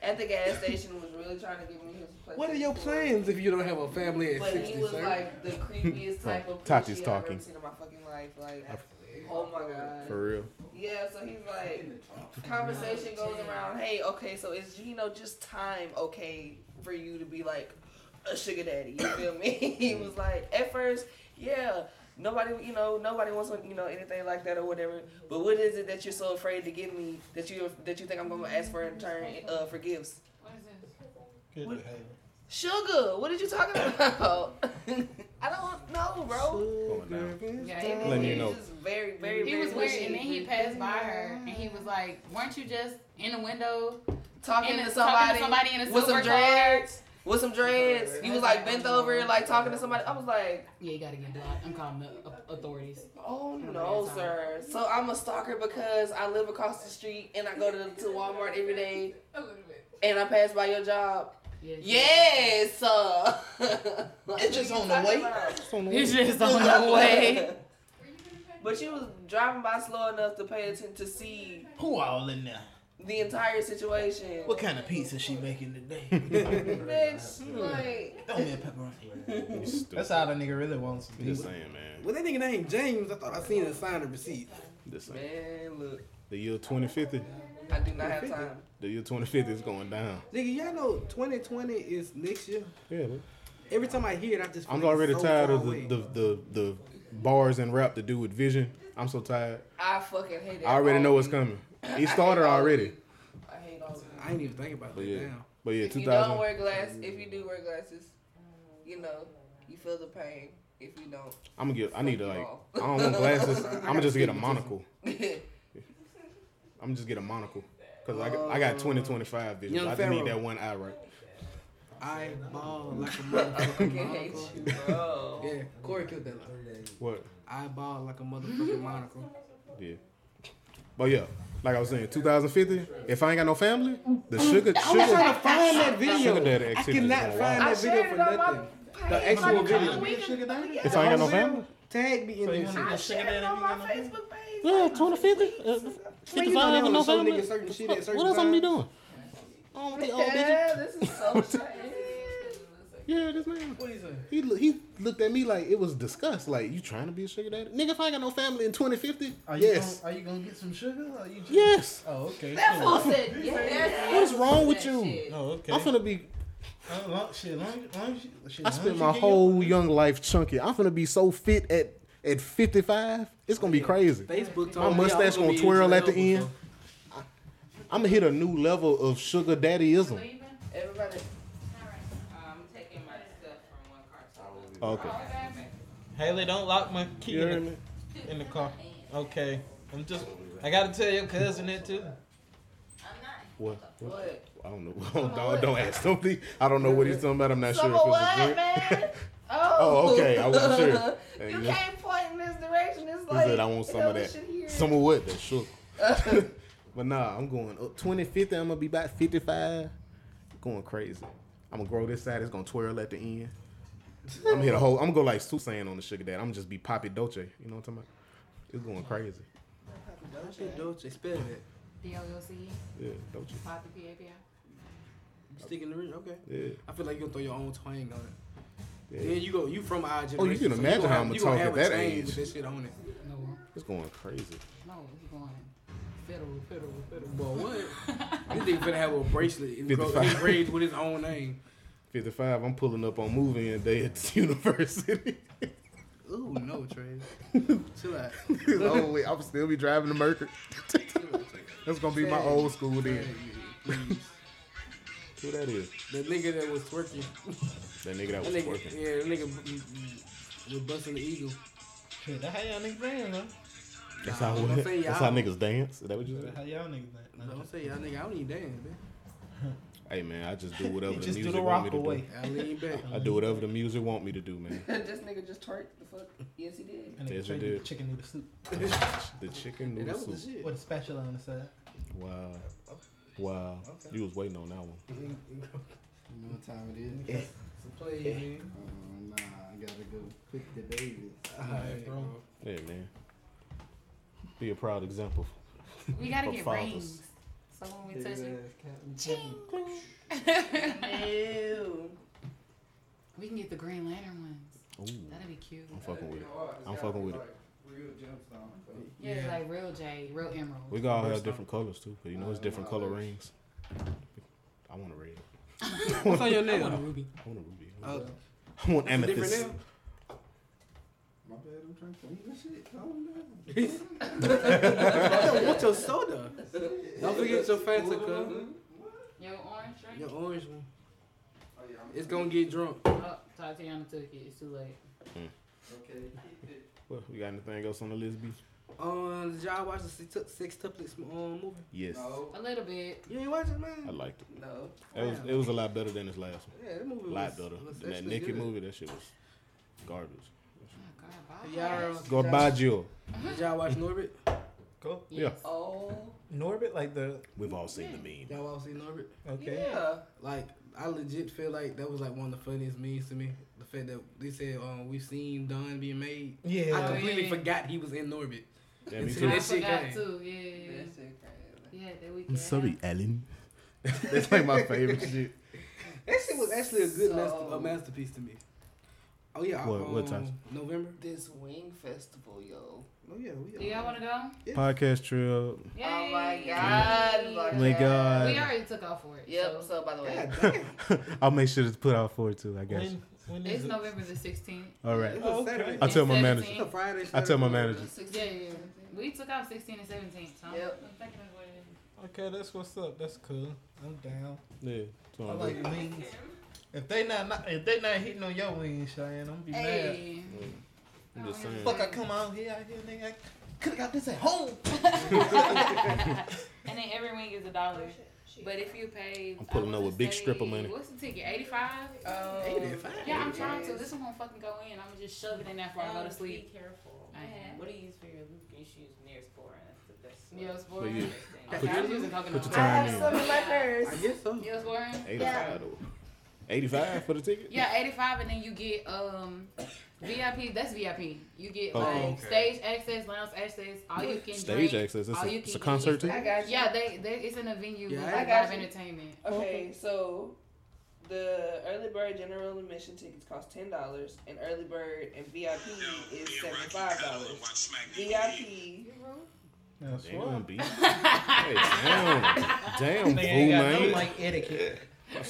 [SPEAKER 6] at the gas station was really trying to give me his place.
[SPEAKER 4] What are your plans if you don't have a family at
[SPEAKER 6] But he
[SPEAKER 4] sixty,
[SPEAKER 6] was
[SPEAKER 4] sir?
[SPEAKER 6] like the creepiest type
[SPEAKER 2] Oh,
[SPEAKER 6] of
[SPEAKER 2] Tati's
[SPEAKER 6] Tati's
[SPEAKER 2] talking.
[SPEAKER 6] I've ever seen in my fucking life. Like, oh my god.
[SPEAKER 2] For real.
[SPEAKER 6] Yeah, so he's like, conversation goes around. Hey, okay, so is you know just time okay for you to be like a sugar daddy? You feel me? [LAUGHS] he was like, at first, yeah, nobody, you know, nobody wants you know anything like that or whatever. But what is it that you're so afraid to give me that you that you think I'm gonna ask for in return uh, for gifts?
[SPEAKER 10] What is this?
[SPEAKER 6] Sugar, what are you talking about? [LAUGHS] I don't know, bro.
[SPEAKER 10] Yeah, he was-
[SPEAKER 2] Letting you know.
[SPEAKER 6] Just very, very,
[SPEAKER 10] he
[SPEAKER 6] very
[SPEAKER 10] was weird,
[SPEAKER 6] pushy.
[SPEAKER 10] and then he passed by her, and he was like, "Weren't you just in the window
[SPEAKER 6] talking
[SPEAKER 10] in
[SPEAKER 6] to
[SPEAKER 10] the-
[SPEAKER 6] somebody,
[SPEAKER 10] somebody in a
[SPEAKER 6] with
[SPEAKER 10] silver
[SPEAKER 6] some dreads, with some dreads. You was like bent over, like talking to somebody. I was like,
[SPEAKER 10] Yeah, you gotta get blocked. I'm calling the uh, authorities.
[SPEAKER 6] oh no, sir. So I'm a stalker because I live across the street and I go to, to Walmart every day
[SPEAKER 3] A little bit.
[SPEAKER 6] and I pass by your job.
[SPEAKER 10] Yes,
[SPEAKER 6] Yes, [LAUGHS] sir. it's just on the way.
[SPEAKER 10] It's just on the way.
[SPEAKER 6] But you was driving by slow enough to pay attention to see
[SPEAKER 5] Who all in there?
[SPEAKER 6] the entire situation.
[SPEAKER 5] What kind of pizza she making today?
[SPEAKER 6] Bitch, like.
[SPEAKER 5] Throw me a pepperoni. That's all that nigga really wants to be.
[SPEAKER 2] Just saying, man.
[SPEAKER 4] Well, that nigga named James. I thought I seen a sign of receipt.
[SPEAKER 2] Just saying.
[SPEAKER 6] Man, look,
[SPEAKER 2] The year 2050.
[SPEAKER 6] I do not have time.
[SPEAKER 2] The year 2050 is going down.
[SPEAKER 4] Nigga, y'all know 2020 is next year.
[SPEAKER 2] Yeah, man.
[SPEAKER 4] Every time I hear it, I just feel
[SPEAKER 2] I'm
[SPEAKER 4] like
[SPEAKER 2] already
[SPEAKER 4] so
[SPEAKER 2] tired
[SPEAKER 4] far
[SPEAKER 2] of the,
[SPEAKER 4] away.
[SPEAKER 2] the, the, the bars and rap to do with vision. I'm so tired.
[SPEAKER 6] I fucking hate it.
[SPEAKER 2] I already know what's coming. It started already.
[SPEAKER 6] I hate all of it.
[SPEAKER 4] I ain't even think about
[SPEAKER 2] But
[SPEAKER 4] that
[SPEAKER 2] yeah.
[SPEAKER 4] now.
[SPEAKER 2] But yeah,
[SPEAKER 6] If you don't
[SPEAKER 2] 2000.
[SPEAKER 6] wear glasses, if you do wear glasses, you know, you feel the pain. If you don't,
[SPEAKER 2] I'm gonna get. I need
[SPEAKER 8] [LAUGHS]
[SPEAKER 2] to like.
[SPEAKER 6] [LAUGHS] all.
[SPEAKER 2] I don't want glasses. I'm gonna just get a monocle.
[SPEAKER 6] you
[SPEAKER 2] I'm gonna just get a monocle. Cause I, got- I got 2025 vision.
[SPEAKER 4] Young
[SPEAKER 2] I just need
[SPEAKER 4] Pharaoh.
[SPEAKER 2] that one eye right.
[SPEAKER 4] I
[SPEAKER 6] [LAUGHS]
[SPEAKER 4] ball like a motherfucking
[SPEAKER 6] fucking hate
[SPEAKER 4] monocle.
[SPEAKER 6] you,
[SPEAKER 3] Oh.
[SPEAKER 6] bro.
[SPEAKER 4] Yeah, Corey killed that line.
[SPEAKER 2] What?
[SPEAKER 4] I ball like a motherfucking
[SPEAKER 6] [LAUGHS]
[SPEAKER 4] monocle.
[SPEAKER 2] Yeah. But yeah, like I was saying, 2050. If I ain't got no family, the sugar,
[SPEAKER 4] I'm
[SPEAKER 2] sugar,
[SPEAKER 4] trying to find that video.
[SPEAKER 2] sugar daddy
[SPEAKER 4] I
[SPEAKER 2] activity is
[SPEAKER 4] cannot
[SPEAKER 2] gonna
[SPEAKER 4] find
[SPEAKER 2] lie.
[SPEAKER 4] that video for nothing. The actual video.
[SPEAKER 2] If I ain't got no family,
[SPEAKER 4] Tag me in this shit.
[SPEAKER 2] I
[SPEAKER 4] shared it on my Facebook
[SPEAKER 6] page.
[SPEAKER 2] Yeah, 2050. Uh, 55 ain't got no family. What else I'm be doing? Oh, the old
[SPEAKER 6] Yeah, this is so shady. [LAUGHS]
[SPEAKER 2] Yeah, this man.
[SPEAKER 4] What do you say?
[SPEAKER 2] He loo- he looked at me like it was disgust. Like you trying to be a sugar daddy, nigga? If I ain't got no family in 2050,
[SPEAKER 4] Oh,
[SPEAKER 5] Are you
[SPEAKER 2] yes.
[SPEAKER 5] Gonna, are you gonna get some sugar? Or are you just...
[SPEAKER 2] Yes.
[SPEAKER 5] Oh, okay.
[SPEAKER 6] That
[SPEAKER 5] cool.
[SPEAKER 6] fool said
[SPEAKER 10] [LAUGHS]
[SPEAKER 6] yes.
[SPEAKER 2] What is wrong with you?
[SPEAKER 5] Oh, okay.
[SPEAKER 2] I'm finna be.
[SPEAKER 5] Oh, long, shit, long, long, shit,
[SPEAKER 2] I
[SPEAKER 5] long
[SPEAKER 2] spent
[SPEAKER 5] as
[SPEAKER 2] my
[SPEAKER 5] you get your-
[SPEAKER 2] whole young life chunky. I'm finna be so fit at at 55. It's gonna be crazy.
[SPEAKER 4] Facebook
[SPEAKER 2] My
[SPEAKER 4] told me I was
[SPEAKER 2] mustache
[SPEAKER 4] gonna
[SPEAKER 2] gonna
[SPEAKER 4] be
[SPEAKER 2] twirl at the
[SPEAKER 4] Idris
[SPEAKER 2] end. I, I'm gonna hit a new level of sugar daddyism.
[SPEAKER 6] Everybody. I'm taking my stuff from one car.
[SPEAKER 2] Okay.
[SPEAKER 5] Haley, don't lock my key
[SPEAKER 2] You heard
[SPEAKER 5] in, the, in the car. Okay. I'm just. I gotta tell your cousin that too.
[SPEAKER 2] What?
[SPEAKER 6] What?
[SPEAKER 2] I don't know. [LAUGHS] don't, don't ask somebody. I don't know what he's talking about. I'm not
[SPEAKER 6] Some
[SPEAKER 2] sure if
[SPEAKER 6] of
[SPEAKER 2] it was a
[SPEAKER 6] what,
[SPEAKER 2] drink.
[SPEAKER 6] man? Oh.
[SPEAKER 2] Oh, okay. I wasn't
[SPEAKER 10] [LAUGHS]
[SPEAKER 2] [LAUGHS] sure. Hey,
[SPEAKER 6] you
[SPEAKER 2] yeah.
[SPEAKER 6] can't point in this direction. It's
[SPEAKER 2] He
[SPEAKER 6] like.
[SPEAKER 2] said I want some of that. Some of what? That sugar. [LAUGHS] but nah, I'm going up 20, 50. I'm gonna be about 55. Going crazy. I'm gonna grow this side. It's gonna twirl at the end. I'm gonna hit a whole. I'm gonna go like Susan on the sugar dad. I'm gonna just be Poppy Dolce. You know what I'm talking about? It's going crazy.
[SPEAKER 4] Dolce, spell that.
[SPEAKER 10] D-O-L-C-E.
[SPEAKER 2] Yeah, Dolce.
[SPEAKER 10] Pop the P-A-P-I.
[SPEAKER 4] Sticking the original, okay.
[SPEAKER 2] Yeah.
[SPEAKER 4] I feel like you're gonna throw your own twang on it.
[SPEAKER 2] Yeah.
[SPEAKER 4] Then you go, you from our generation.
[SPEAKER 2] Oh, you can
[SPEAKER 4] so
[SPEAKER 2] imagine
[SPEAKER 4] gonna
[SPEAKER 2] how
[SPEAKER 4] have-
[SPEAKER 2] I'ma
[SPEAKER 4] you gonna
[SPEAKER 2] talk
[SPEAKER 4] have
[SPEAKER 2] at
[SPEAKER 4] a
[SPEAKER 2] that
[SPEAKER 4] chain
[SPEAKER 2] age.
[SPEAKER 4] With that shit on it.
[SPEAKER 10] No,
[SPEAKER 2] It's going crazy.
[SPEAKER 10] no, it's going federal, federal, federal.
[SPEAKER 4] But what? this nigga finna have a bracelet and grow
[SPEAKER 2] 55.
[SPEAKER 4] [LAUGHS] engraved with his own name.
[SPEAKER 2] 55. I'm pulling up on moving in day at the [LAUGHS] university.
[SPEAKER 4] Ooh, no, Trey.
[SPEAKER 2] [LAUGHS]
[SPEAKER 4] Chill out.
[SPEAKER 2] oh wait, I'm still be driving the Mercury. [LAUGHS] That's gonna be my old school then. Who that is?
[SPEAKER 4] The nigga that was twerking.
[SPEAKER 2] That nigga that was
[SPEAKER 4] nigga,
[SPEAKER 2] twerking.
[SPEAKER 4] Yeah, the nigga b- b- was busting the eagle.
[SPEAKER 5] Shit, that how y'all niggas been, huh?
[SPEAKER 2] That's
[SPEAKER 4] Nah,
[SPEAKER 2] how
[SPEAKER 4] I was gonna say
[SPEAKER 2] that's
[SPEAKER 4] y'all-
[SPEAKER 2] how niggas dance. Is that what you
[SPEAKER 5] That
[SPEAKER 2] said?
[SPEAKER 5] how y'all niggas been.
[SPEAKER 4] Don't say y'all nigga, I don't even dance, man.
[SPEAKER 2] Hey man, I just do whatever
[SPEAKER 5] You
[SPEAKER 2] the
[SPEAKER 5] just do
[SPEAKER 2] music
[SPEAKER 5] the
[SPEAKER 2] want me
[SPEAKER 5] rock
[SPEAKER 2] to
[SPEAKER 5] away.
[SPEAKER 4] I lean
[SPEAKER 2] [LAUGHS]
[SPEAKER 4] back.
[SPEAKER 2] do. I do whatever the music want me to do,
[SPEAKER 6] [LAUGHS]
[SPEAKER 2] man.
[SPEAKER 6] this nigga just twerked the fuck. Yes, he did.
[SPEAKER 5] And
[SPEAKER 2] Yes,
[SPEAKER 5] yes,
[SPEAKER 2] it did.
[SPEAKER 5] chicken noodle soup
[SPEAKER 2] the chicken noodle
[SPEAKER 4] That was the
[SPEAKER 2] soup.
[SPEAKER 4] shit.
[SPEAKER 5] with a spatula on the side.
[SPEAKER 2] Wow. Wow. You was waiting on that one.
[SPEAKER 7] You know what time it is?
[SPEAKER 4] It's a play, man.
[SPEAKER 7] Oh, nah, I gotta go pick the babies.
[SPEAKER 4] Alright, bro.
[SPEAKER 2] Yeah, man. Be a proud example.
[SPEAKER 10] We gotta
[SPEAKER 2] for
[SPEAKER 10] get
[SPEAKER 2] fathers.
[SPEAKER 10] rings. So when we touch it,
[SPEAKER 6] [LAUGHS] Ew.
[SPEAKER 10] we can get the Green Lantern ones.
[SPEAKER 2] Ooh,
[SPEAKER 10] That'd be cute.
[SPEAKER 2] I'm fucking with it. I'm fucking with it.
[SPEAKER 10] Yeah, like real jade, real emerald.
[SPEAKER 2] We got all have different colors too, 'cause you know it's different color rings. I want a red.
[SPEAKER 4] What's on your nail? I want a ruby.
[SPEAKER 2] I want a ruby. I
[SPEAKER 4] Uh,
[SPEAKER 2] want- I want
[SPEAKER 4] it's a different
[SPEAKER 2] amethyst.
[SPEAKER 4] nail?
[SPEAKER 14] My bad, I'm trying to eat this shit.
[SPEAKER 4] I don't want your soda. Don't forget your Fanta, cuz.
[SPEAKER 10] Yo, orange drink.
[SPEAKER 4] Your orange one. It's Oh, gonna get drunk.
[SPEAKER 10] Oh, Tatiana took it. It's too late.
[SPEAKER 2] Well, we got anything else on the list, B?
[SPEAKER 4] Um, did y'all watch the six, six tuplets um, movie?
[SPEAKER 2] Yes,
[SPEAKER 10] A little bit.
[SPEAKER 4] You ain't watching,
[SPEAKER 2] I
[SPEAKER 4] man.
[SPEAKER 2] liked it.
[SPEAKER 6] No.
[SPEAKER 2] It was it was a lot better than this last one.
[SPEAKER 4] Yeah, that movie
[SPEAKER 2] A
[SPEAKER 4] was
[SPEAKER 2] lot better
[SPEAKER 4] was
[SPEAKER 2] than that
[SPEAKER 4] actually
[SPEAKER 2] Naked
[SPEAKER 4] good.
[SPEAKER 2] movie. That shit was garbage.
[SPEAKER 10] Oh, God,
[SPEAKER 4] Y'all,
[SPEAKER 10] bye.
[SPEAKER 2] Garbaggio.
[SPEAKER 4] Did y'all watch Norbit?
[SPEAKER 5] Go.
[SPEAKER 2] Yeah,
[SPEAKER 6] Oh.
[SPEAKER 5] Norbit, like the.
[SPEAKER 2] we've all seen the meme.
[SPEAKER 4] Y'all all seen Norbit?
[SPEAKER 5] Okay.
[SPEAKER 6] Yeah.
[SPEAKER 4] Like, I legit feel like that was like one of the funniest memes to me. The fact that they said um, we've seen Don being made.
[SPEAKER 5] Yeah.
[SPEAKER 4] I
[SPEAKER 10] Oh,
[SPEAKER 4] completely
[SPEAKER 10] yeah.
[SPEAKER 4] forgot he was in Norbit.
[SPEAKER 2] Yeah, me
[SPEAKER 4] See,
[SPEAKER 2] too.
[SPEAKER 10] I
[SPEAKER 4] that shit
[SPEAKER 10] forgot
[SPEAKER 4] came.
[SPEAKER 10] too. Yeah, yeah, yeah.
[SPEAKER 6] That shit crazy.
[SPEAKER 10] Yeah, that we
[SPEAKER 2] I'm
[SPEAKER 10] can
[SPEAKER 2] sorry,
[SPEAKER 10] have.
[SPEAKER 2] Ellen. That's like my favorite shit.
[SPEAKER 4] That shit was actually a good master,
[SPEAKER 6] So-
[SPEAKER 4] a masterpiece to me. Oh yeah,
[SPEAKER 2] What-
[SPEAKER 4] um,
[SPEAKER 2] what time?
[SPEAKER 4] November.
[SPEAKER 6] This wing festival, yo.
[SPEAKER 4] Oh yeah, we.
[SPEAKER 10] Do y'all want to go?
[SPEAKER 2] Podcast trip.
[SPEAKER 10] Yay.
[SPEAKER 6] Oh my God.
[SPEAKER 10] Yeah.
[SPEAKER 6] my God.
[SPEAKER 10] We already took off for it.
[SPEAKER 6] Yep.
[SPEAKER 10] So.
[SPEAKER 6] So by the way,
[SPEAKER 1] [LAUGHS] I'll make sure it's put out for it too. I guess.
[SPEAKER 5] When, when is
[SPEAKER 10] It's
[SPEAKER 5] it?
[SPEAKER 10] November the 16th.
[SPEAKER 1] All right.
[SPEAKER 10] [LAUGHS]
[SPEAKER 4] It was Saturday.
[SPEAKER 1] I tell my
[SPEAKER 10] And
[SPEAKER 1] manager.
[SPEAKER 10] 17th.
[SPEAKER 4] Friday.
[SPEAKER 1] I tell my
[SPEAKER 4] Saturday.
[SPEAKER 1] manager.
[SPEAKER 10] Yeah, yeah. yeah. We took off 16 and 17. So
[SPEAKER 6] Yep.
[SPEAKER 10] I'm thinking of what it is.
[SPEAKER 5] Okay, that's what's up. That's cool. I'm down.
[SPEAKER 2] Yeah. So
[SPEAKER 5] I
[SPEAKER 4] Oh,
[SPEAKER 2] I'm
[SPEAKER 5] like wings. If they not, not if they not hitting on your wings, Cheyenne, I'm gonna be mad.
[SPEAKER 10] Hey.
[SPEAKER 2] I'm just saying.
[SPEAKER 5] Fuck, I come out here, out here, nigga. I could have got this at home.
[SPEAKER 6] Oh,
[SPEAKER 10] And then every wing is a dollar.
[SPEAKER 8] She
[SPEAKER 10] But if you pay,
[SPEAKER 2] I'm pulling
[SPEAKER 10] I
[SPEAKER 2] up with
[SPEAKER 10] wanna
[SPEAKER 2] big stripper
[SPEAKER 10] say-
[SPEAKER 2] money.
[SPEAKER 10] What's the ticket? Eighty five.
[SPEAKER 3] Um,
[SPEAKER 6] Oh,
[SPEAKER 2] 85?
[SPEAKER 10] Yeah, I'm trying to.
[SPEAKER 6] 85.
[SPEAKER 10] This one won't fucking go in. I'm gonna just shove it in there before I go to sleep.
[SPEAKER 3] Be careful.
[SPEAKER 10] I am.
[SPEAKER 3] What do you use for your lube issues? Neosporin. That's the best. one.
[SPEAKER 10] Neosporin.
[SPEAKER 2] But yeah. Put
[SPEAKER 10] Okay, I was
[SPEAKER 2] your-
[SPEAKER 10] using coconut.
[SPEAKER 2] put your time in.
[SPEAKER 6] Some of my hers. I
[SPEAKER 2] guess so.
[SPEAKER 10] Neosporin.
[SPEAKER 2] 85
[SPEAKER 10] Yeah.
[SPEAKER 2] though. 85 for the ticket?
[SPEAKER 10] Yeah, 85, and then you get um VIP. That's VIP. You get
[SPEAKER 2] Oh,
[SPEAKER 10] like
[SPEAKER 2] okay.
[SPEAKER 10] stage access, lounge access, all you can
[SPEAKER 2] Stage
[SPEAKER 10] drink,
[SPEAKER 2] access. It's
[SPEAKER 10] all
[SPEAKER 2] a-
[SPEAKER 10] you
[SPEAKER 2] it's
[SPEAKER 10] can
[SPEAKER 2] a concert
[SPEAKER 10] eat.
[SPEAKER 2] too? I got
[SPEAKER 6] you.
[SPEAKER 10] Yeah, they, they it's in a venue.
[SPEAKER 2] Yeah,
[SPEAKER 10] Yeah,
[SPEAKER 2] I
[SPEAKER 10] like
[SPEAKER 6] got
[SPEAKER 10] live
[SPEAKER 6] you.
[SPEAKER 10] entertainment.
[SPEAKER 6] Okay, so the early bird general admission tickets cost ten dollars, and early bird and VIP is seventy five dollars. VIP.
[SPEAKER 2] Damn, B. hey, damn. Damn,
[SPEAKER 5] Nigga
[SPEAKER 2] fool,
[SPEAKER 5] ain't got no
[SPEAKER 2] man.
[SPEAKER 5] like etiquette.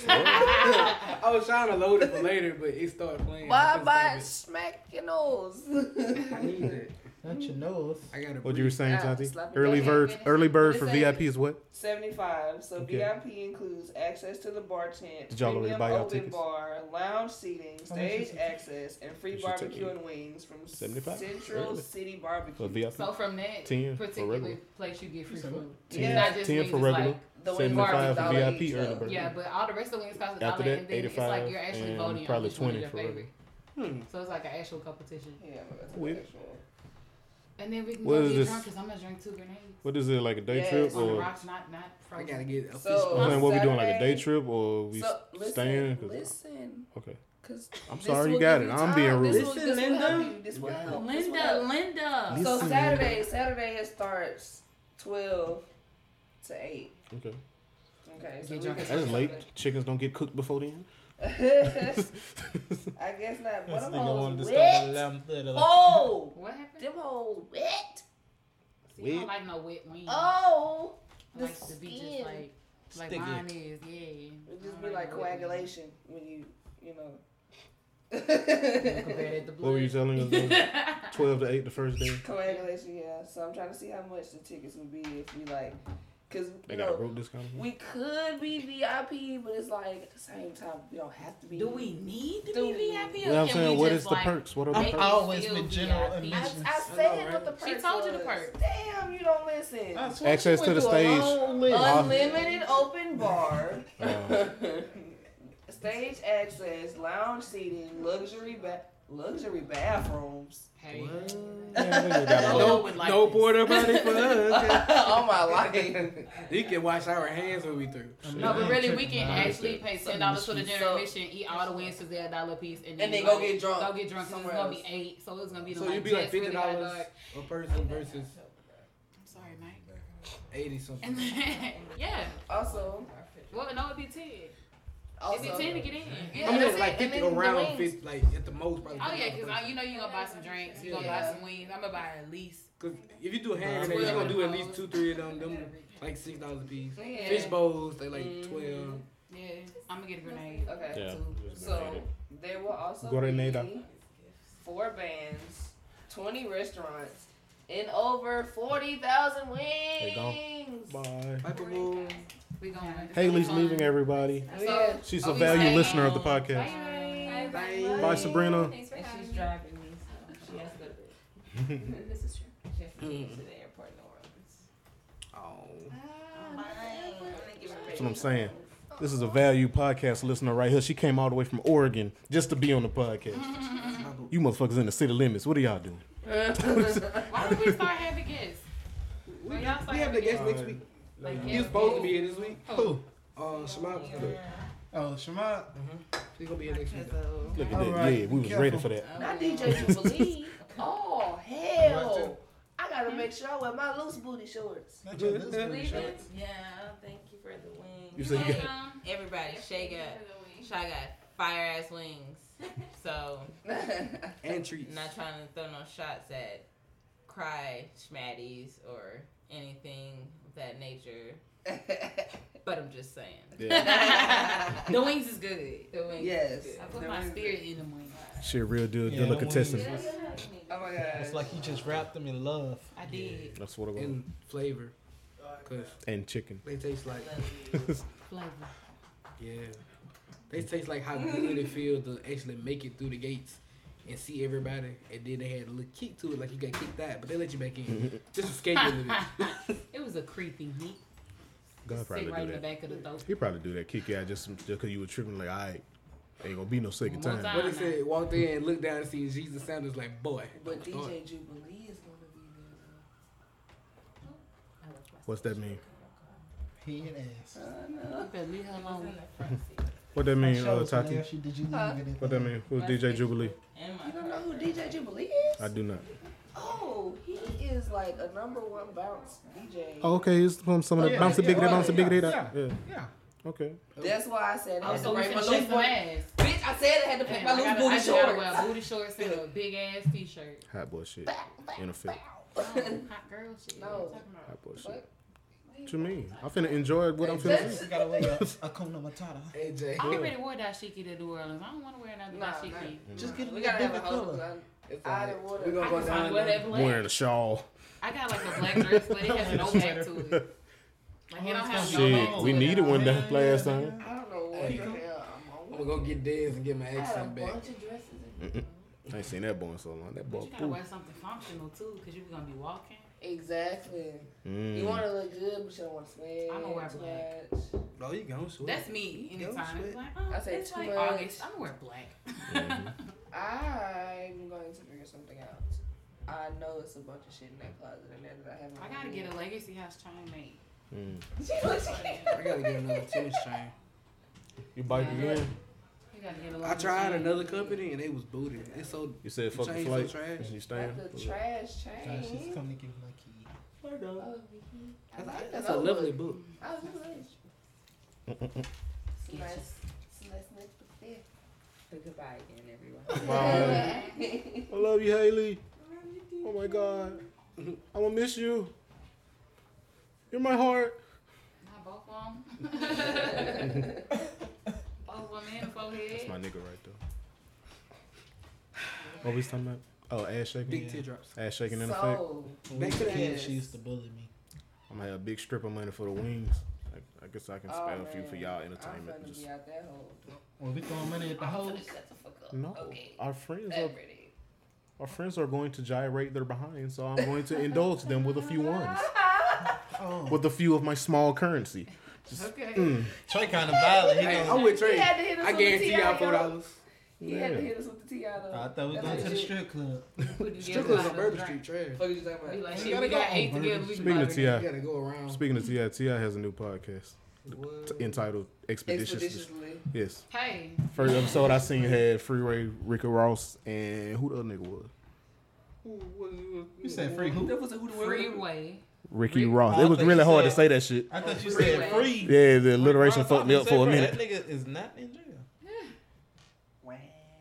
[SPEAKER 4] I was trying to load it for later, but it started playing. I
[SPEAKER 6] Why
[SPEAKER 4] couldn't
[SPEAKER 6] by
[SPEAKER 4] stop
[SPEAKER 6] smack your nose?
[SPEAKER 4] it. [LAUGHS] I need it.
[SPEAKER 5] Not your nose.
[SPEAKER 4] I gotta.
[SPEAKER 2] What you were saying,
[SPEAKER 6] out.
[SPEAKER 2] Tati?
[SPEAKER 6] Slap it
[SPEAKER 2] Early
[SPEAKER 6] down.
[SPEAKER 2] bird, early bird for
[SPEAKER 6] Listen.
[SPEAKER 2] VIP is what?
[SPEAKER 6] Seventy five. So
[SPEAKER 2] Okay.
[SPEAKER 6] VIP includes access to the bar tent,
[SPEAKER 2] Did y'all already
[SPEAKER 6] premium
[SPEAKER 2] buy y'all
[SPEAKER 6] open
[SPEAKER 2] tickets?
[SPEAKER 6] bar, lounge seating,
[SPEAKER 2] How much is
[SPEAKER 6] stage access, and free
[SPEAKER 2] What's your ticket?
[SPEAKER 6] barbecue and wings from
[SPEAKER 2] 75?
[SPEAKER 6] Central
[SPEAKER 2] Really?
[SPEAKER 6] City Barbecue.
[SPEAKER 2] For VIP?
[SPEAKER 10] So from that
[SPEAKER 2] 10 for regular.
[SPEAKER 10] particular place, you get free food.
[SPEAKER 2] Ten-
[SPEAKER 10] It's not just
[SPEAKER 2] 10
[SPEAKER 10] wings,
[SPEAKER 2] for
[SPEAKER 10] it's
[SPEAKER 2] regular,
[SPEAKER 10] like the wings
[SPEAKER 2] 75 for
[SPEAKER 10] barbecue.
[SPEAKER 2] VIP early bird.
[SPEAKER 10] Yeah, but all the rest of the wings cost a dollar,
[SPEAKER 2] After that,
[SPEAKER 10] and then it's
[SPEAKER 2] 85
[SPEAKER 10] like you're actually voting
[SPEAKER 2] and
[SPEAKER 10] on
[SPEAKER 2] probably
[SPEAKER 10] which one
[SPEAKER 2] 20
[SPEAKER 10] is your
[SPEAKER 2] for regular.
[SPEAKER 10] favorite. So it's like an actual competition.
[SPEAKER 6] Yeah,
[SPEAKER 2] Weird.
[SPEAKER 10] And then we can
[SPEAKER 2] What
[SPEAKER 10] go
[SPEAKER 2] is
[SPEAKER 10] get
[SPEAKER 2] this?
[SPEAKER 10] drunk because I'm gonna drink two grenades.
[SPEAKER 2] What is it, like a day
[SPEAKER 10] Yes.
[SPEAKER 2] trip?
[SPEAKER 10] On the
[SPEAKER 2] or
[SPEAKER 10] rocks, not not.
[SPEAKER 4] I
[SPEAKER 10] Frozen.
[SPEAKER 4] gotta get a
[SPEAKER 6] So-
[SPEAKER 2] I'm saying, what we doing, like a
[SPEAKER 6] Saturday-
[SPEAKER 2] day trip or we
[SPEAKER 6] So, listen,
[SPEAKER 2] staying? 'Cause-
[SPEAKER 6] listen.
[SPEAKER 2] Okay.
[SPEAKER 6] Because
[SPEAKER 2] I'm sorry you got it. I'm being rude.
[SPEAKER 6] This will,
[SPEAKER 2] Listen,
[SPEAKER 6] this will help
[SPEAKER 2] Linda.
[SPEAKER 6] you. This will
[SPEAKER 2] Yeah.
[SPEAKER 6] help. This will
[SPEAKER 10] Linda,
[SPEAKER 6] help.
[SPEAKER 10] Linda.
[SPEAKER 6] So
[SPEAKER 2] Listen,
[SPEAKER 6] Saturday, Saturday it starts twelve to eight.
[SPEAKER 2] Okay.
[SPEAKER 6] Okay, so
[SPEAKER 10] Get
[SPEAKER 6] we
[SPEAKER 2] [LAUGHS]
[SPEAKER 10] drunk
[SPEAKER 6] can- [LAUGHS]
[SPEAKER 2] That is late. Chickens don't get cooked before then.
[SPEAKER 6] I guess not. One of them hoes wet. Oh,
[SPEAKER 10] What happened?
[SPEAKER 6] them hoes wet.
[SPEAKER 10] See, I don't like no wet wings.
[SPEAKER 6] Oh,
[SPEAKER 10] Mm. I
[SPEAKER 6] the
[SPEAKER 10] like to be just
[SPEAKER 6] skin.
[SPEAKER 10] like like
[SPEAKER 5] Sticky.
[SPEAKER 10] mine is. Yeah.
[SPEAKER 6] it
[SPEAKER 10] I
[SPEAKER 6] just
[SPEAKER 10] don't
[SPEAKER 6] be like
[SPEAKER 10] no wet wings.
[SPEAKER 6] coagulation when you, you know. [LAUGHS]
[SPEAKER 10] Don't compare that to
[SPEAKER 2] What were you
[SPEAKER 10] blood.
[SPEAKER 2] telling us?
[SPEAKER 10] [LAUGHS]
[SPEAKER 2] though? Twelve to eight the first day.
[SPEAKER 6] Coagulation, yeah. So I'm trying to see how much the tickets would be if we like, cause
[SPEAKER 2] They
[SPEAKER 6] you
[SPEAKER 2] got a
[SPEAKER 6] know
[SPEAKER 2] rope discount.
[SPEAKER 6] we could be VIP, but it's like at the same time we don't have to be.
[SPEAKER 10] Do we need to
[SPEAKER 6] Do
[SPEAKER 10] be
[SPEAKER 6] we-
[SPEAKER 10] VIP?
[SPEAKER 2] You know what I'm
[SPEAKER 10] Can
[SPEAKER 2] saying?
[SPEAKER 10] we
[SPEAKER 2] What
[SPEAKER 10] just,
[SPEAKER 2] is the
[SPEAKER 10] like,
[SPEAKER 2] perks? What are the
[SPEAKER 10] make
[SPEAKER 2] perks?
[SPEAKER 10] it
[SPEAKER 5] Always
[SPEAKER 10] feel
[SPEAKER 5] with general
[SPEAKER 10] VIP?
[SPEAKER 6] I,
[SPEAKER 5] admissions.
[SPEAKER 6] I said what the perks.
[SPEAKER 10] She told you the
[SPEAKER 6] was.
[SPEAKER 10] perks.
[SPEAKER 6] Damn, you don't listen.
[SPEAKER 2] Access to the stage.
[SPEAKER 6] Unlimited
[SPEAKER 2] [LAUGHS]
[SPEAKER 6] open bar, [LAUGHS]
[SPEAKER 2] Uh,
[SPEAKER 6] stage access, lounge seating, luxury ba- luxury bathrooms. [LAUGHS]
[SPEAKER 10] Hey.
[SPEAKER 2] yeah, we just got a
[SPEAKER 10] No,
[SPEAKER 2] rope.
[SPEAKER 10] would like
[SPEAKER 4] no
[SPEAKER 10] this.
[SPEAKER 4] border
[SPEAKER 10] [LAUGHS]
[SPEAKER 4] money for us.
[SPEAKER 6] All Oh my life.
[SPEAKER 4] you can wash our hands when we through.
[SPEAKER 10] No, but really, we can
[SPEAKER 5] Nah,
[SPEAKER 10] actually pay ten dollars for the general
[SPEAKER 6] So-
[SPEAKER 10] admission, eat all the wings 'cause they're a dollar piece, and then,
[SPEAKER 6] And then go get drunk
[SPEAKER 10] Go get drunk. So it's
[SPEAKER 6] somewhere
[SPEAKER 10] gonna
[SPEAKER 6] else.
[SPEAKER 10] be eight. So it's gonna be the
[SPEAKER 4] So
[SPEAKER 10] like,
[SPEAKER 4] you'd be like
[SPEAKER 10] just really
[SPEAKER 4] fifty
[SPEAKER 10] hot
[SPEAKER 4] dollars
[SPEAKER 10] dog.
[SPEAKER 4] a person versus
[SPEAKER 10] I'm sorry, Mike. [LAUGHS]
[SPEAKER 4] eighty something.
[SPEAKER 10] And then, yeah.
[SPEAKER 6] Also,
[SPEAKER 10] Well, no, it'd be ten.
[SPEAKER 6] also,
[SPEAKER 10] it'd be ten to get in. Yeah,
[SPEAKER 4] I'm
[SPEAKER 10] that's
[SPEAKER 4] just
[SPEAKER 10] it.
[SPEAKER 4] like
[SPEAKER 6] And
[SPEAKER 4] fifty
[SPEAKER 6] then the
[SPEAKER 4] around
[SPEAKER 6] wings.
[SPEAKER 4] fifty, like at the most probably.
[SPEAKER 10] Oh yeah,
[SPEAKER 4] 50 per
[SPEAKER 10] cause I, you know you gonna buy some drinks, you gonna buy
[SPEAKER 6] Yeah.
[SPEAKER 10] some wings. I'm gonna buy at least.
[SPEAKER 4] Cause if you do hand
[SPEAKER 10] Nah,
[SPEAKER 4] grenades, you're
[SPEAKER 10] I'm
[SPEAKER 4] gonna do at
[SPEAKER 10] good.
[SPEAKER 4] least two, three of them. Them like six dollars a piece.
[SPEAKER 6] Yeah.
[SPEAKER 4] Fish bowls, they like
[SPEAKER 6] Mhm.
[SPEAKER 10] Mm-hmm.
[SPEAKER 4] twelve.
[SPEAKER 10] Yeah, I'm gonna get a grenade.
[SPEAKER 6] Okay.
[SPEAKER 2] Yeah.
[SPEAKER 6] So there will also
[SPEAKER 2] Goreneda.
[SPEAKER 6] be four bands, twenty restaurants, and over forty thousand
[SPEAKER 2] They
[SPEAKER 6] wings.
[SPEAKER 2] Bye.
[SPEAKER 4] Piper bowl.
[SPEAKER 10] We going.
[SPEAKER 2] Haley's leaving everybody.
[SPEAKER 6] Yeah.
[SPEAKER 2] She's
[SPEAKER 10] Oh,
[SPEAKER 2] a
[SPEAKER 10] we
[SPEAKER 2] valued
[SPEAKER 10] staying.
[SPEAKER 2] listener of the podcast.
[SPEAKER 8] Bye.
[SPEAKER 4] Bye.
[SPEAKER 2] Bye, Sabrina.
[SPEAKER 8] Thanks for
[SPEAKER 3] And
[SPEAKER 8] having
[SPEAKER 3] she's
[SPEAKER 8] me.
[SPEAKER 3] driving me, so she has to go to
[SPEAKER 2] [LAUGHS]
[SPEAKER 3] bed.
[SPEAKER 8] This is true.
[SPEAKER 3] She has to get to the airport in New Orleans.
[SPEAKER 4] Oh.
[SPEAKER 6] Oh,
[SPEAKER 2] That's what I'm saying. This is a value podcast listener right here. She came all the way from Oregon just to be on the podcast. You motherfuckers in the city limits. What are y'all doing?
[SPEAKER 10] Why would we start having guests? Why y'all start
[SPEAKER 4] We have the
[SPEAKER 10] having
[SPEAKER 4] guest next week.
[SPEAKER 10] Like,
[SPEAKER 4] He was supposed to be here this week.
[SPEAKER 5] Who?
[SPEAKER 4] Uh, Shema.
[SPEAKER 5] Oh, Shema.
[SPEAKER 4] He's gonna be here next week.
[SPEAKER 2] Look at
[SPEAKER 5] All
[SPEAKER 2] that.
[SPEAKER 5] right,
[SPEAKER 2] yeah,
[SPEAKER 5] be
[SPEAKER 2] we was
[SPEAKER 5] careful.
[SPEAKER 2] ready for that.
[SPEAKER 6] Not DJ
[SPEAKER 8] [LAUGHS]
[SPEAKER 6] Jubilee. oh hell! I gotta make sure I wear my loose booty shorts.
[SPEAKER 5] Not your little booty
[SPEAKER 8] Leave it.
[SPEAKER 5] shorts.
[SPEAKER 3] Yeah, thank you for the wings.
[SPEAKER 2] You said you got
[SPEAKER 10] Um,
[SPEAKER 3] Everybody, Shay got, Shay got fire ass wings.
[SPEAKER 6] [LAUGHS]
[SPEAKER 3] So,
[SPEAKER 4] And treats.
[SPEAKER 3] not trying to throw no shots at cry schmatties or anything of that
[SPEAKER 6] [LAUGHS]
[SPEAKER 3] nature, but I'm just saying.
[SPEAKER 2] yeah.
[SPEAKER 3] [LAUGHS]
[SPEAKER 10] the wings is good. The wings.
[SPEAKER 6] yes.
[SPEAKER 10] I put my [LAUGHS] spirit in the wings.
[SPEAKER 2] Shit, real deal.
[SPEAKER 5] Yeah,
[SPEAKER 2] Good
[SPEAKER 5] them
[SPEAKER 2] looking testing.
[SPEAKER 5] wings.
[SPEAKER 6] Oh my god.
[SPEAKER 5] It's like you just wrapped them in love.
[SPEAKER 10] I did.
[SPEAKER 2] That's what it was.
[SPEAKER 4] And flavor. Cause
[SPEAKER 2] And chicken.
[SPEAKER 4] they taste like
[SPEAKER 10] Flavor.
[SPEAKER 4] yeah. They taste like how good it feels to actually make it through the gates and see everybody. And then they had a little kick to it, like you got kicked out, but they let you back in. Just escape a little bit.
[SPEAKER 10] It was a creepy heat.
[SPEAKER 2] God probably
[SPEAKER 10] right in
[SPEAKER 2] do
[SPEAKER 10] the
[SPEAKER 2] that.
[SPEAKER 10] back of the throat.
[SPEAKER 2] He probably do that. Kick you out just because you were tripping. Like, all right, ain't gonna be no second
[SPEAKER 10] One
[SPEAKER 2] time.
[SPEAKER 10] time.
[SPEAKER 4] What he said, walked in, and looked down, and seen Jesus Sanders, like, boy.
[SPEAKER 6] But
[SPEAKER 4] don't start.
[SPEAKER 6] DJ Jubilee is gonna be there.
[SPEAKER 2] What's that mean?
[SPEAKER 5] He and ass.
[SPEAKER 10] You better leave her alone.
[SPEAKER 2] What that mean, uh,
[SPEAKER 5] Shows
[SPEAKER 2] Tati?
[SPEAKER 5] left you, Did you leave
[SPEAKER 6] Huh?
[SPEAKER 5] it in
[SPEAKER 2] What that mean? Who's DJ Jubilee?
[SPEAKER 6] though. You don't know who DJ Jubilee is?
[SPEAKER 2] I do not.
[SPEAKER 6] Oh, he is like a number one bounce DJ.
[SPEAKER 2] Oh, okay, it's from some of the
[SPEAKER 6] Yeah,
[SPEAKER 2] bouncy
[SPEAKER 6] yeah,
[SPEAKER 2] big that
[SPEAKER 6] yeah,
[SPEAKER 2] bouncy big that.
[SPEAKER 6] yeah,
[SPEAKER 2] Yeah. Okay.
[SPEAKER 6] That's why I said it
[SPEAKER 10] Oh,
[SPEAKER 6] had
[SPEAKER 10] so we
[SPEAKER 6] to break my
[SPEAKER 10] finna
[SPEAKER 6] loose
[SPEAKER 10] shoot some
[SPEAKER 6] booty.
[SPEAKER 10] ass.
[SPEAKER 6] Bitch, I said it had to break
[SPEAKER 10] Damn,
[SPEAKER 6] my
[SPEAKER 10] I
[SPEAKER 6] loose
[SPEAKER 10] gotta, I
[SPEAKER 6] booty
[SPEAKER 10] just gotta wear
[SPEAKER 6] shorts.
[SPEAKER 10] booty shorts and [LAUGHS] a big ass [LAUGHS] t-shirt.
[SPEAKER 2] Hot boy shit. In effect.
[SPEAKER 6] [LAUGHS]
[SPEAKER 10] Oh, hot girl shit.
[SPEAKER 6] No.
[SPEAKER 10] What you talking about?
[SPEAKER 2] Hot boy shit. What you mean? I'm finna enjoy what I'm finna
[SPEAKER 5] You
[SPEAKER 2] see.
[SPEAKER 5] gotta wear a, a Kona Matata.
[SPEAKER 4] AJ.
[SPEAKER 10] I already wore dashiki to New Orleans. I don't want to wear another
[SPEAKER 6] Nah,
[SPEAKER 10] dashiki.
[SPEAKER 5] Just get a
[SPEAKER 6] We
[SPEAKER 5] little
[SPEAKER 6] gotta have a
[SPEAKER 5] different
[SPEAKER 6] whole
[SPEAKER 5] color.
[SPEAKER 4] It's
[SPEAKER 6] I
[SPEAKER 4] alright.
[SPEAKER 6] done wore
[SPEAKER 4] We
[SPEAKER 6] the-
[SPEAKER 4] gonna
[SPEAKER 10] I
[SPEAKER 4] go
[SPEAKER 10] just want
[SPEAKER 4] down
[SPEAKER 10] to wear
[SPEAKER 4] there.
[SPEAKER 10] that black.
[SPEAKER 2] Wearing a shawl.
[SPEAKER 10] I got like a black dress, but it has no back to [LAUGHS] it. Like it don't have no back
[SPEAKER 2] Shit,
[SPEAKER 10] to
[SPEAKER 2] we
[SPEAKER 10] it.
[SPEAKER 2] needed one that last time.
[SPEAKER 6] I don't know what the hell
[SPEAKER 4] I'm
[SPEAKER 6] I'm on.
[SPEAKER 4] gonna go get Dez and get my
[SPEAKER 6] I had a
[SPEAKER 4] accent back.
[SPEAKER 6] bunch of dresses. in-
[SPEAKER 2] I ain't seen that boy in so long. That
[SPEAKER 10] But
[SPEAKER 2] boy.
[SPEAKER 10] you gotta
[SPEAKER 2] poo.
[SPEAKER 10] wear something functional too, cause you're gonna be walking.
[SPEAKER 6] Exactly. You
[SPEAKER 2] Mm.
[SPEAKER 6] want to look good, but you don't want to sweat.
[SPEAKER 10] I'ma wear
[SPEAKER 6] too
[SPEAKER 10] black.
[SPEAKER 6] much.
[SPEAKER 4] No, you gonna sweat.
[SPEAKER 10] That's me.
[SPEAKER 6] You don't
[SPEAKER 10] Anytime
[SPEAKER 6] sweat.
[SPEAKER 10] it's like, oh,
[SPEAKER 6] I say
[SPEAKER 10] it's
[SPEAKER 6] too
[SPEAKER 10] like
[SPEAKER 6] much.
[SPEAKER 10] August. I'm gonna wear black.
[SPEAKER 6] I'm going to figure something out. I know it's a bunch of shit in that closet and there that I haven't.
[SPEAKER 10] I gotta get a legacy house chain made.
[SPEAKER 2] Mm.
[SPEAKER 4] I gotta get another tennis chain.
[SPEAKER 2] You
[SPEAKER 4] Oh,
[SPEAKER 2] bike again?
[SPEAKER 10] You gotta get a
[SPEAKER 4] I
[SPEAKER 10] legacy
[SPEAKER 4] tried
[SPEAKER 10] chain.
[SPEAKER 4] another company and they was booted. It's so
[SPEAKER 2] You said fuck the
[SPEAKER 4] Chain's
[SPEAKER 2] flight.
[SPEAKER 4] so trash.
[SPEAKER 2] You staying?
[SPEAKER 6] Like the trash
[SPEAKER 5] Nah, she's
[SPEAKER 6] chain.
[SPEAKER 5] coming to give my key.
[SPEAKER 6] Oh, I like the
[SPEAKER 4] that's a lovely
[SPEAKER 6] notebook.
[SPEAKER 4] book.
[SPEAKER 6] I was looking at it. It's nice. It's nice, nice, but [LAUGHS] thick.
[SPEAKER 3] The goodbye again, everyone.
[SPEAKER 2] Bye. I love you, Haley. Oh my god. [LAUGHS] I'm gonna miss you. You're my heart.
[SPEAKER 10] Not both
[SPEAKER 4] [LAUGHS]
[SPEAKER 10] of them. [LAUGHS] both of them in the forehead.
[SPEAKER 2] That's my nigga right there. What we talking about? Oh, ass shaking.
[SPEAKER 4] Big teardrops.
[SPEAKER 2] Ass shaking in effect.
[SPEAKER 6] So,
[SPEAKER 5] When
[SPEAKER 4] Back to
[SPEAKER 5] we was
[SPEAKER 4] the
[SPEAKER 5] kids,
[SPEAKER 4] ass.
[SPEAKER 5] she used to bully me.
[SPEAKER 2] I'm gonna have a big strip of money for the wings. I, I guess I can
[SPEAKER 6] oh,
[SPEAKER 2] spare a few for
[SPEAKER 6] man,
[SPEAKER 2] y'all entertainment.
[SPEAKER 6] I'm
[SPEAKER 2] and
[SPEAKER 6] finna
[SPEAKER 2] Just,
[SPEAKER 6] be out that hole.
[SPEAKER 5] When we throwing money at the hoes,
[SPEAKER 6] Shut the fuck up.
[SPEAKER 2] no,
[SPEAKER 6] Okay.
[SPEAKER 2] our friends are
[SPEAKER 6] That pretty.
[SPEAKER 2] our friends are going to gyrate their behind, so I'm going to indulge them with a few ones,
[SPEAKER 6] [LAUGHS]
[SPEAKER 5] oh,
[SPEAKER 2] with a few of my small currency.
[SPEAKER 10] Okay.
[SPEAKER 4] Mm.
[SPEAKER 5] Trey kind of violent. He
[SPEAKER 4] Hey,
[SPEAKER 5] gonna-
[SPEAKER 4] I'm with Trey.
[SPEAKER 6] had to hit us
[SPEAKER 4] I
[SPEAKER 6] with
[SPEAKER 4] guarantee
[SPEAKER 6] the
[SPEAKER 4] y'all
[SPEAKER 6] TI,
[SPEAKER 4] four dollars.
[SPEAKER 6] You had to
[SPEAKER 2] Yeah.
[SPEAKER 6] hit us with the T out
[SPEAKER 5] I thought we were
[SPEAKER 6] That's
[SPEAKER 5] going to the
[SPEAKER 6] legit.
[SPEAKER 5] strip club.
[SPEAKER 4] Strip clubs on Bourbon Street trash.
[SPEAKER 6] Fuck
[SPEAKER 10] We
[SPEAKER 6] you talking about?
[SPEAKER 10] like,
[SPEAKER 4] You
[SPEAKER 10] shit,
[SPEAKER 4] gotta
[SPEAKER 10] we got
[SPEAKER 4] go.
[SPEAKER 10] eight together. We
[SPEAKER 2] Speaking
[SPEAKER 10] about
[SPEAKER 2] of
[SPEAKER 10] to-
[SPEAKER 4] You
[SPEAKER 2] Ti,
[SPEAKER 4] gotta go around.
[SPEAKER 2] speaking of Ti, Ti has a new podcast t- entitled Expeditious.
[SPEAKER 6] Expeditiously.
[SPEAKER 2] Yes,
[SPEAKER 10] Hey,
[SPEAKER 2] first episode I seen had Freeway, Ricky Ross, and who the other nigga was?
[SPEAKER 5] You said free who?
[SPEAKER 6] That was a who the word.
[SPEAKER 10] freeway.
[SPEAKER 2] Ricky
[SPEAKER 10] Rick-
[SPEAKER 2] Ross.
[SPEAKER 5] I
[SPEAKER 2] It was
[SPEAKER 5] thought
[SPEAKER 2] really
[SPEAKER 5] you
[SPEAKER 2] hard to
[SPEAKER 5] said-
[SPEAKER 2] say that shit.
[SPEAKER 5] I thought you
[SPEAKER 10] Freeway.
[SPEAKER 5] said free.
[SPEAKER 2] Yeah, the alliteration
[SPEAKER 5] Ross,
[SPEAKER 2] fucked me
[SPEAKER 5] I was
[SPEAKER 2] up for a
[SPEAKER 5] gonna say,
[SPEAKER 2] minute.
[SPEAKER 5] bro, That nigga is not in jail.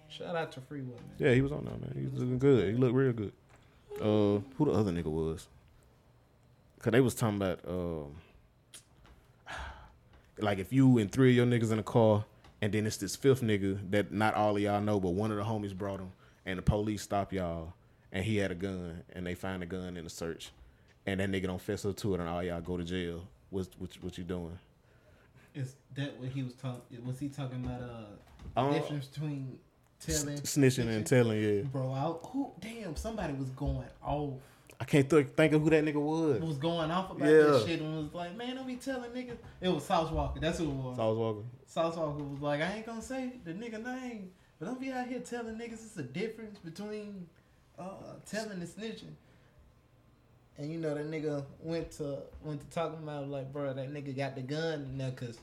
[SPEAKER 5] Shout out to Freeway, man.
[SPEAKER 2] Yeah, he was on there, man. He was looking good. He looked real good. Uh, who the other nigga was? Cause they was talking about um, [SIGHS] like if you and three of your niggas in a car, and then it's this fifth nigga that not all of y'all know, but one of the homies brought him, and the police stop y'all, and he had a gun, and they find a gun in the search, and that nigga don't fess up to it, and all y'all go to jail. What's what, what you doing?
[SPEAKER 5] Is that what he was talking? Was he talking about uh,
[SPEAKER 2] Um,
[SPEAKER 5] the difference between telling,
[SPEAKER 2] S- snitching and telling, yeah.
[SPEAKER 5] Bro, I, who? Damn, somebody was going off.
[SPEAKER 2] I can't th- think of who that nigga was.
[SPEAKER 5] Was going off about
[SPEAKER 2] Yeah.
[SPEAKER 5] that shit and was like, man, don't be telling niggas. It was South Walker. That's who it was.
[SPEAKER 2] So I was walking.
[SPEAKER 5] South Walker was like, I ain't gonna say the nigga name, but don't be out here telling niggas it's a difference between uh, telling and snitching. And you know that nigga went to went to talking about like, bro, that nigga got the gun in there, cause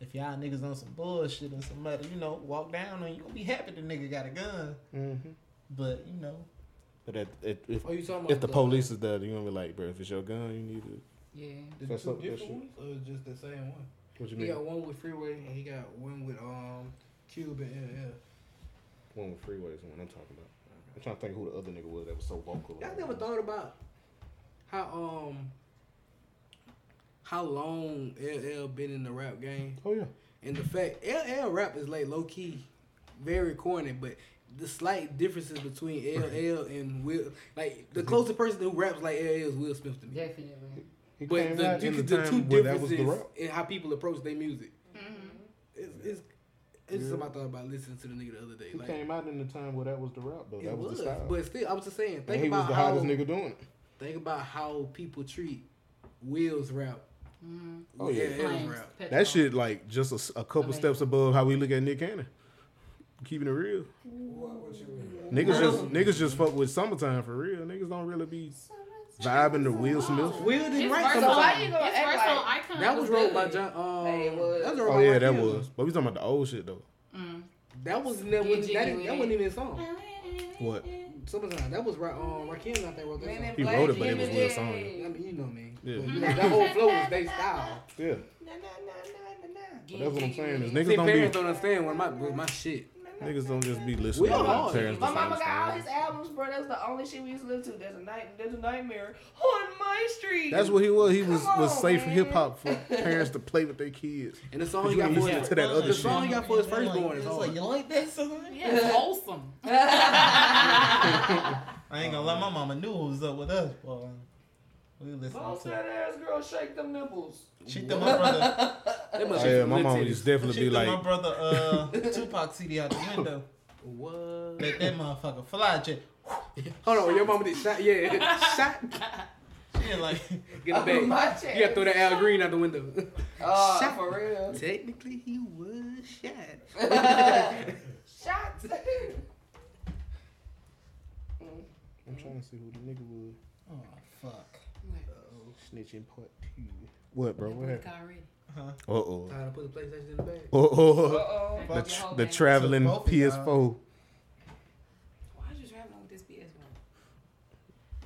[SPEAKER 5] if y'all niggas on some bullshit and some other, you know, walk down on you, gonna be happy the nigga got a gun,
[SPEAKER 2] Mm-hmm.
[SPEAKER 5] but you know,
[SPEAKER 2] But at, at, if
[SPEAKER 4] Oh, you talking about
[SPEAKER 2] if the police is there, you gonna be like, bro, if it's your gun, you need to.
[SPEAKER 10] Yeah.
[SPEAKER 4] The
[SPEAKER 2] That's
[SPEAKER 4] two
[SPEAKER 2] up- that's
[SPEAKER 4] different ones, or it's just the same one?
[SPEAKER 2] What you
[SPEAKER 4] He
[SPEAKER 2] mean?
[SPEAKER 4] got one with Freeway and he got one with um Cube and LL.
[SPEAKER 2] One with freeways, the one I'm talking about. I'm trying to think who the other nigga was that was so vocal.
[SPEAKER 4] Y'all never thought about how um how long LL been in the rap game
[SPEAKER 2] Oh yeah.
[SPEAKER 4] and the fact LL rap is like low key, very corny, but the slight differences between LL and Will, like the closest person who raps like LL is Will Smith to me.
[SPEAKER 10] Definitely.
[SPEAKER 2] He
[SPEAKER 4] But
[SPEAKER 2] came
[SPEAKER 4] the,
[SPEAKER 2] out
[SPEAKER 4] you
[SPEAKER 2] in
[SPEAKER 4] could- the
[SPEAKER 2] time
[SPEAKER 4] two
[SPEAKER 2] where that was
[SPEAKER 4] differences
[SPEAKER 2] the rap.
[SPEAKER 4] in how people approach their music. It's it's, it's
[SPEAKER 2] Yeah.
[SPEAKER 4] something I thought about listening to the nigga the other day.
[SPEAKER 2] He
[SPEAKER 4] Like,
[SPEAKER 2] came out in the time where that was the rap though.
[SPEAKER 4] it
[SPEAKER 2] That was,
[SPEAKER 4] was,
[SPEAKER 2] the style.
[SPEAKER 4] but still, I was just saying. Think
[SPEAKER 2] and he was
[SPEAKER 4] about
[SPEAKER 2] the
[SPEAKER 4] how
[SPEAKER 2] hottest nigga doing it.
[SPEAKER 4] think about how people treat Will's rap
[SPEAKER 10] Mhm.
[SPEAKER 2] Oh yeah,
[SPEAKER 10] Flames, pet
[SPEAKER 2] that
[SPEAKER 10] dog.
[SPEAKER 2] shit like just a s- a, couple
[SPEAKER 10] Amazing.
[SPEAKER 2] steps above how we look at Nick Cannon. Keeping it real, niggas just niggas just fuck with summertime for real. Niggas don't really be vibing to Will Smith.
[SPEAKER 4] Will
[SPEAKER 10] His
[SPEAKER 4] didn't write
[SPEAKER 10] first
[SPEAKER 4] something.
[SPEAKER 10] song- his first song, Icon,
[SPEAKER 4] That was wrote by
[SPEAKER 10] good.
[SPEAKER 4] John. Um, that was wrote
[SPEAKER 2] Oh
[SPEAKER 4] by
[SPEAKER 2] yeah,
[SPEAKER 4] Mike
[SPEAKER 2] that
[SPEAKER 4] Hill.
[SPEAKER 2] was. But we talking about the old shit though.
[SPEAKER 10] Mm.
[SPEAKER 4] That was never. That,
[SPEAKER 10] Get
[SPEAKER 4] wasn't-
[SPEAKER 10] jiggy
[SPEAKER 4] that,
[SPEAKER 10] with
[SPEAKER 4] that
[SPEAKER 10] it.
[SPEAKER 4] wasn't even a song.
[SPEAKER 2] What?
[SPEAKER 4] Summertime. That was Ra- um, Rakim. I think wrote that song.
[SPEAKER 2] He wrote it, but it was Will's song.
[SPEAKER 4] I mean, you know me.
[SPEAKER 2] Yeah.
[SPEAKER 4] You know, that whole flow was they
[SPEAKER 2] [LAUGHS]
[SPEAKER 4] style.
[SPEAKER 2] Yeah. But that's what I'm saying is niggas
[SPEAKER 4] See,
[SPEAKER 2] don't
[SPEAKER 4] parents
[SPEAKER 2] be
[SPEAKER 4] don't understand what my what my shit.
[SPEAKER 2] niggas don't just be
[SPEAKER 4] We
[SPEAKER 2] listening. to
[SPEAKER 4] all
[SPEAKER 2] what
[SPEAKER 4] are.
[SPEAKER 2] parents
[SPEAKER 6] My
[SPEAKER 2] just
[SPEAKER 6] mama got all
[SPEAKER 2] understand.
[SPEAKER 6] his albums, bro. That's the only shit we used to listen to. There's a night, there's a nightmare on my street.
[SPEAKER 2] That's what he was. He
[SPEAKER 6] Come
[SPEAKER 2] was
[SPEAKER 6] on,
[SPEAKER 2] was safe
[SPEAKER 6] man.
[SPEAKER 2] hip hop for parents to play with their kids.
[SPEAKER 4] And the song
[SPEAKER 2] 'Cause
[SPEAKER 4] he
[SPEAKER 2] you
[SPEAKER 4] got
[SPEAKER 2] ain't
[SPEAKER 4] for
[SPEAKER 2] listening
[SPEAKER 4] his
[SPEAKER 2] to that other
[SPEAKER 4] the song he
[SPEAKER 2] shit.
[SPEAKER 4] got for his firstborn is hard.
[SPEAKER 5] you like that song?
[SPEAKER 4] [LAUGHS]
[SPEAKER 10] Yeah, it's wholesome.
[SPEAKER 5] I ain't gonna lie, my mama knew who was up with us, boy. We listened
[SPEAKER 6] Bounce
[SPEAKER 5] to.
[SPEAKER 6] that ass girl, shake them nipples.
[SPEAKER 5] She threw my brother.
[SPEAKER 4] That
[SPEAKER 2] Oh,
[SPEAKER 4] must
[SPEAKER 2] yeah,
[SPEAKER 4] be
[SPEAKER 2] my
[SPEAKER 4] lit
[SPEAKER 2] mom
[SPEAKER 4] titties.
[SPEAKER 2] used to definitely
[SPEAKER 5] She
[SPEAKER 2] be
[SPEAKER 5] threw
[SPEAKER 2] like,
[SPEAKER 5] my brother uh [LAUGHS] Tupac CD out the window. What? Let that motherfucker fly, Jay.
[SPEAKER 4] Hold on, your mama did shot. Yeah, [LAUGHS] shot.
[SPEAKER 5] She ain't like, [LAUGHS]
[SPEAKER 4] Get
[SPEAKER 6] Oh,
[SPEAKER 4] it
[SPEAKER 6] my
[SPEAKER 4] back. You gotta throw that Al Green out the window.
[SPEAKER 6] Oh,
[SPEAKER 4] Shot.
[SPEAKER 6] for real.
[SPEAKER 4] [LAUGHS] Technically, he was shot.
[SPEAKER 6] Shots.
[SPEAKER 2] I'm trying to see who the nigga was.
[SPEAKER 5] oh fuck.
[SPEAKER 4] Oh,
[SPEAKER 2] Snitching part two. What, bro? What happened?
[SPEAKER 10] Already.
[SPEAKER 2] Uh oh.
[SPEAKER 4] Tired of putting PlayStation in the bag.
[SPEAKER 2] Oh,
[SPEAKER 6] Uh-oh.
[SPEAKER 2] the,
[SPEAKER 10] Fuck your
[SPEAKER 2] tr-
[SPEAKER 10] whole
[SPEAKER 2] the
[SPEAKER 10] bag.
[SPEAKER 2] traveling
[SPEAKER 5] Took both of y'all.
[SPEAKER 2] PS4.
[SPEAKER 10] Why'd you travel with this PS1?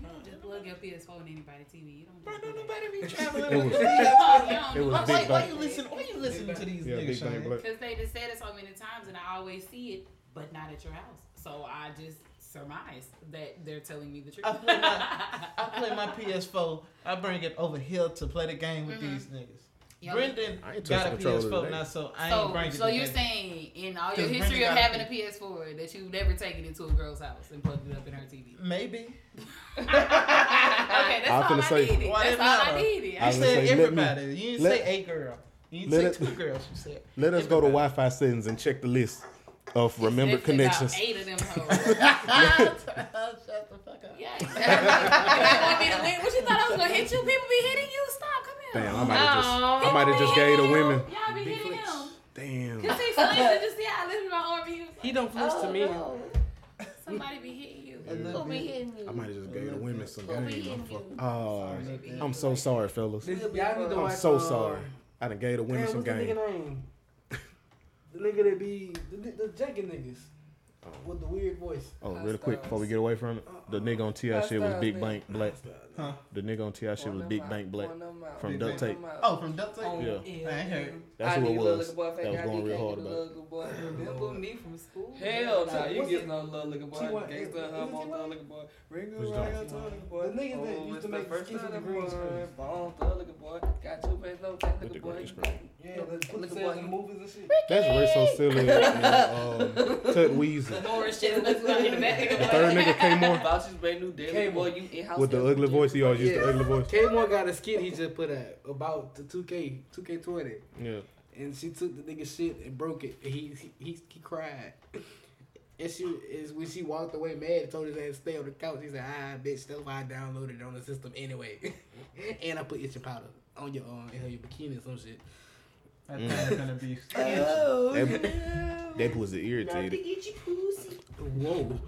[SPEAKER 10] You don't just plug your PS4 in anybody's TV. You don't. Just do that.
[SPEAKER 5] be traveling.
[SPEAKER 2] It was-
[SPEAKER 10] [LAUGHS]
[SPEAKER 2] It was
[SPEAKER 5] Why,
[SPEAKER 2] big
[SPEAKER 5] why
[SPEAKER 2] bang.
[SPEAKER 5] you listen? Why you listening to these
[SPEAKER 2] Yeah,
[SPEAKER 5] niggas?
[SPEAKER 2] big bang.
[SPEAKER 5] Shane?
[SPEAKER 2] Black.
[SPEAKER 10] Because they just said it so many times, and I always see it, but not at your house. So I just surmise that they're telling me
[SPEAKER 5] [LAUGHS]
[SPEAKER 10] the truth.
[SPEAKER 5] I play
[SPEAKER 10] [LAUGHS]
[SPEAKER 5] my- I play my PS4. I bring it over here to play the game with these niggas.
[SPEAKER 10] Mm-hmm. Yo,
[SPEAKER 5] Brendan
[SPEAKER 2] I ain't
[SPEAKER 5] got
[SPEAKER 2] touched
[SPEAKER 5] a
[SPEAKER 2] the controller
[SPEAKER 5] PS4
[SPEAKER 2] today.
[SPEAKER 5] now, so I ain't
[SPEAKER 10] so,
[SPEAKER 5] bringing it.
[SPEAKER 10] so you're
[SPEAKER 5] today.
[SPEAKER 10] saying in all your
[SPEAKER 5] Just bring
[SPEAKER 10] history
[SPEAKER 5] it
[SPEAKER 10] of
[SPEAKER 5] out.
[SPEAKER 10] having a PS4 that you've never taken it to a girl's house and plugged it up in her TV?
[SPEAKER 5] maybe?
[SPEAKER 10] okay, that's
[SPEAKER 2] I was
[SPEAKER 10] all
[SPEAKER 2] finna
[SPEAKER 10] I
[SPEAKER 2] say-
[SPEAKER 10] needed.
[SPEAKER 5] Why
[SPEAKER 10] That's
[SPEAKER 5] that
[SPEAKER 10] all I
[SPEAKER 5] matter?
[SPEAKER 10] needed.
[SPEAKER 5] You
[SPEAKER 2] I
[SPEAKER 5] said
[SPEAKER 10] [LAUGHS]
[SPEAKER 2] would say, let me-
[SPEAKER 5] everybody. you didn't
[SPEAKER 2] let-
[SPEAKER 5] say a girl. You didn't
[SPEAKER 2] let
[SPEAKER 5] say
[SPEAKER 2] it-
[SPEAKER 5] two girls. You said
[SPEAKER 2] Let us go to
[SPEAKER 5] everybody.
[SPEAKER 2] Wi-Fi settings and check the list of remembered
[SPEAKER 10] Definitely
[SPEAKER 2] [LAUGHS]
[SPEAKER 10] about
[SPEAKER 2] connections.
[SPEAKER 10] Eight of them hoes.
[SPEAKER 5] Shut the fuck up.
[SPEAKER 10] [LAUGHS] yeah. exactly. That would be the win. What you thought I was gonna hit you? People be hitting you. Stop. Come here. Oh.
[SPEAKER 2] Damn, I might have just, I might have just gave the women.
[SPEAKER 10] Y'all be hitting him.
[SPEAKER 2] Damn.
[SPEAKER 10] You see,
[SPEAKER 4] [LAUGHS]
[SPEAKER 10] Selena, just see how I lifted my arm. He was like, "Oh,
[SPEAKER 4] He don't flinch to me.
[SPEAKER 10] somebody be hitting you.
[SPEAKER 5] A little
[SPEAKER 6] We
[SPEAKER 5] bit.
[SPEAKER 6] hitting you.
[SPEAKER 2] I might have just gave the women some
[SPEAKER 6] Well, we
[SPEAKER 2] game. I'm
[SPEAKER 6] in
[SPEAKER 2] fuck-
[SPEAKER 6] you.
[SPEAKER 2] Oh, I'm so sorry, fellas.
[SPEAKER 4] This, y'all need to
[SPEAKER 2] I'm
[SPEAKER 4] watch,
[SPEAKER 2] so
[SPEAKER 4] uh,
[SPEAKER 2] sorry. I done gave the
[SPEAKER 4] Damn,
[SPEAKER 2] women
[SPEAKER 4] what's
[SPEAKER 2] some
[SPEAKER 4] the
[SPEAKER 2] game.
[SPEAKER 4] nigga
[SPEAKER 2] [LAUGHS]
[SPEAKER 4] name? The nigga that be the, ni- the Jamaican niggas with the weird voice.
[SPEAKER 2] Oh, really quick before we get away from it,
[SPEAKER 4] Uh-uh.
[SPEAKER 2] the nigga on Ti shit was Big Bank Black.
[SPEAKER 5] Huh?
[SPEAKER 2] The nigga on Ti shit was Big Bank Black from
[SPEAKER 5] Big
[SPEAKER 2] Duct
[SPEAKER 5] Bank.
[SPEAKER 2] Tape.
[SPEAKER 5] Oh, from Duct Tape.
[SPEAKER 2] [LAUGHS] Yeah.
[SPEAKER 10] Oh,
[SPEAKER 5] I ain't heard.
[SPEAKER 2] That's who it was. That was going real hard about. it.
[SPEAKER 10] Remember me from school?
[SPEAKER 6] Hell
[SPEAKER 4] So
[SPEAKER 6] nah, you
[SPEAKER 4] what's
[SPEAKER 6] get
[SPEAKER 4] it-
[SPEAKER 6] no little looking boy.
[SPEAKER 4] T Y-
[SPEAKER 6] Gangsta,
[SPEAKER 4] is it
[SPEAKER 6] hum on
[SPEAKER 4] T Y?
[SPEAKER 6] thug looking boy. Ring
[SPEAKER 2] Who's
[SPEAKER 6] around your
[SPEAKER 2] that?
[SPEAKER 6] thug looking boy.
[SPEAKER 4] The niggas that
[SPEAKER 6] Oh,
[SPEAKER 4] used to
[SPEAKER 6] it's
[SPEAKER 4] make
[SPEAKER 6] the first
[SPEAKER 4] skits with the
[SPEAKER 6] thug
[SPEAKER 4] green
[SPEAKER 6] boy.
[SPEAKER 4] screen.
[SPEAKER 6] Bone thug looking boy. Got two bands, no
[SPEAKER 2] With
[SPEAKER 6] thug
[SPEAKER 2] the
[SPEAKER 6] looking
[SPEAKER 2] green
[SPEAKER 6] boy.
[SPEAKER 2] screen.
[SPEAKER 4] Yeah,
[SPEAKER 6] Look,
[SPEAKER 4] that
[SPEAKER 6] look
[SPEAKER 4] puts
[SPEAKER 6] at
[SPEAKER 4] themselves
[SPEAKER 6] that.
[SPEAKER 4] in movies and shit.
[SPEAKER 2] That's Ray Silly and
[SPEAKER 4] [LAUGHS]
[SPEAKER 2] um, Tut Weezy.
[SPEAKER 10] Laura shit was in the back.
[SPEAKER 2] The third nigga came on
[SPEAKER 6] Vouchers brand new daily
[SPEAKER 4] Cable.
[SPEAKER 6] boy. You in house
[SPEAKER 2] with the ugly voice. He always used the
[SPEAKER 4] [LAUGHS]
[SPEAKER 2] ugly voice.
[SPEAKER 4] K Moore got a skit he just put out about the 2K, 2K20.
[SPEAKER 2] Yeah.
[SPEAKER 4] And she took the nigga shit and broke it. And he, he, he, he cried. And she is when she walked away mad and told his ass to stay on the couch. He said, ah, bitch, that's why I downloaded it on the system anyway. [LAUGHS] and I put itching powder on your arm and on your bikini or some shit.
[SPEAKER 5] That thing's gonna be.
[SPEAKER 2] Oh. That, that was irritated.
[SPEAKER 4] Whoa.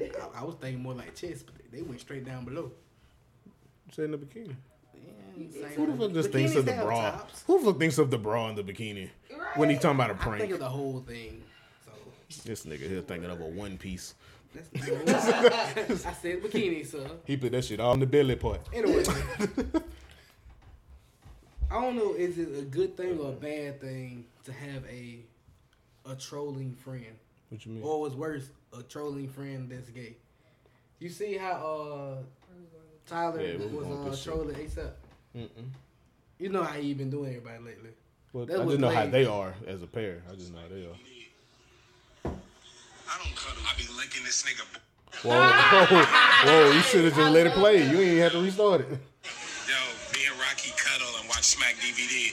[SPEAKER 4] I, I was thinking more like chest, but they went straight down below.
[SPEAKER 2] Saying the bikini. Who the
[SPEAKER 4] Who
[SPEAKER 2] fuck just thinks of the bra? Who the fuck thinks of the bra and the bikini when he talking about a
[SPEAKER 4] I think
[SPEAKER 2] prank?
[SPEAKER 4] of the whole thing. So
[SPEAKER 2] This nigga here thinking of a one piece.
[SPEAKER 4] that's I said bikini, sir.
[SPEAKER 2] He put that shit all in the belly part.
[SPEAKER 5] [LAUGHS]
[SPEAKER 4] Anyway, I don't know. Is it a good thing or a bad thing to have a a trolling friend,
[SPEAKER 2] What you mean?
[SPEAKER 4] or what's worse, a trolling friend that's gay? You see how uh Tyler
[SPEAKER 2] Yeah, we was on
[SPEAKER 4] was
[SPEAKER 2] this
[SPEAKER 4] uh,
[SPEAKER 2] shit.
[SPEAKER 4] trolling ASAP.
[SPEAKER 2] Mm-mm.
[SPEAKER 4] You know how he been doing everybody lately. [LAUGHS]
[SPEAKER 2] Well,
[SPEAKER 4] That
[SPEAKER 2] I
[SPEAKER 4] was
[SPEAKER 2] just know how
[SPEAKER 4] lame.
[SPEAKER 2] they are as a pair. I just know how they are.
[SPEAKER 15] I don't cuddle. I be licking this nigga. b-
[SPEAKER 2] Whoa, whoa, whoa! You should have just let it play. You ain't have to restart it.
[SPEAKER 15] Yo, me and Rocky cuddle and watch Smack DVD.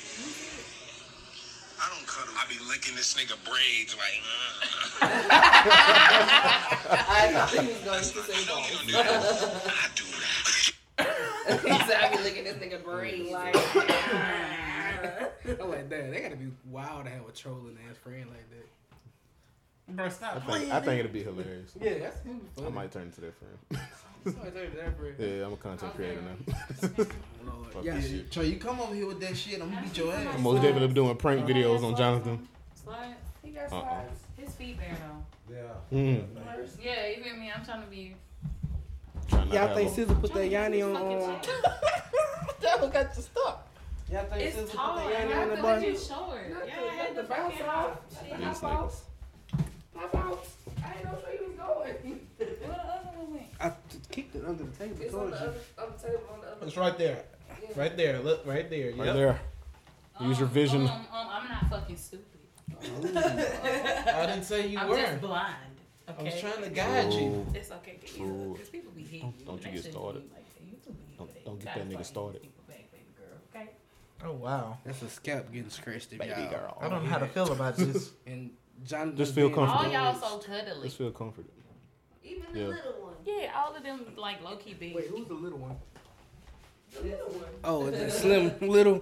[SPEAKER 15] I don't cuddle. I be licking this nigga braids like.
[SPEAKER 4] [LAUGHS]
[SPEAKER 15] Uh,
[SPEAKER 6] I thought he was going to say
[SPEAKER 15] I know you
[SPEAKER 4] [LAUGHS]
[SPEAKER 6] balls.
[SPEAKER 15] don't do that. I do that.
[SPEAKER 8] [LAUGHS]
[SPEAKER 6] he said, I be licking this nigga brain like.
[SPEAKER 4] I'm like, damn, they gotta be wild to have a trolling ass friend like that.
[SPEAKER 9] Bro, stop
[SPEAKER 2] I think, I think it'd be hilarious.
[SPEAKER 4] Yeah, that's gonna be funny.
[SPEAKER 2] I might turn into that
[SPEAKER 4] [LAUGHS]
[SPEAKER 2] friend.
[SPEAKER 4] Sorry, they're there for it.
[SPEAKER 2] Yeah, I'm a content
[SPEAKER 4] [LAUGHS]
[SPEAKER 2] creator now. Fuck
[SPEAKER 5] Yeah,
[SPEAKER 2] this shit.
[SPEAKER 5] Trey, you come over here with that shit, I'm gonna beat your ass.
[SPEAKER 2] I'm most definitely be doing prank videos on Jonathan.
[SPEAKER 10] Slides. He got
[SPEAKER 2] Uh-uh.
[SPEAKER 10] slides. His feet bare though.
[SPEAKER 2] Mm.
[SPEAKER 10] Yeah, you feel me? I'm trying to be.
[SPEAKER 2] Try not to
[SPEAKER 4] Y'all
[SPEAKER 2] have
[SPEAKER 4] think
[SPEAKER 2] a-
[SPEAKER 4] Scissor put that Yanni on?
[SPEAKER 2] [LAUGHS]
[SPEAKER 4] on
[SPEAKER 6] that one got you stuck.
[SPEAKER 4] y'all think
[SPEAKER 10] It's
[SPEAKER 4] Scissor put
[SPEAKER 10] tall.
[SPEAKER 4] that Yanni
[SPEAKER 10] I
[SPEAKER 4] on the
[SPEAKER 10] feel
[SPEAKER 4] bar?
[SPEAKER 10] like you short. Yeah, I had to bounce off. Shit,
[SPEAKER 2] These
[SPEAKER 10] I
[SPEAKER 2] niggas.
[SPEAKER 10] bounced. I bounced. I didn't know where you was going. Where the other one went?
[SPEAKER 4] I just Ah, kicked it under the table.
[SPEAKER 6] It's on
[SPEAKER 4] told
[SPEAKER 6] the
[SPEAKER 4] you.
[SPEAKER 6] other, on the table, on the other.
[SPEAKER 9] It's right there. Right there. Look, right there.
[SPEAKER 2] Right there. Use your
[SPEAKER 10] Um,
[SPEAKER 2] vision.
[SPEAKER 10] Um, um, I'm not fucking stupid.
[SPEAKER 9] I didn't say you
[SPEAKER 10] I'm
[SPEAKER 9] were.
[SPEAKER 10] just blind.
[SPEAKER 9] I
[SPEAKER 10] Okay?
[SPEAKER 9] was trying to guide you.
[SPEAKER 2] Ooh.
[SPEAKER 10] It's okay. Get
[SPEAKER 2] Ooh.
[SPEAKER 10] you Because people be hitting
[SPEAKER 2] Don't- don't
[SPEAKER 10] That
[SPEAKER 2] you get
[SPEAKER 10] shouldn't
[SPEAKER 2] started.
[SPEAKER 10] be like that. You too big for
[SPEAKER 2] Don't,
[SPEAKER 10] that.
[SPEAKER 2] don't get
[SPEAKER 10] Gotta
[SPEAKER 2] that nigga
[SPEAKER 10] start
[SPEAKER 2] started.
[SPEAKER 10] hitting people back, baby girl, okay?
[SPEAKER 5] Oh wow.
[SPEAKER 4] That's a scalp getting scratched, if
[SPEAKER 2] Baby
[SPEAKER 4] y'all.
[SPEAKER 2] girl.
[SPEAKER 5] I don't know how to feel about this.
[SPEAKER 4] And John
[SPEAKER 2] Just feel
[SPEAKER 10] All
[SPEAKER 2] comfortable.
[SPEAKER 10] y'all so cuddly.
[SPEAKER 2] Just Oh, feel comforted.
[SPEAKER 8] Even
[SPEAKER 2] Yeah.
[SPEAKER 8] one.
[SPEAKER 10] Yeah, all of them like low key big.
[SPEAKER 4] Wait, who's the little one?
[SPEAKER 8] The little one.
[SPEAKER 4] Oh, it's that slim little.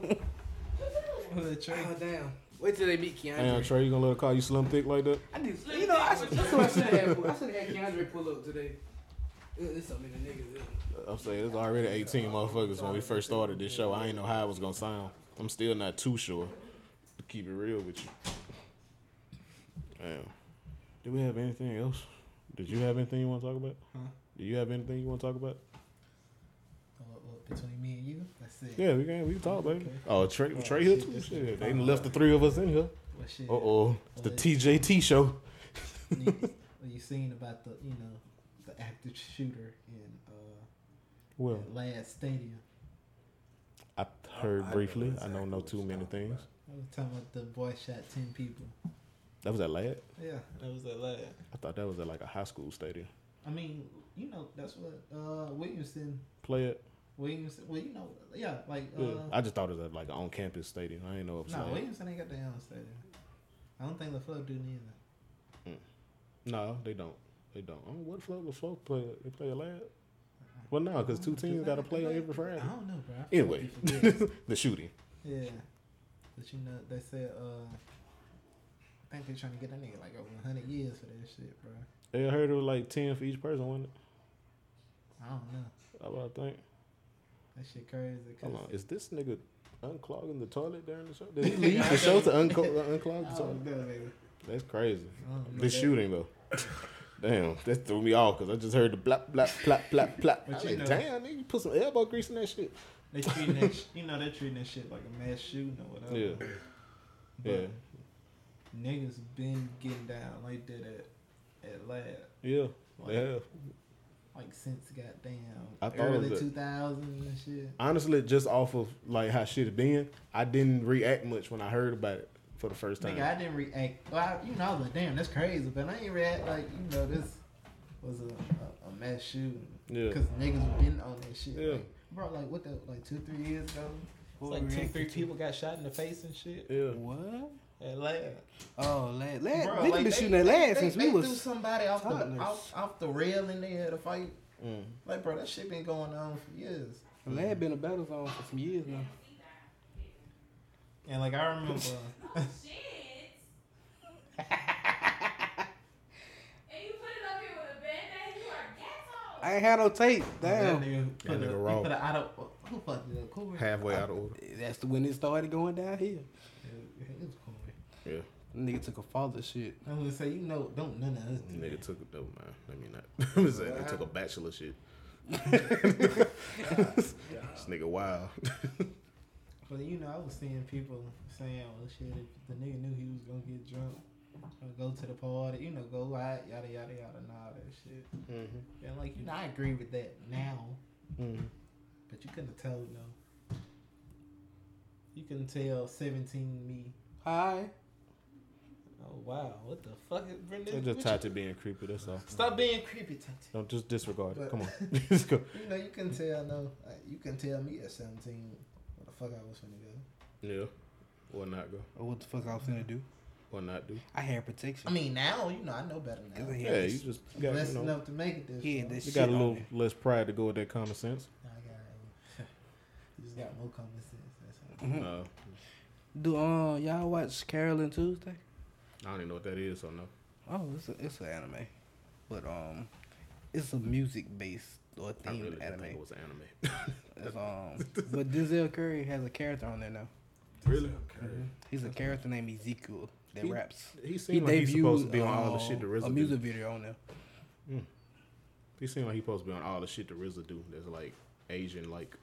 [SPEAKER 4] Oh damn! Wait till they meet Keandre.
[SPEAKER 2] Damn, Trey, you gonna let her call you slim thick like that?
[SPEAKER 4] I need, you know, I should, that's what I
[SPEAKER 5] [LAUGHS]
[SPEAKER 4] should have. I should have had Keandre pull up today. Ugh, There's so many niggas.
[SPEAKER 2] I'm saying there's already 18 motherfuckers when we first started this show. I didn't know how it was gonna sound. I'm still not too sure. To keep it real with you. Damn. Do we have anything else? Did you have anything you want to talk about?
[SPEAKER 5] Huh?
[SPEAKER 2] Do you have anything you want to talk about?
[SPEAKER 5] What- what, Between me and you, that's it.
[SPEAKER 2] Yeah, we can we can talk, baby. Oh, Trey,
[SPEAKER 5] Oh,
[SPEAKER 2] Trey here
[SPEAKER 5] shit,
[SPEAKER 2] too.
[SPEAKER 5] that's-
[SPEAKER 2] Shit, they done left the three of us in here.
[SPEAKER 5] Well, shit.
[SPEAKER 2] Uh oh, it's the
[SPEAKER 5] Well,
[SPEAKER 2] TJT show.
[SPEAKER 5] you- well, you seen about the you know the active shooter in uh
[SPEAKER 2] Well,
[SPEAKER 5] last stadium.
[SPEAKER 2] I heard briefly. I don't know too many things.
[SPEAKER 5] I was talking about the boy shot ten people.
[SPEAKER 2] That was at Lad.
[SPEAKER 5] Yeah,
[SPEAKER 9] That was that lad.
[SPEAKER 2] I thought that was at like a high school stadium.
[SPEAKER 5] I mean you know that's what uh Williamson
[SPEAKER 2] Play it.
[SPEAKER 5] Williamson. Well, you know yeah like uh,
[SPEAKER 2] Yeah. I just thought it was at like an on campus stadium. I didn't know it was.
[SPEAKER 5] no
[SPEAKER 2] like-
[SPEAKER 5] Williamson ain't got the own stadium. I don't think LaFleur do neither.
[SPEAKER 2] No, they don't. They don't. I don't know what flow the flow play. They play a lad. Well, no, because two teams got to play every Friday.
[SPEAKER 5] I don't know, bro. I
[SPEAKER 4] [LAUGHS]
[SPEAKER 5] feel [LAUGHS]
[SPEAKER 2] Anyway,
[SPEAKER 5] like you forget.
[SPEAKER 2] [LAUGHS] the shooting.
[SPEAKER 5] yeah, but you know they said uh. I think they're trying to get that nigga like over 100 years for that shit, bro.
[SPEAKER 2] I heard it was like ten for each person, wasn't it?
[SPEAKER 5] I don't know.
[SPEAKER 2] That's what I think.
[SPEAKER 5] That shit crazy. 'cause-
[SPEAKER 2] Hold on, is this nigga unclogging the toilet during the show?
[SPEAKER 5] [LAUGHS]
[SPEAKER 2] Did he leave the show to unco- uh, unclog the
[SPEAKER 5] Oh,
[SPEAKER 2] toilet?
[SPEAKER 5] no, baby.
[SPEAKER 2] That's crazy.
[SPEAKER 5] Oh, no,
[SPEAKER 2] This
[SPEAKER 5] that-
[SPEAKER 2] shooting though. Damn, that threw me off because I just heard the blap, blap, blap, blap, blap.
[SPEAKER 5] But
[SPEAKER 2] I'm
[SPEAKER 5] you
[SPEAKER 2] like,
[SPEAKER 5] know-
[SPEAKER 2] damn, nigga, you put some elbow grease in that shit.
[SPEAKER 5] They treating that, sh- you know, they treating that shit like a mass shooting or whatever.
[SPEAKER 2] Yeah.
[SPEAKER 5] But
[SPEAKER 2] Yeah,
[SPEAKER 5] Niggas been getting down like that at, at lab,
[SPEAKER 2] yeah,
[SPEAKER 5] Like,
[SPEAKER 2] yeah.
[SPEAKER 5] like since goddamn
[SPEAKER 2] I thought it
[SPEAKER 5] early
[SPEAKER 2] was a-
[SPEAKER 5] 2000s and shit.
[SPEAKER 2] Honestly, just off of like how shit had been, I didn't react much when I heard about it for the first time.
[SPEAKER 5] Nigga, I didn't react. Well, I, you know, I was like, damn, that's crazy. But I ain't react like, you know, this was a, a, a mass shooting.
[SPEAKER 2] Yeah.
[SPEAKER 5] Because niggas been on that shit.
[SPEAKER 2] Yeah.
[SPEAKER 5] Like, bro, like, what the, like two, three years ago?
[SPEAKER 9] It's like two, three people got shot in the face and shit.
[SPEAKER 2] yeah,
[SPEAKER 4] What?
[SPEAKER 9] At lab.
[SPEAKER 4] Oh, lad, lad,
[SPEAKER 5] Bro,
[SPEAKER 4] they
[SPEAKER 5] like,
[SPEAKER 4] been shooting that
[SPEAKER 5] they,
[SPEAKER 4] lad since
[SPEAKER 5] they
[SPEAKER 4] we
[SPEAKER 5] threw
[SPEAKER 4] was.
[SPEAKER 5] somebody off the,
[SPEAKER 4] toddlers.
[SPEAKER 5] off, off the rail in there to fight.
[SPEAKER 2] Mm.
[SPEAKER 5] Like, bro, that shit been going on for years.
[SPEAKER 4] The lad been a battle zone for some years now.
[SPEAKER 5] And like I remember, [LAUGHS]
[SPEAKER 8] And you put it up here with a band-aid, you are ghetto.
[SPEAKER 4] I ain't had no tape. Damn.
[SPEAKER 5] that nigga put,
[SPEAKER 2] That nigga
[SPEAKER 5] a,
[SPEAKER 2] raw.
[SPEAKER 5] he put a out of oh, who fucked it up? Corey.
[SPEAKER 2] halfway out of order.
[SPEAKER 4] That's the when it started going down here.
[SPEAKER 5] Yeah, it was Corey.
[SPEAKER 2] Yeah,
[SPEAKER 4] Nigga took a father shit.
[SPEAKER 5] I was gonna say you know don't none of us do that.
[SPEAKER 2] nigga took a dope man. I mean, not. [LAUGHS] I'm saying they took a bachelor shit. [LAUGHS] this nigga wild.
[SPEAKER 5] But you know I was seeing people saying, "Well, shit, if the nigga knew he was gonna get drunk, or go to the party, you know, go out, yada yada yada, and all that shit."
[SPEAKER 2] Mm-hmm.
[SPEAKER 5] And like you know, I agree with that now, but you couldn't tell no. You couldn't tell seventeen me.
[SPEAKER 4] Hi.
[SPEAKER 5] Oh wow, what the fuck, is
[SPEAKER 2] They're
[SPEAKER 5] Brendan?
[SPEAKER 2] just
[SPEAKER 5] What
[SPEAKER 2] tied to being creepy. That's all.
[SPEAKER 5] you- Stop being creepy, Tati.
[SPEAKER 2] Don't just disregard it.
[SPEAKER 5] But-
[SPEAKER 2] Come on. [LAUGHS] Let's go.
[SPEAKER 5] You know, you can tell no. Like, you can tell me at seventeen what the fuck I was finna go.
[SPEAKER 2] Yeah. Or not go.
[SPEAKER 4] Or what the fuck I was gonna do?
[SPEAKER 2] Or not do.
[SPEAKER 4] I had protection.
[SPEAKER 5] I mean, now you know I know better now.
[SPEAKER 4] Cause I
[SPEAKER 2] Yeah,
[SPEAKER 4] had
[SPEAKER 2] you
[SPEAKER 4] this,
[SPEAKER 2] just you got,
[SPEAKER 5] Less
[SPEAKER 2] you know,
[SPEAKER 5] [LAUGHS] enough to make it this.
[SPEAKER 4] he had
[SPEAKER 5] far.
[SPEAKER 4] this
[SPEAKER 2] you
[SPEAKER 4] shit
[SPEAKER 2] got a
[SPEAKER 4] on
[SPEAKER 2] little
[SPEAKER 4] me.
[SPEAKER 2] less pride to go with that common sense.
[SPEAKER 5] I got it. [LAUGHS] got no common sense. That's how.
[SPEAKER 2] No.
[SPEAKER 4] Do um y'all watch Carolyn Tuesday?
[SPEAKER 2] I don't even know what that is, so no.
[SPEAKER 4] Oh, it's a, it's an anime, but um, it's a music based or
[SPEAKER 2] I
[SPEAKER 4] themed
[SPEAKER 2] really didn't
[SPEAKER 4] anime.
[SPEAKER 2] think it was an [LAUGHS] anime.
[SPEAKER 4] It's,
[SPEAKER 2] [LAUGHS]
[SPEAKER 4] um, but Denzel Curry has a character on there now.
[SPEAKER 2] Really?
[SPEAKER 4] Mhm. He's a character named Ezekiel that
[SPEAKER 2] He-
[SPEAKER 4] raps.
[SPEAKER 2] he seemed like he's supposed to be on all the
[SPEAKER 4] debuted,
[SPEAKER 2] shit the
[SPEAKER 4] uh,
[SPEAKER 2] RZA
[SPEAKER 4] A
[SPEAKER 2] do.
[SPEAKER 4] music video on there.
[SPEAKER 2] He seemed like he supposed to be on all the shit the RZA do. That's like Asian, like.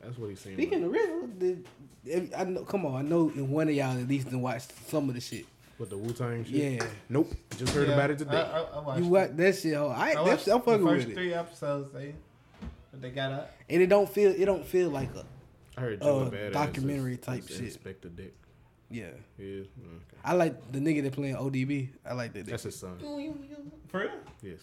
[SPEAKER 2] That's what he seemed.
[SPEAKER 4] Speaking
[SPEAKER 2] like.
[SPEAKER 4] of RZA, did- if- I know. Come on, I know if one of y'all at least done watched some of the shit.
[SPEAKER 2] With the Wu Tang
[SPEAKER 4] Yeah.
[SPEAKER 2] Nope. Just heard
[SPEAKER 5] Yeah,
[SPEAKER 2] about it today.
[SPEAKER 5] I- I- I watched
[SPEAKER 4] you
[SPEAKER 5] it.
[SPEAKER 4] watch that shit? Oh, I,
[SPEAKER 5] I
[SPEAKER 4] that's,
[SPEAKER 5] watched
[SPEAKER 4] I'm fucking
[SPEAKER 5] the
[SPEAKER 4] with
[SPEAKER 5] first
[SPEAKER 4] it.
[SPEAKER 5] three episodes. They, but they got up.
[SPEAKER 4] and it don't feel it don't feel like a
[SPEAKER 2] I heard
[SPEAKER 4] uh,
[SPEAKER 2] Joey Badass
[SPEAKER 4] documentary
[SPEAKER 2] is-
[SPEAKER 4] type
[SPEAKER 2] is
[SPEAKER 4] shit.
[SPEAKER 2] Inspector Dick.
[SPEAKER 4] Yeah.
[SPEAKER 2] Yeah. Okay.
[SPEAKER 4] I like the nigga that playing ODB. I like that.
[SPEAKER 2] That's
[SPEAKER 4] nigga.
[SPEAKER 2] his son.
[SPEAKER 5] For real?
[SPEAKER 2] Yes.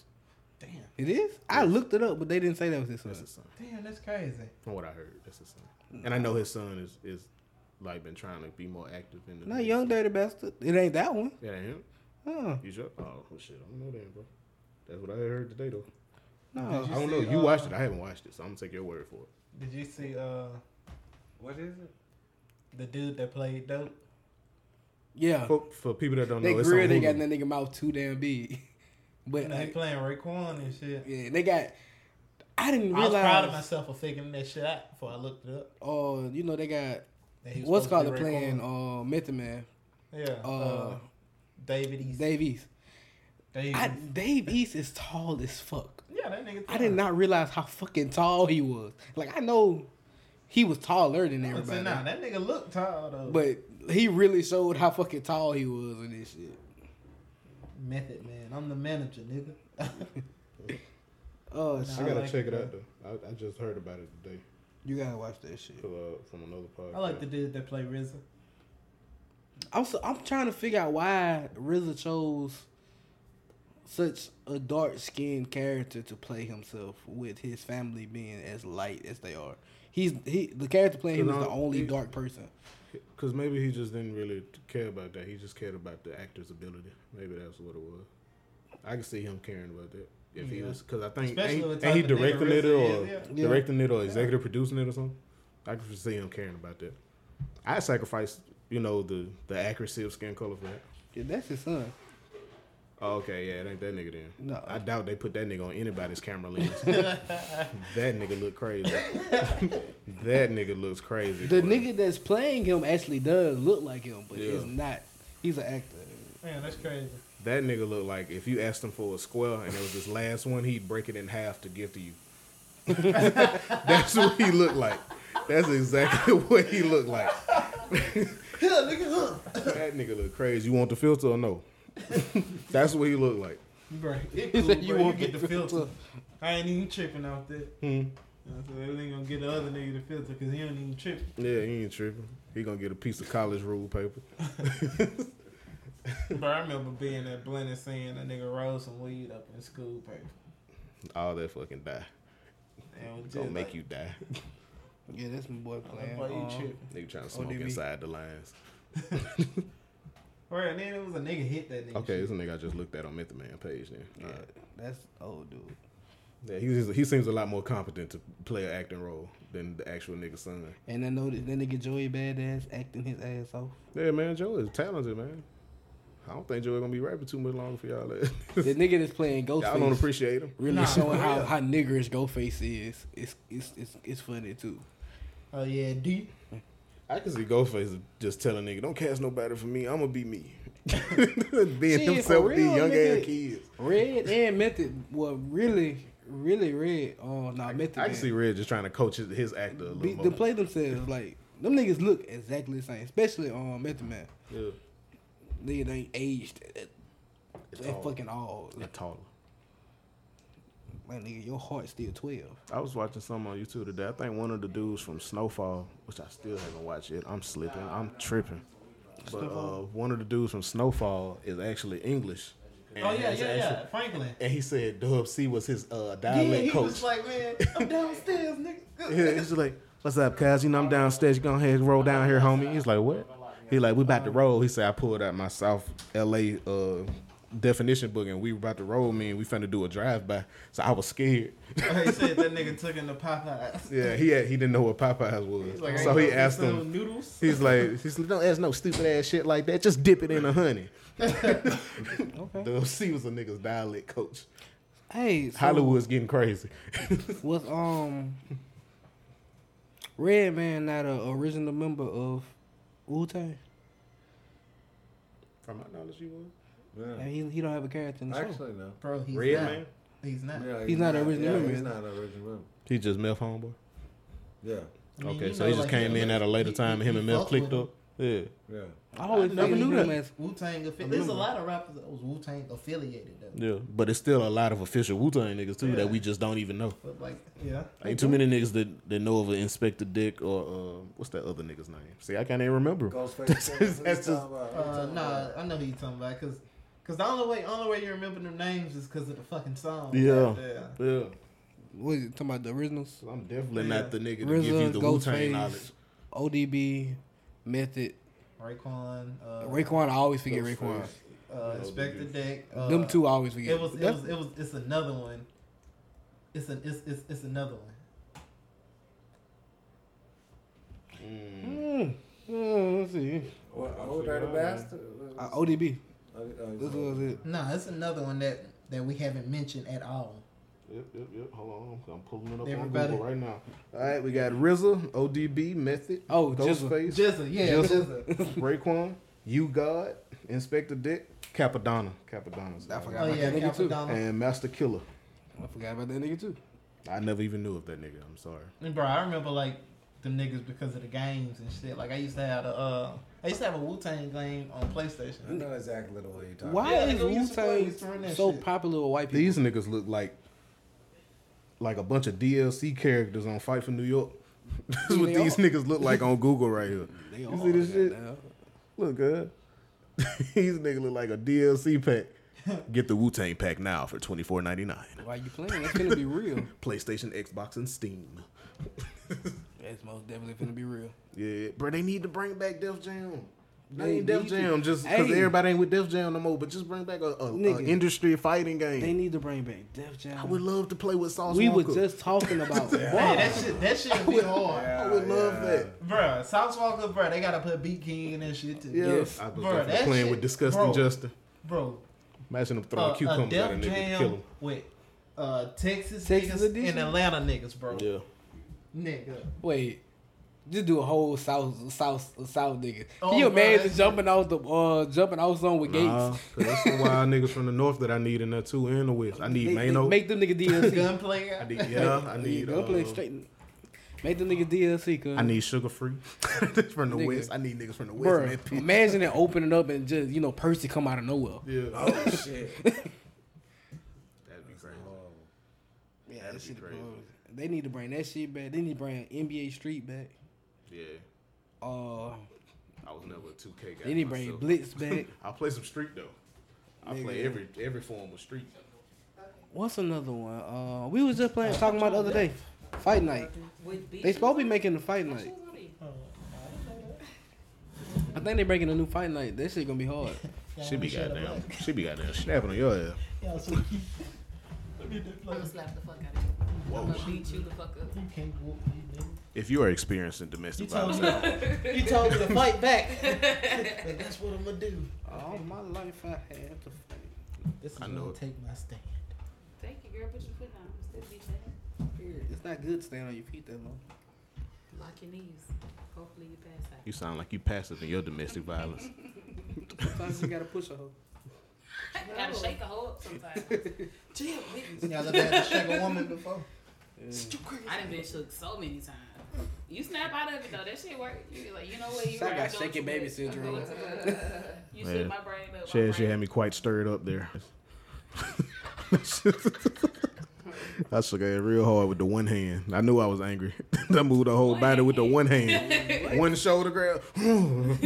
[SPEAKER 5] Damn.
[SPEAKER 4] It is. I looked it up, but they didn't say that was his son.
[SPEAKER 2] That's his son.
[SPEAKER 5] Damn, that's crazy.
[SPEAKER 2] From what I heard, that's his son. And I know his son is is like been trying to be more active in the.
[SPEAKER 4] No, young dirty bastard. It ain't that one.
[SPEAKER 2] Yeah, him.
[SPEAKER 4] Huh.
[SPEAKER 2] You sure? Oh well, shit, I don't know then, bro. That's what I heard today though.
[SPEAKER 4] No.
[SPEAKER 5] Did you
[SPEAKER 2] I don't know.
[SPEAKER 5] see,
[SPEAKER 2] You
[SPEAKER 5] uh,
[SPEAKER 2] watched it. I haven't watched it, so I'm gonna take your word for it.
[SPEAKER 5] Did you see uh, what is it? The dude that played dope.
[SPEAKER 4] Yeah.
[SPEAKER 2] For, for people that don't
[SPEAKER 4] Uh, They
[SPEAKER 2] know, it's
[SPEAKER 4] grill.
[SPEAKER 2] on
[SPEAKER 4] They got
[SPEAKER 2] Hulu.
[SPEAKER 4] that nigga mouth too damn big. [LAUGHS] But
[SPEAKER 5] And they
[SPEAKER 4] like,
[SPEAKER 5] playing Raekwon and shit.
[SPEAKER 4] yeah, they got. I didn't
[SPEAKER 5] I was
[SPEAKER 4] realize.
[SPEAKER 5] proud of myself for figuring that shit out before I looked it up.
[SPEAKER 4] Oh, you know they got.
[SPEAKER 5] That he was
[SPEAKER 4] What's
[SPEAKER 5] supposed
[SPEAKER 4] called
[SPEAKER 5] to
[SPEAKER 4] it
[SPEAKER 5] be
[SPEAKER 4] playing? Uh, Method Man.
[SPEAKER 5] Yeah.
[SPEAKER 4] Uh,
[SPEAKER 5] Uh, David East.
[SPEAKER 4] Dave East.
[SPEAKER 5] Dave
[SPEAKER 4] I,
[SPEAKER 5] East.
[SPEAKER 4] Dave East is tall as fuck.
[SPEAKER 5] yeah, that nigga.
[SPEAKER 4] I did not realize how fucking tall he was. Like I know he was taller than
[SPEAKER 5] I
[SPEAKER 4] everybody,
[SPEAKER 5] said, nah, that nigga looked tall though.
[SPEAKER 4] but he really showed how fucking tall he was in this shit.
[SPEAKER 5] Method Man, I'm the manager, nigga. [LAUGHS]
[SPEAKER 4] Oh,
[SPEAKER 5] Nah,
[SPEAKER 4] shit.
[SPEAKER 2] I gotta
[SPEAKER 5] like
[SPEAKER 2] check
[SPEAKER 5] it,
[SPEAKER 2] it out though. I, I just heard about it today
[SPEAKER 4] you gotta watch that shit.
[SPEAKER 2] uh, from another podcast.
[SPEAKER 5] I like the dude that played RZA.
[SPEAKER 4] I'm so, I'm trying to figure out why RZA chose such a dark skinned character to play himself with his family being as light as they are. He's he the character playing him is the only dark person.
[SPEAKER 2] Because maybe he just didn't really care about that. He just cared about the actor's ability. Maybe that's what it was. I can see him caring about that if he
[SPEAKER 5] Yeah.
[SPEAKER 2] was. Because I think
[SPEAKER 5] Especially with
[SPEAKER 2] ain't,
[SPEAKER 5] the
[SPEAKER 2] ain't he
[SPEAKER 5] type of nigga
[SPEAKER 2] directing it
[SPEAKER 5] Rizzo
[SPEAKER 2] or
[SPEAKER 5] is,
[SPEAKER 4] yeah.
[SPEAKER 2] directing it or executive producing it or something. I can see him caring about that. I sacrifice, you know, the the accuracy of skin color for that.
[SPEAKER 4] Yeah, that's his son.
[SPEAKER 2] Oh, okay, yeah, it ain't that nigga then.
[SPEAKER 4] No.
[SPEAKER 2] I doubt they put that nigga on anybody's camera lens.
[SPEAKER 4] [LAUGHS]
[SPEAKER 2] that nigga look crazy. that nigga looks crazy.
[SPEAKER 4] The
[SPEAKER 2] boy.
[SPEAKER 4] nigga that's playing him actually does look like him, but
[SPEAKER 2] Yeah.
[SPEAKER 4] it's not. He's an actor.
[SPEAKER 5] Man, that's
[SPEAKER 4] [LAUGHS]
[SPEAKER 5] crazy. [LAUGHS]
[SPEAKER 2] That nigga look like if you asked him for a square and it was his last one, he'd break it in half to give to you. [LAUGHS] That's what he looked like. That's exactly [LAUGHS] what he looked like. That nigga look crazy. You want the filter or no? [LAUGHS] That's what he looked like.
[SPEAKER 5] You bro,
[SPEAKER 4] [LAUGHS]
[SPEAKER 5] it cool,
[SPEAKER 4] said you
[SPEAKER 5] bro. You,
[SPEAKER 4] want
[SPEAKER 5] get
[SPEAKER 4] the [LAUGHS]
[SPEAKER 5] the filter.
[SPEAKER 4] filter.
[SPEAKER 5] I ain't even tripping out there.
[SPEAKER 2] Hmm.
[SPEAKER 5] I said, that nigga gonna get the other nigga the filter because he don't even trip.
[SPEAKER 4] [LAUGHS]
[SPEAKER 2] Yeah, he ain't tripping. He gonna get a piece of college rule paper.
[SPEAKER 5] Bro, I remember being at Blend and seeing that nigga roll some weed up in school paper.
[SPEAKER 2] All that fucking die.
[SPEAKER 5] And it was
[SPEAKER 2] Gonna
[SPEAKER 5] just
[SPEAKER 2] make
[SPEAKER 5] like,
[SPEAKER 2] you die.
[SPEAKER 4] Yeah, that's my boy playing.
[SPEAKER 5] Why you
[SPEAKER 4] um,
[SPEAKER 5] tripping?
[SPEAKER 2] Nigga trying to smoke
[SPEAKER 4] ODB.
[SPEAKER 2] inside the lines.
[SPEAKER 5] Bro, and then it was a nigga hit that
[SPEAKER 4] Oh.
[SPEAKER 5] nigga.
[SPEAKER 2] Okay,
[SPEAKER 5] shit.
[SPEAKER 2] this nigga I just looked at on Method Man page then.
[SPEAKER 4] yeah,
[SPEAKER 2] Alright.
[SPEAKER 4] that's old dude.
[SPEAKER 2] Yeah, he's, he seems a lot more competent to play an acting role than the actual nigga son.
[SPEAKER 4] And I know that that nigga Joey Badass acting his ass off.
[SPEAKER 2] Yeah, man, Joe is talented, man. I don't think Joe gonna be rapping too much longer for y'all. [LAUGHS]
[SPEAKER 4] The nigga that's playing
[SPEAKER 2] y'all don't
[SPEAKER 4] Ghostface
[SPEAKER 2] appreciate him.
[SPEAKER 4] really
[SPEAKER 5] Nah,
[SPEAKER 4] showing
[SPEAKER 5] for
[SPEAKER 4] how, [LAUGHS]
[SPEAKER 5] real.
[SPEAKER 4] how niggerish Ghostface is. It's it's it's, it's funny too.
[SPEAKER 5] Oh, yeah, D.
[SPEAKER 2] I can see Ghostface just telling nigga, "Don't cast nobody for me. I'm gonna be me." [LAUGHS] Being
[SPEAKER 4] Shit,
[SPEAKER 2] himself,
[SPEAKER 4] for
[SPEAKER 2] be
[SPEAKER 4] real,
[SPEAKER 2] young ass
[SPEAKER 4] nigga.
[SPEAKER 2] kids.
[SPEAKER 4] Red and Method well really really red. Oh no, Method.
[SPEAKER 2] I
[SPEAKER 4] Man.
[SPEAKER 2] can see Red just trying to coach his, his actor a little
[SPEAKER 4] Be,
[SPEAKER 2] more.
[SPEAKER 4] to play themselves like them niggas look exactly the same, especially on um, Method Man.
[SPEAKER 2] yeah,
[SPEAKER 4] Nigga they ain't aged at,
[SPEAKER 2] At
[SPEAKER 4] at
[SPEAKER 2] all.
[SPEAKER 4] fucking all.
[SPEAKER 2] and taller.
[SPEAKER 4] Like nigga, your heart's still twelve.
[SPEAKER 2] I was watching some on YouTube today. I think one of the dudes from Snowfall, which I still haven't watched yet. I'm slipping. I'm tripping. But uh, one of the dudes from Snowfall is actually English. And
[SPEAKER 5] Oh, yeah,
[SPEAKER 2] his
[SPEAKER 5] yeah,
[SPEAKER 2] actual-
[SPEAKER 5] yeah. Franklin.
[SPEAKER 2] And he said Dub C was his uh,
[SPEAKER 5] Yeah,
[SPEAKER 2] dialect
[SPEAKER 5] he
[SPEAKER 2] coach.
[SPEAKER 5] was like, man, I'm downstairs, nigga.
[SPEAKER 2] [LAUGHS] Yeah, he's like, "What's up, cuz? You know I'm downstairs. You go ahead and roll down here, homie." He's like, "What?" He like, "We about to roll." He said, "I pulled out my South L.A. uh definition book and we were about to roll me and we finna do a drive by. So I was scared.
[SPEAKER 5] [LAUGHS] he said that nigga took in the Popeyes.
[SPEAKER 2] Yeah, [LAUGHS] he had, he didn't know what Popeyes was,
[SPEAKER 5] He's like,
[SPEAKER 2] so
[SPEAKER 5] "Ain't
[SPEAKER 2] he
[SPEAKER 5] no
[SPEAKER 2] asked
[SPEAKER 5] little
[SPEAKER 2] him.
[SPEAKER 5] noodles?"
[SPEAKER 2] He's like, he's like, don't ask no stupid ass shit like that. Just dip it in the honey. okay. The C was a nigga's dialect coach.
[SPEAKER 4] Hey, so-
[SPEAKER 2] Hollywood's getting crazy.
[SPEAKER 4] was um Red Man not a original member of Wu Tang?
[SPEAKER 2] From my knowledge, he was.
[SPEAKER 4] And he he don't have a character in the show.
[SPEAKER 6] Actually, no.
[SPEAKER 5] Bro, he's
[SPEAKER 2] Red
[SPEAKER 5] not.
[SPEAKER 2] Man?
[SPEAKER 5] He's not.
[SPEAKER 6] Yeah,
[SPEAKER 4] He's not an original
[SPEAKER 6] yeah,
[SPEAKER 4] member.
[SPEAKER 6] He's not an original member.
[SPEAKER 2] He just Meth homeboy.
[SPEAKER 6] Yeah.
[SPEAKER 4] I mean,
[SPEAKER 2] okay,
[SPEAKER 4] you
[SPEAKER 2] so
[SPEAKER 4] know,
[SPEAKER 2] he just
[SPEAKER 4] like,
[SPEAKER 2] came
[SPEAKER 4] he-
[SPEAKER 2] in at a later
[SPEAKER 4] he-
[SPEAKER 2] time,
[SPEAKER 4] he-
[SPEAKER 2] and him
[SPEAKER 4] he
[SPEAKER 2] and Meth
[SPEAKER 4] fucked with
[SPEAKER 2] clicked
[SPEAKER 4] him.
[SPEAKER 2] up. Yeah.
[SPEAKER 6] Yeah.
[SPEAKER 4] I always
[SPEAKER 5] I
[SPEAKER 4] figured
[SPEAKER 5] never knew
[SPEAKER 4] him
[SPEAKER 5] that.
[SPEAKER 4] as-
[SPEAKER 5] Wu Tang affiliated. There's a lot of rappers that was Wu Tang affiliated though.
[SPEAKER 2] Yeah, but it's still a lot of official Wu Tang niggas too
[SPEAKER 5] Yeah.
[SPEAKER 2] that we just don't even know.
[SPEAKER 5] But like, yeah.
[SPEAKER 2] Ain't too many niggas that, that know of an Inspector Dick or uh, what's that other nigga's name? See, I can't even remember. [LAUGHS]
[SPEAKER 5] Ghostface.
[SPEAKER 2] That's just
[SPEAKER 5] Uh, nah, I know who you talking about because because the only way only way you remember their names is because of the fucking song.
[SPEAKER 2] yeah,
[SPEAKER 5] yeah.
[SPEAKER 2] yeah.
[SPEAKER 4] What is it, talking about the originals?
[SPEAKER 2] I'm definitely not the nigga to give you the Wu-Tang knowledge.
[SPEAKER 4] ODB, Method,
[SPEAKER 5] Raekwon. Uh,
[SPEAKER 4] Raekwon. I always forget Raekwon.
[SPEAKER 5] Uh, Inspector Deck. Uh,
[SPEAKER 4] Them two I always forget.
[SPEAKER 5] It was. It
[SPEAKER 4] That-
[SPEAKER 5] was. It was. It's another one. It's an. It's. It's, it's another one.
[SPEAKER 4] Mm. Mm, let's see.
[SPEAKER 6] What, Old Dirty Bastard?
[SPEAKER 4] Uh, ODB.
[SPEAKER 6] Oh, oh,
[SPEAKER 4] This was it.
[SPEAKER 5] Nah, it's another one that that we haven't mentioned at all.
[SPEAKER 2] Yep, yep, yep. Hold on, I'm pulling it up
[SPEAKER 5] Everybody-
[SPEAKER 2] on Google right now. All right, we got RZA, ODB, Method,
[SPEAKER 4] oh
[SPEAKER 5] Jizza.
[SPEAKER 2] Ghostface,
[SPEAKER 5] Jizza, yeah,
[SPEAKER 2] Jizza,
[SPEAKER 5] Jizza.
[SPEAKER 2] Raekwon, You God, Inspector Dick, Capadonna, Capadonna's. I
[SPEAKER 4] forgot Oh, about yeah, that nigga too. Capadonna.
[SPEAKER 2] And Master Killer.
[SPEAKER 4] I forgot about that nigga too.
[SPEAKER 2] I never even knew of that nigga. I'm sorry.
[SPEAKER 5] And bro, I remember like them niggas because of the games and shit. Like I used to have a. Uh, I used to have a Wu Tang game on PlayStation.
[SPEAKER 6] I know exactly what you're talking
[SPEAKER 4] Why
[SPEAKER 5] Yeah,
[SPEAKER 4] is
[SPEAKER 5] nigga, we
[SPEAKER 4] Wu
[SPEAKER 5] used to play- we used to run
[SPEAKER 4] Tang
[SPEAKER 5] that
[SPEAKER 4] so
[SPEAKER 5] shit.
[SPEAKER 4] popular with white people?
[SPEAKER 2] These niggas look like like a bunch of DLC characters on Fight for New York. [LAUGHS] That's what
[SPEAKER 4] They
[SPEAKER 2] these
[SPEAKER 4] are.
[SPEAKER 2] niggas look like on Google right here.
[SPEAKER 4] [LAUGHS] They
[SPEAKER 2] you
[SPEAKER 4] are,
[SPEAKER 2] see this shit?
[SPEAKER 4] goddamn.
[SPEAKER 2] Look good. [LAUGHS] these niggas look like a DLC
[SPEAKER 4] [LAUGHS]
[SPEAKER 2] pack. Get the Wu Tang pack now for twenty four ninety nine.
[SPEAKER 4] Why you playing? That's gonna be real.
[SPEAKER 2] PlayStation, Xbox, and Steam.
[SPEAKER 4] That's most definitely gonna be real.
[SPEAKER 2] Yeah, bro, they need to bring back Def Jam. They
[SPEAKER 4] They
[SPEAKER 2] ain't Def
[SPEAKER 4] need
[SPEAKER 2] Jam
[SPEAKER 4] to-
[SPEAKER 2] just because
[SPEAKER 4] Hey.
[SPEAKER 2] everybody ain't with Def Jam no more. But just bring back a, a- a
[SPEAKER 4] Nigga.
[SPEAKER 2] industry fighting game.
[SPEAKER 4] They need to bring back Def Jam.
[SPEAKER 2] I would love to play with Sauce
[SPEAKER 4] we
[SPEAKER 2] Walker.
[SPEAKER 4] were just talking about
[SPEAKER 2] Yeah.
[SPEAKER 5] Hey,
[SPEAKER 4] Why?
[SPEAKER 5] that shit. That shit would be hard.
[SPEAKER 2] I would love that.
[SPEAKER 5] Bruh, South Walker, bruh, they gotta put Beat King in that shit too.
[SPEAKER 2] Yes. I was
[SPEAKER 5] Bruh,
[SPEAKER 2] definitely playing with Disgusting
[SPEAKER 5] bro,
[SPEAKER 2] Justin.
[SPEAKER 5] Bro,
[SPEAKER 2] Imagine them throwing
[SPEAKER 5] uh, a
[SPEAKER 2] cucumbers at a
[SPEAKER 5] Def
[SPEAKER 2] nigga to kill
[SPEAKER 5] Jam
[SPEAKER 2] him.
[SPEAKER 5] with uh, Texas,
[SPEAKER 4] Texas
[SPEAKER 5] niggas
[SPEAKER 4] Edition?
[SPEAKER 5] and Atlanta niggas, bro.
[SPEAKER 2] Yeah.
[SPEAKER 5] Nigga.
[SPEAKER 4] Wait. Just do a whole south south south nigga. Can
[SPEAKER 5] Oh,
[SPEAKER 4] you
[SPEAKER 5] bro,
[SPEAKER 4] imagine
[SPEAKER 5] that's-
[SPEAKER 4] jumping out the uh jumping out zone with
[SPEAKER 2] Nah,
[SPEAKER 4] Gates?
[SPEAKER 2] 'cause that's the wild niggas from the north that I need in there too, and the west. I need
[SPEAKER 4] They- they
[SPEAKER 2] Mano.
[SPEAKER 4] Make them nigga
[SPEAKER 5] [LAUGHS]
[SPEAKER 4] DLC.
[SPEAKER 5] Gunplay.
[SPEAKER 2] I need yeah. I need
[SPEAKER 4] Go play
[SPEAKER 2] uh,
[SPEAKER 4] straight. Make them nigga DLC. Cause
[SPEAKER 2] I need sugar free [LAUGHS] from the
[SPEAKER 4] Nigga.
[SPEAKER 2] west. I need niggas from the west. man.
[SPEAKER 4] Bruh, imagine it opening up and just you know Percy come out of nowhere.
[SPEAKER 2] Yeah.
[SPEAKER 6] Oh, shit.
[SPEAKER 2] That'd be crazy.
[SPEAKER 4] Yeah, that shit crazy. They need to bring that shit back. They need to bring NBA Street back.
[SPEAKER 2] Yeah.
[SPEAKER 4] Uh,
[SPEAKER 2] I was never a 2K guy.
[SPEAKER 4] They need to bring
[SPEAKER 2] myself.
[SPEAKER 4] Blitz
[SPEAKER 5] [LAUGHS]
[SPEAKER 4] back.
[SPEAKER 2] I play some street though. I play
[SPEAKER 4] Nigga.
[SPEAKER 2] every every form of street.
[SPEAKER 4] what's another one? Uh, we was just playing talking about the other day, Fight Night. They supposed to be making the Fight Night. I think they breaking a new Fight Night. That shit gonna be [LAUGHS] hard.
[SPEAKER 2] She be goddamn. She be goddamn snapping on your ass.
[SPEAKER 5] Yeah, so you,
[SPEAKER 10] I'm gonna slap the fuck out of you. I'm gonna beat you the fuck up.
[SPEAKER 5] you can't whoop me, nigga.
[SPEAKER 2] If you are experiencing domestic
[SPEAKER 5] You told
[SPEAKER 2] violence,
[SPEAKER 5] me, you told me to fight [LAUGHS] back. and that's what I'm gonna do.
[SPEAKER 4] All my life I had to fight.
[SPEAKER 5] This is
[SPEAKER 2] I
[SPEAKER 5] when
[SPEAKER 2] know
[SPEAKER 5] I
[SPEAKER 2] it.
[SPEAKER 5] take my stand.
[SPEAKER 10] Thank you, girl. Put your foot down. I'm still beat that.
[SPEAKER 4] Period. It's not good staying on your feet that long.
[SPEAKER 10] Lock your knees. Hopefully you pass out.
[SPEAKER 2] you sound like you passive in your domestic violence.
[SPEAKER 4] Sometimes you gotta push a hoe.
[SPEAKER 10] Gotta shake a hoe up sometimes. Jill, witness.
[SPEAKER 5] Y'all ever had to shake a woman before?
[SPEAKER 10] I done been shook so many times. You snap out of it though. That shit work. You be like, you know what? You
[SPEAKER 4] So I
[SPEAKER 10] right,
[SPEAKER 4] got
[SPEAKER 10] go
[SPEAKER 4] shaky
[SPEAKER 10] to
[SPEAKER 4] baby
[SPEAKER 10] it.
[SPEAKER 4] syndrome.
[SPEAKER 10] Go to it. [LAUGHS]
[SPEAKER 2] [LAUGHS]
[SPEAKER 10] You shook my brain up.
[SPEAKER 2] She,
[SPEAKER 10] my
[SPEAKER 2] she had me quite stirred up there. [LAUGHS] I shook her real hard with the one hand. I knew I was angry. [LAUGHS] I moved the whole body with the one [LAUGHS] hand, one shoulder grab. then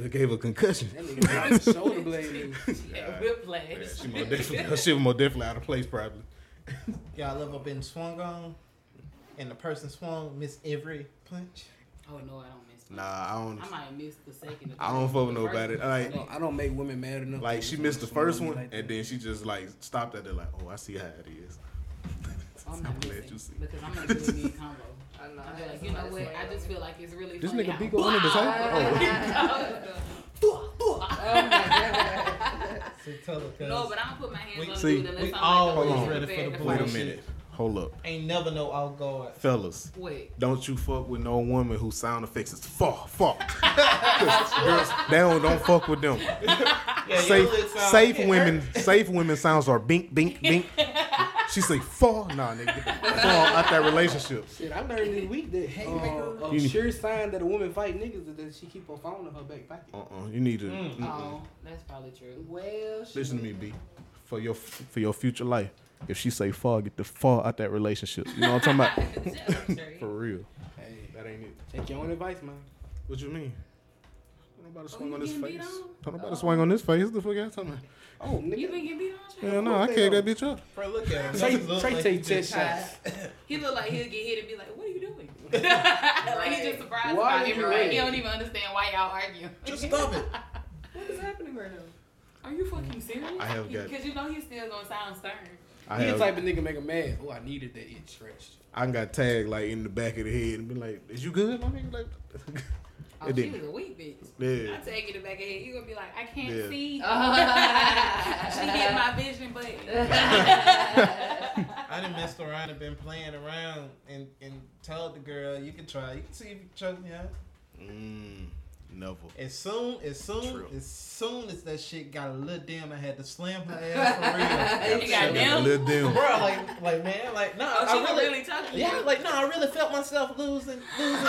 [SPEAKER 2] it gave a concussion.
[SPEAKER 4] Shoulder blade.
[SPEAKER 10] brain- Whiplash.
[SPEAKER 2] She [LAUGHS] more definitely, her shit was more definitely out of place, probably.
[SPEAKER 5] Y'all ever been swung on and the person swung, miss every punch?
[SPEAKER 10] [LAUGHS] Oh no, I don't miss
[SPEAKER 2] Nah, I don't.
[SPEAKER 10] I might have missed the second. or
[SPEAKER 2] I don't
[SPEAKER 10] third.
[SPEAKER 2] fuck with
[SPEAKER 10] The
[SPEAKER 2] nobody.
[SPEAKER 10] first
[SPEAKER 2] Like [LAUGHS]
[SPEAKER 10] one.
[SPEAKER 2] I don't
[SPEAKER 4] make women mad enough.
[SPEAKER 2] Like
[SPEAKER 4] to
[SPEAKER 2] she
[SPEAKER 4] do
[SPEAKER 2] missed the
[SPEAKER 4] something
[SPEAKER 2] first one,
[SPEAKER 4] like
[SPEAKER 2] and then she just like stopped at it. Like, oh, I see how it is. [LAUGHS]
[SPEAKER 10] I'm
[SPEAKER 2] I'm
[SPEAKER 10] not
[SPEAKER 2] glad
[SPEAKER 10] missing
[SPEAKER 2] you see.
[SPEAKER 10] because I'm gonna do it me and Convo.
[SPEAKER 2] [LAUGHS]
[SPEAKER 10] I
[SPEAKER 6] know.
[SPEAKER 10] I'm like, you know what? I just feel like it's really.
[SPEAKER 1] This
[SPEAKER 10] funny
[SPEAKER 1] nigga
[SPEAKER 10] how-
[SPEAKER 1] Biko under the
[SPEAKER 2] Oh,
[SPEAKER 1] table?
[SPEAKER 10] [LAUGHS] No, but I don't put my hands on
[SPEAKER 2] See,
[SPEAKER 10] a dude unless
[SPEAKER 2] we
[SPEAKER 10] I'm
[SPEAKER 2] all
[SPEAKER 10] like a
[SPEAKER 2] hold
[SPEAKER 10] little
[SPEAKER 2] on.
[SPEAKER 10] prepared to [LAUGHS] fight
[SPEAKER 2] Wait a
[SPEAKER 10] shit.
[SPEAKER 2] minute. Hold up,
[SPEAKER 5] Ain't never no off guard.
[SPEAKER 2] fellas.
[SPEAKER 10] Wait.
[SPEAKER 2] Don't you fuck with no woman who sound effects is fuck fuck. [LAUGHS] 'Cause girls, they don't don't fuck with them. safe
[SPEAKER 5] uh,
[SPEAKER 2] safe women safe women sounds are bink bink bink. She say fuck nah nigga get the fuck out that relationship.
[SPEAKER 4] Shit, I learned this week that hey, uh, a
[SPEAKER 2] You need-
[SPEAKER 4] sure sign that a woman fight niggas is that she keep her phone in her back pocket.
[SPEAKER 2] Uh uh you need to.
[SPEAKER 5] Mm.
[SPEAKER 2] mm-mm.
[SPEAKER 10] Oh, that's probably true.
[SPEAKER 6] Well,
[SPEAKER 2] Listen to me, B. For your for your future life, if she say "fuck," get the fuck out that relationship. You know what I'm
[SPEAKER 10] [LAUGHS]
[SPEAKER 2] talking about? for real.
[SPEAKER 4] Hey,
[SPEAKER 2] that ain't it.
[SPEAKER 4] Take your own advice, man.
[SPEAKER 2] What you mean? Don't nobody swing on
[SPEAKER 4] Oh, you
[SPEAKER 2] his
[SPEAKER 4] getting beat
[SPEAKER 2] face. Don't nobody swing on his face. The fuck y'all talking about?
[SPEAKER 4] Oh, nigga.
[SPEAKER 10] You been getting beat on? Trey?
[SPEAKER 2] Hell no, I can't that bitch up.
[SPEAKER 5] Bro, look at him.
[SPEAKER 4] Trey-
[SPEAKER 5] He look
[SPEAKER 4] Trey
[SPEAKER 5] like
[SPEAKER 4] take
[SPEAKER 5] he just
[SPEAKER 4] ten shots.
[SPEAKER 10] He look like he'll get hit and be like, "What are you doing?" [LAUGHS] like he just surprised
[SPEAKER 4] Why
[SPEAKER 10] about
[SPEAKER 4] are you
[SPEAKER 10] everything. He
[SPEAKER 4] mad?
[SPEAKER 10] don't even understand why y'all arguing.
[SPEAKER 5] [LAUGHS] Just stop it.
[SPEAKER 6] What is happening right now?
[SPEAKER 10] Are you fucking serious?
[SPEAKER 2] I have got-
[SPEAKER 10] Because you know he's still gonna sound stern.
[SPEAKER 2] I
[SPEAKER 4] He the
[SPEAKER 2] have-
[SPEAKER 4] type of nigga make a mad. Oh, I needed that itch stretched.
[SPEAKER 2] I done got tagged like in the back of the head and be like, "Is you good, my nigga?" Like, [LAUGHS]
[SPEAKER 10] Oh,
[SPEAKER 2] it
[SPEAKER 10] she
[SPEAKER 2] didn't.
[SPEAKER 10] was a weak bitch.
[SPEAKER 2] Yeah.
[SPEAKER 10] I take it in the back of head. You gonna be like, I can't
[SPEAKER 2] Yeah.
[SPEAKER 10] [LAUGHS] see.
[SPEAKER 6] Uh-huh.
[SPEAKER 10] she hit my vision, [LAUGHS] but
[SPEAKER 5] I done messed around and been playing around and, and told the girl, you can try. You can see if you can choke me out.
[SPEAKER 2] Mm, never.
[SPEAKER 5] As soon, as soon,
[SPEAKER 2] True.
[SPEAKER 5] as soon as that shit got a little dim, I had to slam her
[SPEAKER 10] [LAUGHS]
[SPEAKER 5] ass for real.
[SPEAKER 10] You got dim?
[SPEAKER 2] Little dim.
[SPEAKER 5] bro. Like, like man, like no,
[SPEAKER 10] Oh, she
[SPEAKER 5] I
[SPEAKER 10] was
[SPEAKER 5] really,
[SPEAKER 10] really talking to
[SPEAKER 5] yeah,
[SPEAKER 10] you.
[SPEAKER 5] like no, I really felt myself losing, losing.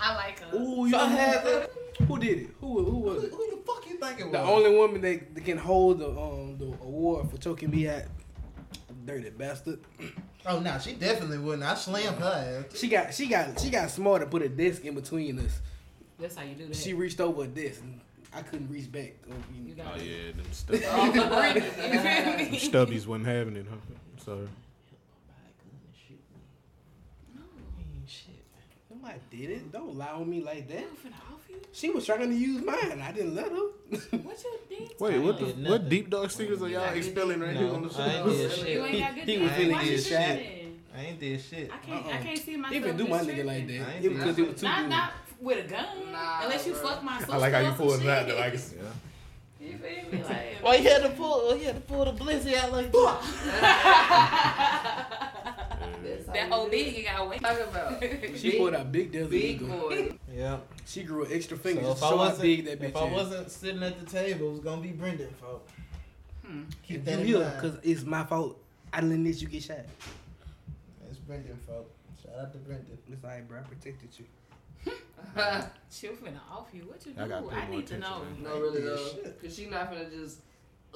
[SPEAKER 10] I like her.
[SPEAKER 4] Ooh, you
[SPEAKER 5] So I
[SPEAKER 4] know who-
[SPEAKER 5] had to-
[SPEAKER 4] Who did it? Who who was
[SPEAKER 5] who,
[SPEAKER 10] [LAUGHS]
[SPEAKER 4] it?
[SPEAKER 5] who the fuck you think it was?
[SPEAKER 4] The only woman that, that can hold the um the award for choking me out, dirty bastard.
[SPEAKER 5] Oh no, she definitely wouldn't. I slammed her ass.
[SPEAKER 4] She got she got she got smart and put a disc in between us.
[SPEAKER 10] That's how you do that.
[SPEAKER 4] She reached over a disc. And I couldn't reach back. Oh, you-
[SPEAKER 10] You got
[SPEAKER 2] yeah, them stubbies.
[SPEAKER 10] all [LAUGHS] the brain. You feel
[SPEAKER 2] them
[SPEAKER 10] me?
[SPEAKER 2] stubbies wasn't having it, huh? Sorry.
[SPEAKER 4] No, I didn't. Don't lie on me like that.
[SPEAKER 10] I'm finna off [LAUGHS] you.
[SPEAKER 4] She was trying to use mine. I didn't let
[SPEAKER 10] [LAUGHS]
[SPEAKER 4] her.
[SPEAKER 10] What you did?
[SPEAKER 2] Wait, what the what
[SPEAKER 5] did nothing.
[SPEAKER 2] deep dark secrets are y'all expelling right here on the
[SPEAKER 5] No, I ain't did
[SPEAKER 2] show?
[SPEAKER 5] shit.
[SPEAKER 10] You ain't got good
[SPEAKER 5] He was
[SPEAKER 10] dick.
[SPEAKER 5] feeling
[SPEAKER 10] Why you
[SPEAKER 5] his
[SPEAKER 10] tripping?
[SPEAKER 5] I ain't did shit. Uh-uh.
[SPEAKER 10] I can't. I can't see myself.
[SPEAKER 4] Even do my
[SPEAKER 10] just
[SPEAKER 4] nigga like
[SPEAKER 10] tripping.
[SPEAKER 4] that.
[SPEAKER 5] ain't
[SPEAKER 4] It was 'cause it was too
[SPEAKER 10] Not
[SPEAKER 4] good.
[SPEAKER 10] not with a gun.
[SPEAKER 6] Nah,
[SPEAKER 10] Unless you
[SPEAKER 6] bruh.
[SPEAKER 10] fuck my sister.
[SPEAKER 2] I like how you
[SPEAKER 10] or some
[SPEAKER 2] pulled it out.
[SPEAKER 10] shit.
[SPEAKER 2] though. I
[SPEAKER 10] [LAUGHS]
[SPEAKER 2] can see.
[SPEAKER 10] You feel me? Like,
[SPEAKER 9] Well, you had to pull, well, you had to pull the blizzy out like that.
[SPEAKER 10] that old big you got away.
[SPEAKER 6] Talk
[SPEAKER 10] [LAUGHS]
[SPEAKER 6] about
[SPEAKER 4] She
[SPEAKER 6] big,
[SPEAKER 4] pulled out big Desi
[SPEAKER 6] big
[SPEAKER 4] Eagle.
[SPEAKER 6] boy.
[SPEAKER 5] Yeah.
[SPEAKER 4] She grew extra
[SPEAKER 5] So
[SPEAKER 4] fingers.
[SPEAKER 5] if I
[SPEAKER 4] so how
[SPEAKER 5] wasn't,
[SPEAKER 4] big that bitch
[SPEAKER 5] if I
[SPEAKER 4] is.
[SPEAKER 5] wasn't sitting at the table, it was gonna be Brendan fault.
[SPEAKER 10] Hmm.
[SPEAKER 5] Keep that
[SPEAKER 4] You
[SPEAKER 5] in
[SPEAKER 4] here,
[SPEAKER 5] mind.
[SPEAKER 4] cause it's my fault. I didn't let you get shot.
[SPEAKER 5] It's Brendan fault. Shout out to Brendan.
[SPEAKER 4] It's like, bro, I protected you.
[SPEAKER 10] She was finna off you. What you do?
[SPEAKER 2] I gotta pay
[SPEAKER 10] I,
[SPEAKER 2] more
[SPEAKER 10] need to
[SPEAKER 2] attention,
[SPEAKER 10] know.
[SPEAKER 2] man.
[SPEAKER 6] No, really though, cause she not finna just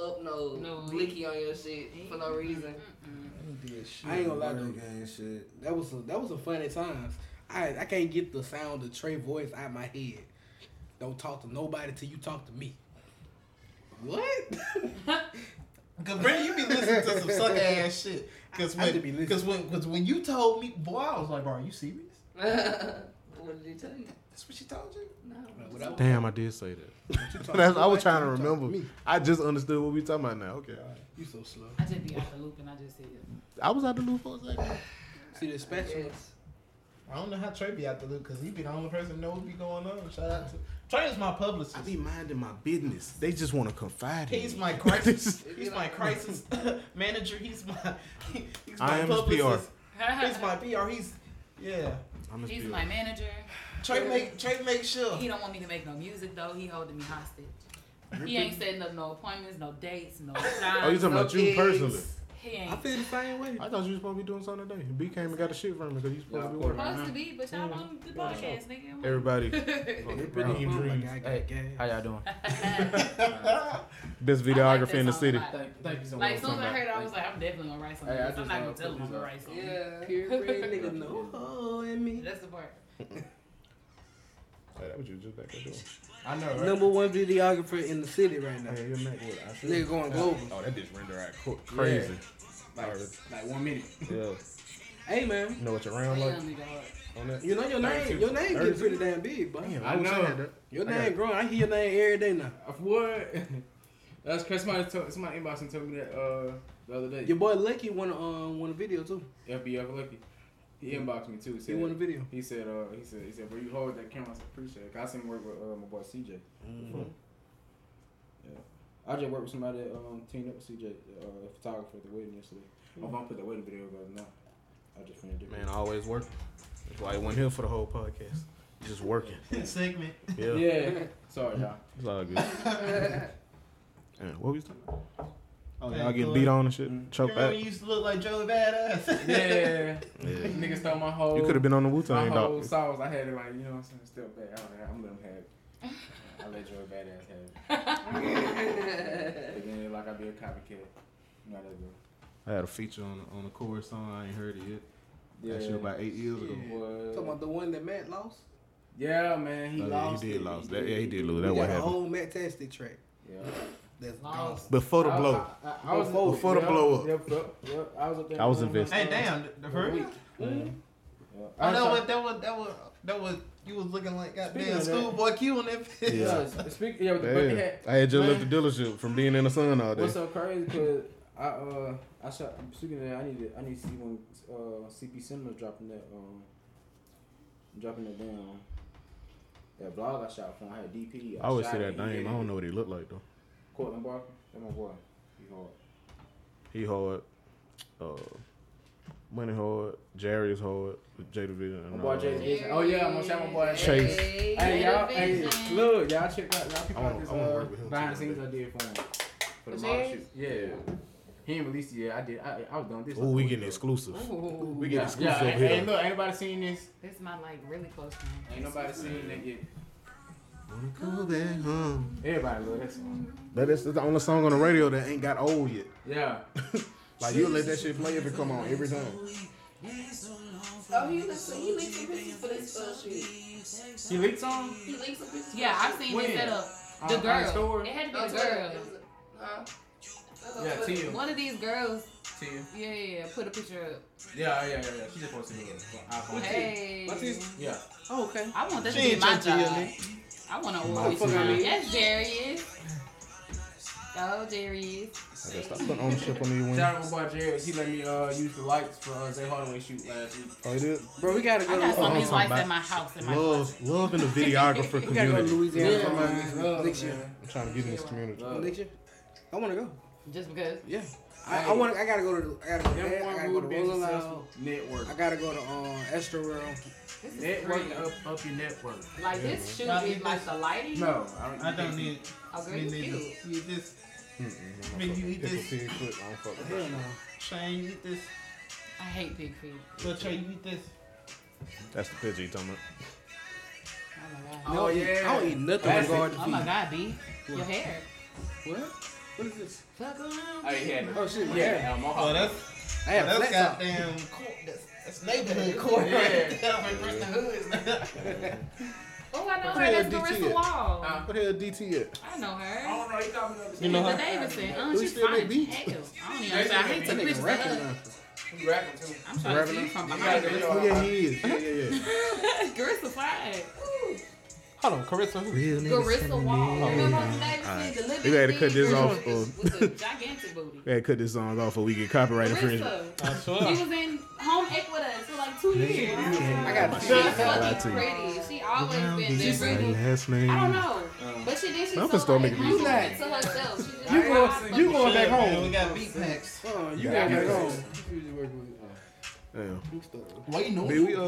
[SPEAKER 6] up no,
[SPEAKER 8] Oh,
[SPEAKER 10] No.
[SPEAKER 6] blicky on your shit for no reason.
[SPEAKER 5] I ain't did shit.
[SPEAKER 4] I ain't gonna lie,
[SPEAKER 14] Word
[SPEAKER 4] dude.
[SPEAKER 14] Gang shit.
[SPEAKER 4] That was a, that was a funny times. I I can't get the sound of Trey voice out my head. Don't talk to nobody till you talk to me. What? [LAUGHS]
[SPEAKER 5] Cause Brandon, you be listening to some suck ass shit. Cause
[SPEAKER 4] I
[SPEAKER 5] when,
[SPEAKER 4] just be listening.
[SPEAKER 5] cause when, cause when you told me, boy, I was like, bro, are you serious?
[SPEAKER 6] what did he tell you?
[SPEAKER 5] That's what she told you.
[SPEAKER 4] Without-
[SPEAKER 2] Damn, I did say that. [LAUGHS]
[SPEAKER 4] you talk to
[SPEAKER 2] That's, I
[SPEAKER 4] nobody
[SPEAKER 2] was trying to
[SPEAKER 4] till you talk
[SPEAKER 2] remember.
[SPEAKER 4] me.
[SPEAKER 2] I just understood what we talking about now. Okay, all right.
[SPEAKER 4] You so slow.
[SPEAKER 10] I just be out the loop and I just see it.
[SPEAKER 2] I was out the loop for a second.
[SPEAKER 4] See the spatula.
[SPEAKER 6] Yes.
[SPEAKER 5] I don't know how Trey be out the loop because he be the only person that know what be going on. Shout out to Trey is my publicist.
[SPEAKER 2] I be minding my business. They just want to confide. in
[SPEAKER 5] He's
[SPEAKER 2] me.
[SPEAKER 5] my crisis. He's my crisis [LAUGHS] manager. He's my. [LAUGHS] He's my
[SPEAKER 2] I am his
[SPEAKER 5] publicist. He's my PR. He's yeah.
[SPEAKER 2] I'm his
[SPEAKER 10] [LAUGHS] He's
[SPEAKER 2] bill.
[SPEAKER 10] my manager.
[SPEAKER 5] Trey make Trey make sure.
[SPEAKER 10] He don't want me to make no music though. He holding me hostage. He ain't setting up no appointments, no
[SPEAKER 2] [LAUGHS]
[SPEAKER 10] dates, no time.
[SPEAKER 2] Oh, you talking about you
[SPEAKER 6] gigs.
[SPEAKER 2] personally?
[SPEAKER 10] He
[SPEAKER 4] I
[SPEAKER 10] ain't
[SPEAKER 4] feel the same way.
[SPEAKER 2] I thought you was supposed to be doing something today. B came and got the shit from me because you supposed to be
[SPEAKER 14] Nah,
[SPEAKER 2] working.
[SPEAKER 10] supposed to be, but y'all on the podcast, nigga. [LAUGHS]
[SPEAKER 2] Everybody,
[SPEAKER 4] Everybody-
[SPEAKER 2] Team
[SPEAKER 4] oh my
[SPEAKER 2] Dreams.
[SPEAKER 4] God,
[SPEAKER 9] Hey,
[SPEAKER 4] gas.
[SPEAKER 9] How y'all doing?
[SPEAKER 2] best
[SPEAKER 10] I like
[SPEAKER 2] videographer
[SPEAKER 10] that
[SPEAKER 2] in the
[SPEAKER 10] song
[SPEAKER 2] city.
[SPEAKER 10] a lot.
[SPEAKER 9] Thank you so
[SPEAKER 10] Like,
[SPEAKER 9] much.
[SPEAKER 10] as soon as I heard it, I was like, I'm definitely gonna write something.
[SPEAKER 9] Hey, I
[SPEAKER 10] I'm
[SPEAKER 9] just
[SPEAKER 10] not gonna
[SPEAKER 9] wanna
[SPEAKER 10] tell him
[SPEAKER 9] put
[SPEAKER 10] I'm gonna
[SPEAKER 9] this
[SPEAKER 10] write something.
[SPEAKER 4] [LAUGHS]
[SPEAKER 6] Yeah.
[SPEAKER 4] Purebred nigga, no hole in me.
[SPEAKER 10] That's the part.
[SPEAKER 2] Hey, that what you just back there doing?
[SPEAKER 5] I know. Right?
[SPEAKER 4] Number one videographer in the city right now.
[SPEAKER 2] Hey, your Mac, what? I see.
[SPEAKER 4] Nigga going global.
[SPEAKER 2] Oh, that bitch render out co- crazy.
[SPEAKER 4] Like, like one minute.
[SPEAKER 2] Yeah.
[SPEAKER 4] Hey man,
[SPEAKER 2] You know what your
[SPEAKER 10] Play
[SPEAKER 2] round like?
[SPEAKER 10] on me, dog.
[SPEAKER 2] on that.
[SPEAKER 4] You know your name. Your name getting pretty damn big, but
[SPEAKER 2] Damn, I wish I had that.
[SPEAKER 4] Your
[SPEAKER 2] I got
[SPEAKER 4] name
[SPEAKER 2] it.
[SPEAKER 4] growing. I hear your name every day now.
[SPEAKER 7] What? [LAUGHS] That's crazy. Somebody, told, somebody inboxed and told me that uh, the other day.
[SPEAKER 4] Your boy Lucky won a um, won a video too.
[SPEAKER 7] FBF Lucky. He inboxed me too. He, said,
[SPEAKER 4] want a video?
[SPEAKER 7] He said, uh, he said, he said, bro, you hold that camera. I said, appreciate it. 'Cause I seen him work with uh, my boy CJ. before. Yeah. I just worked with somebody that um, teamed up with CJ, uh, a photographer at the wedding yesterday. I'm gonna put that wedding video up now. I just finished it.
[SPEAKER 2] Man, I always work. That's why I wasn't here for the whole podcast. Just working.
[SPEAKER 7] [LAUGHS]
[SPEAKER 5] Segment.
[SPEAKER 2] Yeah.
[SPEAKER 7] Yeah. Sorry, y'all.
[SPEAKER 2] It's all good. Man, what was talking about? Mm. Oh,
[SPEAKER 5] Hey,
[SPEAKER 2] y'all getting
[SPEAKER 5] Floyd.
[SPEAKER 2] beat on and shit.
[SPEAKER 5] You
[SPEAKER 2] Choked
[SPEAKER 5] remember
[SPEAKER 2] out.
[SPEAKER 5] you used to look like Joey Badass?
[SPEAKER 7] Yeah.
[SPEAKER 2] Yeah.
[SPEAKER 7] Niggas stole my whole.
[SPEAKER 2] You coulda been on the Wu-Tang,
[SPEAKER 7] My
[SPEAKER 2] dog.
[SPEAKER 7] whole songs. I had it like, you know what I'm saying? Still bad. I don't know. I'm letting him have it. I let
[SPEAKER 5] [LAUGHS]
[SPEAKER 7] your badass have
[SPEAKER 5] [LAUGHS]
[SPEAKER 7] it. but then, like, I be a copycat. You know, that girl.
[SPEAKER 2] I had a feature on on a chorus song. I ain't heard it yet. That shit
[SPEAKER 7] Yeah.
[SPEAKER 2] about eight years ago.
[SPEAKER 7] Yeah.
[SPEAKER 4] Talking about the one that Matt lost.
[SPEAKER 7] Yeah, man. He
[SPEAKER 2] Oh, yeah,
[SPEAKER 7] lost.
[SPEAKER 2] he
[SPEAKER 7] it.
[SPEAKER 2] did lose. That, yeah, he did lose.
[SPEAKER 4] We
[SPEAKER 2] That what
[SPEAKER 4] got a
[SPEAKER 2] happened.
[SPEAKER 4] whole Matt Tastic track.
[SPEAKER 7] Yeah.
[SPEAKER 4] That's
[SPEAKER 7] Lost.
[SPEAKER 4] lost.
[SPEAKER 2] Before the blow.
[SPEAKER 7] I, I, I was
[SPEAKER 2] Before- before the
[SPEAKER 7] yeah,
[SPEAKER 2] blow up.
[SPEAKER 7] Yep, yep, yep. I was up there.
[SPEAKER 2] I was
[SPEAKER 7] doing my
[SPEAKER 2] invested.
[SPEAKER 5] [LAUGHS] Hey, damn,
[SPEAKER 7] thing
[SPEAKER 5] the first-
[SPEAKER 7] week. Yeah.
[SPEAKER 5] Mhm. I know
[SPEAKER 7] saw-
[SPEAKER 5] what that was. That was that was you was looking like
[SPEAKER 7] Speaking
[SPEAKER 5] goddamn
[SPEAKER 7] of that-
[SPEAKER 5] schoolboy Q on that [LAUGHS]
[SPEAKER 2] Yeah.
[SPEAKER 7] Yeah,
[SPEAKER 5] bitch.
[SPEAKER 7] speak, yeah, but
[SPEAKER 2] Damn.
[SPEAKER 7] they had,
[SPEAKER 2] I had just
[SPEAKER 7] man,
[SPEAKER 2] left the dealership from being in the sun all day.
[SPEAKER 7] What's so crazy? Cause I uh I shot. Speaking of that, I need to I need to see when uh CP Cinema dropping that um dropping that damn that blog I shot from. I had DP.
[SPEAKER 2] I always
[SPEAKER 7] shot
[SPEAKER 2] see
[SPEAKER 7] it,
[SPEAKER 2] that
[SPEAKER 7] he
[SPEAKER 2] name.
[SPEAKER 7] did
[SPEAKER 2] I
[SPEAKER 7] it.
[SPEAKER 2] don't know what he looked like though.
[SPEAKER 7] Courtland Barker. That my boy. He hard.
[SPEAKER 2] He hard. Uh, Money hard. Jerry is hard. J Division.
[SPEAKER 7] My
[SPEAKER 2] and
[SPEAKER 7] boy
[SPEAKER 2] all
[SPEAKER 7] Jay
[SPEAKER 2] that.
[SPEAKER 7] Vision. Oh yeah, I'm gonna shout my boy
[SPEAKER 2] Chase.
[SPEAKER 7] Hey, y'all, hey,
[SPEAKER 2] Vision.
[SPEAKER 7] look, y'all check out, y'all check
[SPEAKER 2] I wanna-
[SPEAKER 7] out this
[SPEAKER 2] I wanna
[SPEAKER 7] uh,
[SPEAKER 2] work with him
[SPEAKER 7] behind the
[SPEAKER 2] too,
[SPEAKER 7] scenes I did for him for the
[SPEAKER 2] The
[SPEAKER 7] model
[SPEAKER 2] Jazz?
[SPEAKER 7] shoot. Yeah, he ain't released it yet. I did. I, I was done this.
[SPEAKER 2] Ooh, we getting exclusive.
[SPEAKER 7] Ooh.
[SPEAKER 2] We getting
[SPEAKER 7] Yeah,
[SPEAKER 2] exclusive
[SPEAKER 7] yeah,
[SPEAKER 2] here.
[SPEAKER 7] Hey, look, ain't nobody seen this.
[SPEAKER 10] This is my like really close friend.
[SPEAKER 7] Ain't nobody seen that yet.
[SPEAKER 2] Wanna go back home.
[SPEAKER 7] Everybody love that song.
[SPEAKER 2] That is the only song on the radio that ain't got old yet.
[SPEAKER 7] Yeah.
[SPEAKER 2] Like you'll let that shit play if it come on every time.
[SPEAKER 6] Oh, he looks. He leaked some pictures for this uh, shit.
[SPEAKER 7] He leaked some?
[SPEAKER 6] He leaked some pictures.
[SPEAKER 10] Yeah, I've seen
[SPEAKER 7] When?
[SPEAKER 10] this set up.
[SPEAKER 7] On-
[SPEAKER 10] The
[SPEAKER 7] on
[SPEAKER 10] girl.
[SPEAKER 7] store?
[SPEAKER 10] It had to be
[SPEAKER 6] Oh,
[SPEAKER 10] the
[SPEAKER 6] girl.
[SPEAKER 10] girl.
[SPEAKER 6] Huh? uh,
[SPEAKER 7] Yeah, Tia.
[SPEAKER 10] One of these girls.
[SPEAKER 7] Tia.
[SPEAKER 10] Yeah, yeah, yeah. Put a picture up.
[SPEAKER 7] Yeah, yeah, yeah, yeah. She just posted it on iPhone.
[SPEAKER 10] Hey.
[SPEAKER 7] Yeah.
[SPEAKER 4] Oh, okay.
[SPEAKER 10] I want that
[SPEAKER 7] She
[SPEAKER 10] to be
[SPEAKER 7] ain't
[SPEAKER 10] my
[SPEAKER 7] touching you,
[SPEAKER 10] job.
[SPEAKER 7] nigga.
[SPEAKER 10] I want to
[SPEAKER 7] My
[SPEAKER 10] order
[SPEAKER 7] fuck, I mean.
[SPEAKER 10] Yes, Darius. Oh, Darius.
[SPEAKER 2] I gotta stop putting ownership on these wings.
[SPEAKER 7] Shout out my boy Jared. He let me uh, use the lights for uh, Zay Hardaway shoot last week.
[SPEAKER 2] Oh, it is.
[SPEAKER 4] Bro, we gotta go. uh,
[SPEAKER 10] I got so
[SPEAKER 2] Oh, I'm
[SPEAKER 10] many
[SPEAKER 2] talking
[SPEAKER 10] lights
[SPEAKER 2] about
[SPEAKER 10] at my house. In my
[SPEAKER 2] Love,
[SPEAKER 4] [LAUGHS]
[SPEAKER 2] love in the videographer
[SPEAKER 4] We gotta go to
[SPEAKER 2] community.
[SPEAKER 4] Louisiana
[SPEAKER 7] Yeah,
[SPEAKER 4] for my
[SPEAKER 7] man.
[SPEAKER 4] next,
[SPEAKER 7] Love,
[SPEAKER 4] next year.
[SPEAKER 7] man.
[SPEAKER 2] I'm trying to get in this community.
[SPEAKER 4] Next year, I wanna go.
[SPEAKER 10] Just because.
[SPEAKER 4] Yeah. I, I want. I gotta go to. I gotta go to.
[SPEAKER 7] Everyone
[SPEAKER 4] I gotta
[SPEAKER 7] who
[SPEAKER 4] go to
[SPEAKER 7] been
[SPEAKER 4] Rolling Loud.
[SPEAKER 7] successful, network.
[SPEAKER 4] I gotta go to um, Astro World.
[SPEAKER 10] This is
[SPEAKER 7] Network
[SPEAKER 10] great.
[SPEAKER 7] up, up your network.
[SPEAKER 10] Like this should
[SPEAKER 5] Nah,
[SPEAKER 10] be
[SPEAKER 5] it
[SPEAKER 10] like the lighting.
[SPEAKER 7] No, I don't,
[SPEAKER 5] I don't need.
[SPEAKER 10] Oh, girl, you
[SPEAKER 5] need
[SPEAKER 10] cute.
[SPEAKER 5] this. You eat this.
[SPEAKER 2] Mm-mm,
[SPEAKER 5] Man, you eat
[SPEAKER 2] Pickle
[SPEAKER 5] this.
[SPEAKER 2] pig foot, I don't fuck with that.
[SPEAKER 5] Shane, you eat this.
[SPEAKER 10] I hate big feet.
[SPEAKER 5] Latrell, you eat this.
[SPEAKER 2] That's the picture you talking about.
[SPEAKER 10] Oh my
[SPEAKER 4] No, I
[SPEAKER 10] god.
[SPEAKER 4] don't eat- I don't eat nothing
[SPEAKER 7] That's
[SPEAKER 4] regarding
[SPEAKER 10] Oh
[SPEAKER 4] feet.
[SPEAKER 10] my god, B. Your hair.
[SPEAKER 4] What? What is this?
[SPEAKER 10] Fuck around.
[SPEAKER 7] Oh, he had it.
[SPEAKER 4] Oh shit.
[SPEAKER 7] Yeah,
[SPEAKER 4] Yeah.
[SPEAKER 7] yeah my
[SPEAKER 5] Oh,
[SPEAKER 7] heart.
[SPEAKER 5] that's
[SPEAKER 4] I have
[SPEAKER 5] oh, that's
[SPEAKER 4] flats out.
[SPEAKER 5] goddamn court. That's, that's neighborhood court right there. Right across the hood.
[SPEAKER 7] [LAUGHS]
[SPEAKER 10] Oh, I know
[SPEAKER 2] Where
[SPEAKER 10] her. That's
[SPEAKER 2] DT
[SPEAKER 10] Marissa
[SPEAKER 2] at?
[SPEAKER 10] Wall.
[SPEAKER 7] Uh,
[SPEAKER 2] What the hell, DT at?
[SPEAKER 10] I know
[SPEAKER 7] I
[SPEAKER 10] her.
[SPEAKER 7] don't know. He called me the other day.
[SPEAKER 2] You know
[SPEAKER 10] Lisa
[SPEAKER 2] her?
[SPEAKER 10] Davidson.
[SPEAKER 2] Do
[SPEAKER 10] Uh,
[SPEAKER 2] we
[SPEAKER 10] she's
[SPEAKER 2] still
[SPEAKER 10] fine
[SPEAKER 2] make
[SPEAKER 10] as
[SPEAKER 2] beats?
[SPEAKER 10] hell. I don't even
[SPEAKER 7] They
[SPEAKER 10] understand. I hate
[SPEAKER 7] still
[SPEAKER 10] to
[SPEAKER 7] make
[SPEAKER 10] picture
[SPEAKER 4] Nigga
[SPEAKER 10] of
[SPEAKER 4] rapping
[SPEAKER 10] her.
[SPEAKER 4] now.
[SPEAKER 7] He rapping too.
[SPEAKER 10] I'm trying to
[SPEAKER 2] Rapping
[SPEAKER 10] see you
[SPEAKER 2] up?
[SPEAKER 10] from
[SPEAKER 7] You gotta
[SPEAKER 10] behind.
[SPEAKER 7] go
[SPEAKER 2] Oh yeah, he is. Yeah, yeah, [LAUGHS] yeah.
[SPEAKER 10] [LAUGHS] Garissa Flag.
[SPEAKER 5] Hold on, Carissa. Who?
[SPEAKER 2] Real
[SPEAKER 10] Garissa Wall. You
[SPEAKER 2] yeah.
[SPEAKER 10] remember Marissa Davidson?
[SPEAKER 2] Alright.
[SPEAKER 10] The living
[SPEAKER 2] We gotta cut this
[SPEAKER 10] girl
[SPEAKER 2] off,
[SPEAKER 10] With,
[SPEAKER 2] uh,
[SPEAKER 10] with a gigantic booty.
[SPEAKER 2] We had to cut this song off or we get copyright infringement.
[SPEAKER 10] Marissa.
[SPEAKER 5] I
[SPEAKER 10] She was
[SPEAKER 5] swear.
[SPEAKER 10] in home Ecuador for like two years.
[SPEAKER 4] I got.
[SPEAKER 10] She's
[SPEAKER 4] flats.
[SPEAKER 2] Lied to
[SPEAKER 10] fucking
[SPEAKER 2] you.
[SPEAKER 10] pretty. She always been that
[SPEAKER 2] This is
[SPEAKER 10] pretty.
[SPEAKER 2] my last name.
[SPEAKER 10] I don't know. But she did. She's
[SPEAKER 2] I'm
[SPEAKER 10] so
[SPEAKER 2] finna start
[SPEAKER 10] like,
[SPEAKER 2] making music.
[SPEAKER 10] confident to herself. She just
[SPEAKER 4] You
[SPEAKER 10] like,
[SPEAKER 4] going-
[SPEAKER 10] "Ah, fuck
[SPEAKER 4] you
[SPEAKER 10] it."
[SPEAKER 4] going
[SPEAKER 5] [LAUGHS]
[SPEAKER 4] back
[SPEAKER 5] Man,
[SPEAKER 4] home?
[SPEAKER 5] We got beat packs.
[SPEAKER 4] Hold on, Oh, you
[SPEAKER 2] Yeah,
[SPEAKER 4] gotta
[SPEAKER 2] I got
[SPEAKER 4] go.
[SPEAKER 2] this. Damn.
[SPEAKER 4] You stuck.
[SPEAKER 5] Why you know?
[SPEAKER 2] Did we uh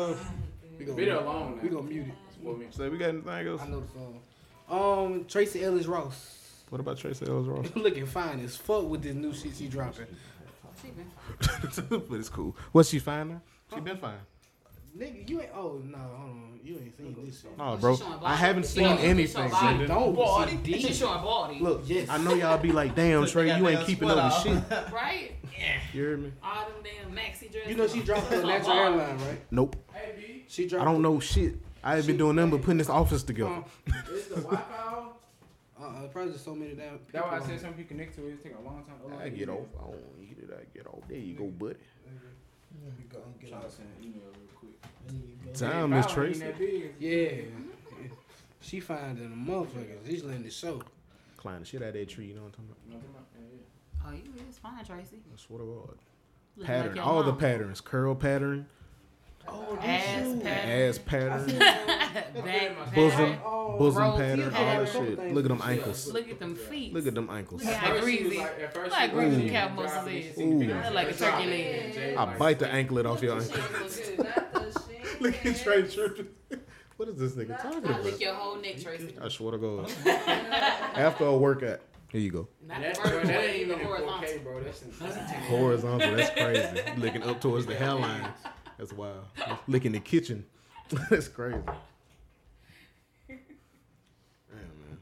[SPEAKER 4] We gonna
[SPEAKER 7] Video alone.
[SPEAKER 4] We gonna mute it.
[SPEAKER 7] For me.
[SPEAKER 2] say we got anything else?
[SPEAKER 4] I know the song. Um, Tracy Ellis Ross. [LAUGHS]
[SPEAKER 2] What about Tracy Ellis Ross?
[SPEAKER 4] Looking fine as fuck with this new shit she dropping.
[SPEAKER 2] [LAUGHS] but it's cool. What's she fine now? She been fine.
[SPEAKER 4] Nigga, you ain't. Oh no, hold on. You ain't seen this shit.
[SPEAKER 2] No, bro.
[SPEAKER 10] showing
[SPEAKER 2] I haven't
[SPEAKER 10] body.
[SPEAKER 2] seen
[SPEAKER 10] She showing
[SPEAKER 2] anything.
[SPEAKER 10] body.
[SPEAKER 2] Brandon.
[SPEAKER 4] Don't
[SPEAKER 10] Body.
[SPEAKER 4] see
[SPEAKER 10] She
[SPEAKER 4] this.
[SPEAKER 10] showing body.
[SPEAKER 4] Look, yes.
[SPEAKER 2] I know y'all be like, damn, Trey, you ain't keeping up with shit.
[SPEAKER 10] Right?
[SPEAKER 2] You hear me?
[SPEAKER 10] All them damn maxi dresses.
[SPEAKER 4] You know she dropped the
[SPEAKER 10] Showing
[SPEAKER 4] natural
[SPEAKER 10] body.
[SPEAKER 4] airline, right?
[SPEAKER 2] Nope.
[SPEAKER 4] She
[SPEAKER 2] I
[SPEAKER 4] dropped. um,
[SPEAKER 2] don't know shit. I ain't been doing nothing but putting this office together.
[SPEAKER 7] Is the Wi-Fi on?
[SPEAKER 4] Uh, uh, probably just so many damn.
[SPEAKER 7] That's why I
[SPEAKER 4] people
[SPEAKER 7] said something you connect to it. It take a long time. a long
[SPEAKER 2] I
[SPEAKER 7] time to
[SPEAKER 2] get
[SPEAKER 7] do.
[SPEAKER 2] off. I don't eat it. I get off. There you go, buddy.
[SPEAKER 5] Let me go and get
[SPEAKER 16] Trying
[SPEAKER 5] out.
[SPEAKER 16] to send an email real quick.
[SPEAKER 5] Let me go.
[SPEAKER 2] Damn, Miss
[SPEAKER 16] Probably ain't
[SPEAKER 2] Tracy.
[SPEAKER 16] that big.
[SPEAKER 4] Yeah. She finding a motherfucker. She's letting it soak.
[SPEAKER 2] Climb the shit out of that tree, you know what I'm talking about?
[SPEAKER 10] Oh, you is fine, Tracy.
[SPEAKER 2] I swear to God.
[SPEAKER 10] Look
[SPEAKER 2] Pattern,
[SPEAKER 10] like your
[SPEAKER 2] all the
[SPEAKER 10] mom.
[SPEAKER 2] patterns. Curl pattern,
[SPEAKER 10] Oh, ass
[SPEAKER 2] ass
[SPEAKER 10] [LAUGHS]
[SPEAKER 2] pattern, bosom,
[SPEAKER 10] Back pattern.
[SPEAKER 2] bosom
[SPEAKER 10] Rose, you
[SPEAKER 2] pattern, all
[SPEAKER 10] had
[SPEAKER 2] that shit. Look at them ankles.
[SPEAKER 10] Look at them feet.
[SPEAKER 2] Look at them ankles.
[SPEAKER 10] Look at that greasy.
[SPEAKER 16] at first
[SPEAKER 10] Look at
[SPEAKER 16] she
[SPEAKER 10] greasy
[SPEAKER 2] was
[SPEAKER 10] cow
[SPEAKER 16] driving
[SPEAKER 10] muscles
[SPEAKER 16] and
[SPEAKER 10] is.
[SPEAKER 2] seen the
[SPEAKER 10] Look
[SPEAKER 2] picture.
[SPEAKER 10] like a turkey
[SPEAKER 16] Yeah.
[SPEAKER 10] leg.
[SPEAKER 2] I bite the anklet off your ankle. [LAUGHS] Look at straight tripping. [LAUGHS] What is this nigga talking
[SPEAKER 10] I lick your
[SPEAKER 2] about?
[SPEAKER 10] whole neck, Tracy.
[SPEAKER 2] I swear to God. [LAUGHS] After a workout, here you go.
[SPEAKER 10] Not
[SPEAKER 16] That's,
[SPEAKER 10] the
[SPEAKER 16] bro, that ain't
[SPEAKER 10] vertical,
[SPEAKER 16] even
[SPEAKER 10] even
[SPEAKER 16] in 4K,
[SPEAKER 10] horizontal.
[SPEAKER 16] bro. That's in that's in
[SPEAKER 2] Horizontal, that's crazy. Licking up towards the hairline. That's wild. Licking the kitchen. [LAUGHS] that's crazy. Damn, man.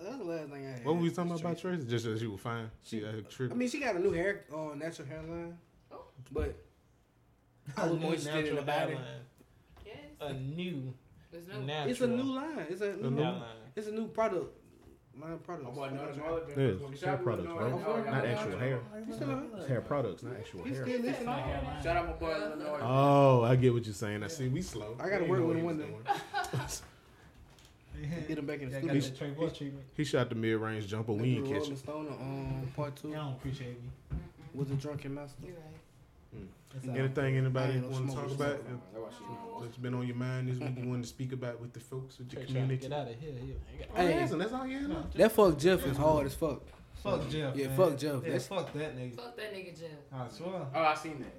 [SPEAKER 4] That's the last thing I had.
[SPEAKER 2] What were we talking about, Tracy? Just as you were fine. She got her
[SPEAKER 4] I
[SPEAKER 2] trip.
[SPEAKER 4] mean, she got a new hair, uh, natural hairline.
[SPEAKER 10] Oh.
[SPEAKER 4] But I
[SPEAKER 5] [LAUGHS] A
[SPEAKER 4] was
[SPEAKER 5] new
[SPEAKER 4] more interested in the
[SPEAKER 5] natural
[SPEAKER 4] body.
[SPEAKER 5] hairline.
[SPEAKER 10] Yes.
[SPEAKER 5] A new
[SPEAKER 10] There's no-
[SPEAKER 5] natural.
[SPEAKER 4] It's a new line. It's a new,
[SPEAKER 5] new line.
[SPEAKER 4] It's a new product. Line product.
[SPEAKER 16] Oh, I know the product.
[SPEAKER 2] Yeah, it's hair products, right? Not actual hair.
[SPEAKER 4] You still have it?
[SPEAKER 2] It's hair products, not actual
[SPEAKER 4] You
[SPEAKER 2] hair.
[SPEAKER 4] still listening?
[SPEAKER 16] Shout out my boy Illinois.
[SPEAKER 2] Oh, I get what you're saying. I see. We slow.
[SPEAKER 4] I gotta
[SPEAKER 2] We
[SPEAKER 4] work
[SPEAKER 2] know
[SPEAKER 4] with
[SPEAKER 2] what
[SPEAKER 4] him one
[SPEAKER 2] he
[SPEAKER 4] day.
[SPEAKER 2] was
[SPEAKER 4] [LAUGHS] Get him back in the
[SPEAKER 5] That
[SPEAKER 4] studio.
[SPEAKER 5] got that Trey Boy treatment.
[SPEAKER 2] doing. He shot the mid range jumper.
[SPEAKER 4] Like
[SPEAKER 2] We
[SPEAKER 4] the
[SPEAKER 2] ain't catch
[SPEAKER 4] Rolling
[SPEAKER 2] it.
[SPEAKER 4] Stone um, part two.
[SPEAKER 5] Y'all don't appreciate me.
[SPEAKER 4] Was a drunken master.
[SPEAKER 5] That's all.
[SPEAKER 2] Anything
[SPEAKER 4] I
[SPEAKER 2] anybody
[SPEAKER 4] ain't no
[SPEAKER 2] want to
[SPEAKER 4] smoker,
[SPEAKER 2] talk
[SPEAKER 4] so-
[SPEAKER 2] about?
[SPEAKER 16] That's why she
[SPEAKER 2] What's been on your mind this week? You want to speak about with the folks, with the
[SPEAKER 5] Trey trying to
[SPEAKER 2] community?
[SPEAKER 5] get out of here. yeah.
[SPEAKER 2] Oh, he hasn't. That's all he had. left.
[SPEAKER 4] That fuck Jeff is hard as fuck. [LAUGHS]
[SPEAKER 5] Fuck Jeff.
[SPEAKER 4] Yeah,
[SPEAKER 5] man.
[SPEAKER 4] fuck Jeff.
[SPEAKER 5] Yeah,
[SPEAKER 4] That's-
[SPEAKER 5] fuck that nigga.
[SPEAKER 10] Fuck that nigga Jeff.
[SPEAKER 5] I swear.
[SPEAKER 16] Oh, I seen that.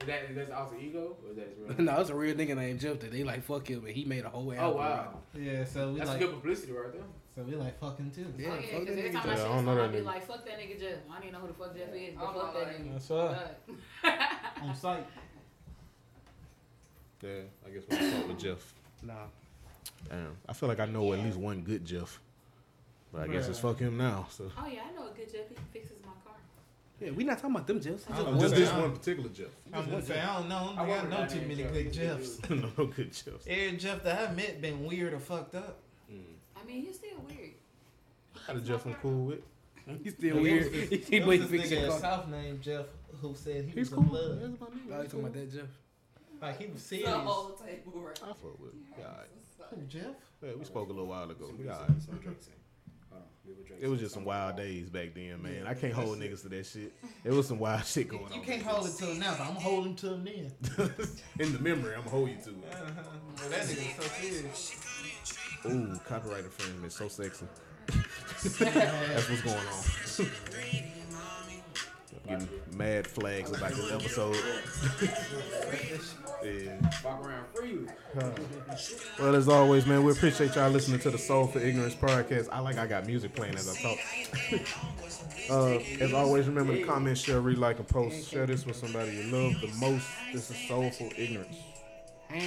[SPEAKER 16] Is that is that alter ego or is that his real?
[SPEAKER 4] [LAUGHS]
[SPEAKER 16] name?
[SPEAKER 4] no, it's a real nigga named Jeff that they like fuck him, and he made a whole album.
[SPEAKER 16] Oh
[SPEAKER 4] about
[SPEAKER 16] wow.
[SPEAKER 5] Yeah, so we
[SPEAKER 16] That's
[SPEAKER 5] like
[SPEAKER 16] good publicity right there.
[SPEAKER 5] so we like fucking too.
[SPEAKER 4] Yeah,
[SPEAKER 10] Oh, yeah,
[SPEAKER 4] fuck
[SPEAKER 10] because
[SPEAKER 4] that
[SPEAKER 10] every
[SPEAKER 4] nigga.
[SPEAKER 10] time
[SPEAKER 2] Yeah,
[SPEAKER 10] I
[SPEAKER 2] I
[SPEAKER 10] see
[SPEAKER 2] don't know
[SPEAKER 10] someone, I
[SPEAKER 2] that
[SPEAKER 10] be
[SPEAKER 2] nigga.
[SPEAKER 10] like, fuck that nigga Jeff. I don't even know who the fuck Jeff
[SPEAKER 8] I
[SPEAKER 10] is, but
[SPEAKER 8] don't
[SPEAKER 10] fuck
[SPEAKER 8] know
[SPEAKER 10] that
[SPEAKER 8] that
[SPEAKER 10] nigga.
[SPEAKER 5] That's why.
[SPEAKER 10] Fuck.
[SPEAKER 5] On site.
[SPEAKER 2] Yeah, I guess we'll start with Jeff.
[SPEAKER 4] it. Nah,
[SPEAKER 2] Damn. I feel like I know at least one good Jeff. But I guess it's
[SPEAKER 5] Bruh.
[SPEAKER 2] fuck him now. So
[SPEAKER 10] Oh, yeah, I know a good Jeff. He fixes my car.
[SPEAKER 4] yeah, we not talking about them Jeffs.
[SPEAKER 5] I don't
[SPEAKER 2] just
[SPEAKER 5] know.
[SPEAKER 2] this one particular Jeff. [LAUGHS]
[SPEAKER 5] I'm gonna say I don't know.
[SPEAKER 16] I
[SPEAKER 5] I
[SPEAKER 16] wonder
[SPEAKER 5] don't know
[SPEAKER 16] that
[SPEAKER 5] too
[SPEAKER 16] name
[SPEAKER 5] many
[SPEAKER 16] Jeff.
[SPEAKER 5] good Jeffs.
[SPEAKER 2] no good Jeffs.
[SPEAKER 5] Every Jeff that I met been weird or fucked up.
[SPEAKER 10] I mean, he's still weird.
[SPEAKER 2] Had a Jeff I'm cool with.
[SPEAKER 4] He's still
[SPEAKER 5] There was
[SPEAKER 4] weird. [LAUGHS]
[SPEAKER 5] this-
[SPEAKER 4] He
[SPEAKER 5] there
[SPEAKER 4] wait to
[SPEAKER 5] was this
[SPEAKER 4] fix your
[SPEAKER 5] nigga at
[SPEAKER 4] car.
[SPEAKER 5] South named Jeff who said he
[SPEAKER 2] He's
[SPEAKER 5] was
[SPEAKER 2] cool.
[SPEAKER 5] in love.
[SPEAKER 2] That's my nigga.
[SPEAKER 4] Nah, you talking about that Jeff?
[SPEAKER 5] Like he was
[SPEAKER 8] The
[SPEAKER 5] serious.
[SPEAKER 8] whole table right.
[SPEAKER 2] I fuck with. him. Yeah, all right.
[SPEAKER 5] Who, Jeff?
[SPEAKER 2] Yeah, we spoke a little while ago.
[SPEAKER 16] Some
[SPEAKER 2] We all
[SPEAKER 16] Drake
[SPEAKER 2] right.
[SPEAKER 16] sang, some Drake sang. Hold on, we were Drake
[SPEAKER 2] It was
[SPEAKER 16] sang.
[SPEAKER 2] just some wild days back then, man. I can't hold niggas to that shit. It was some wild shit going
[SPEAKER 5] You
[SPEAKER 2] on.
[SPEAKER 5] can't hold it to him now, but I'm holding to him then.
[SPEAKER 2] In the memory, I'm gonna hold you to it.
[SPEAKER 5] Well, that nigga so serious.
[SPEAKER 2] Ooh, copyright infringement. So sexy. That's what's going on. [LAUGHS] Getting mad flags about this episode. [LAUGHS] yeah.
[SPEAKER 16] Walk around freely.
[SPEAKER 2] Well, as always, man, we appreciate y'all listening to the Soul for Ignorance podcast. I like I got music playing as I talk. [LAUGHS] uh, as always, remember to comment, share, re-like, and post. Share this with somebody you love the most. This is Soulful Ignorance.
[SPEAKER 4] Eh.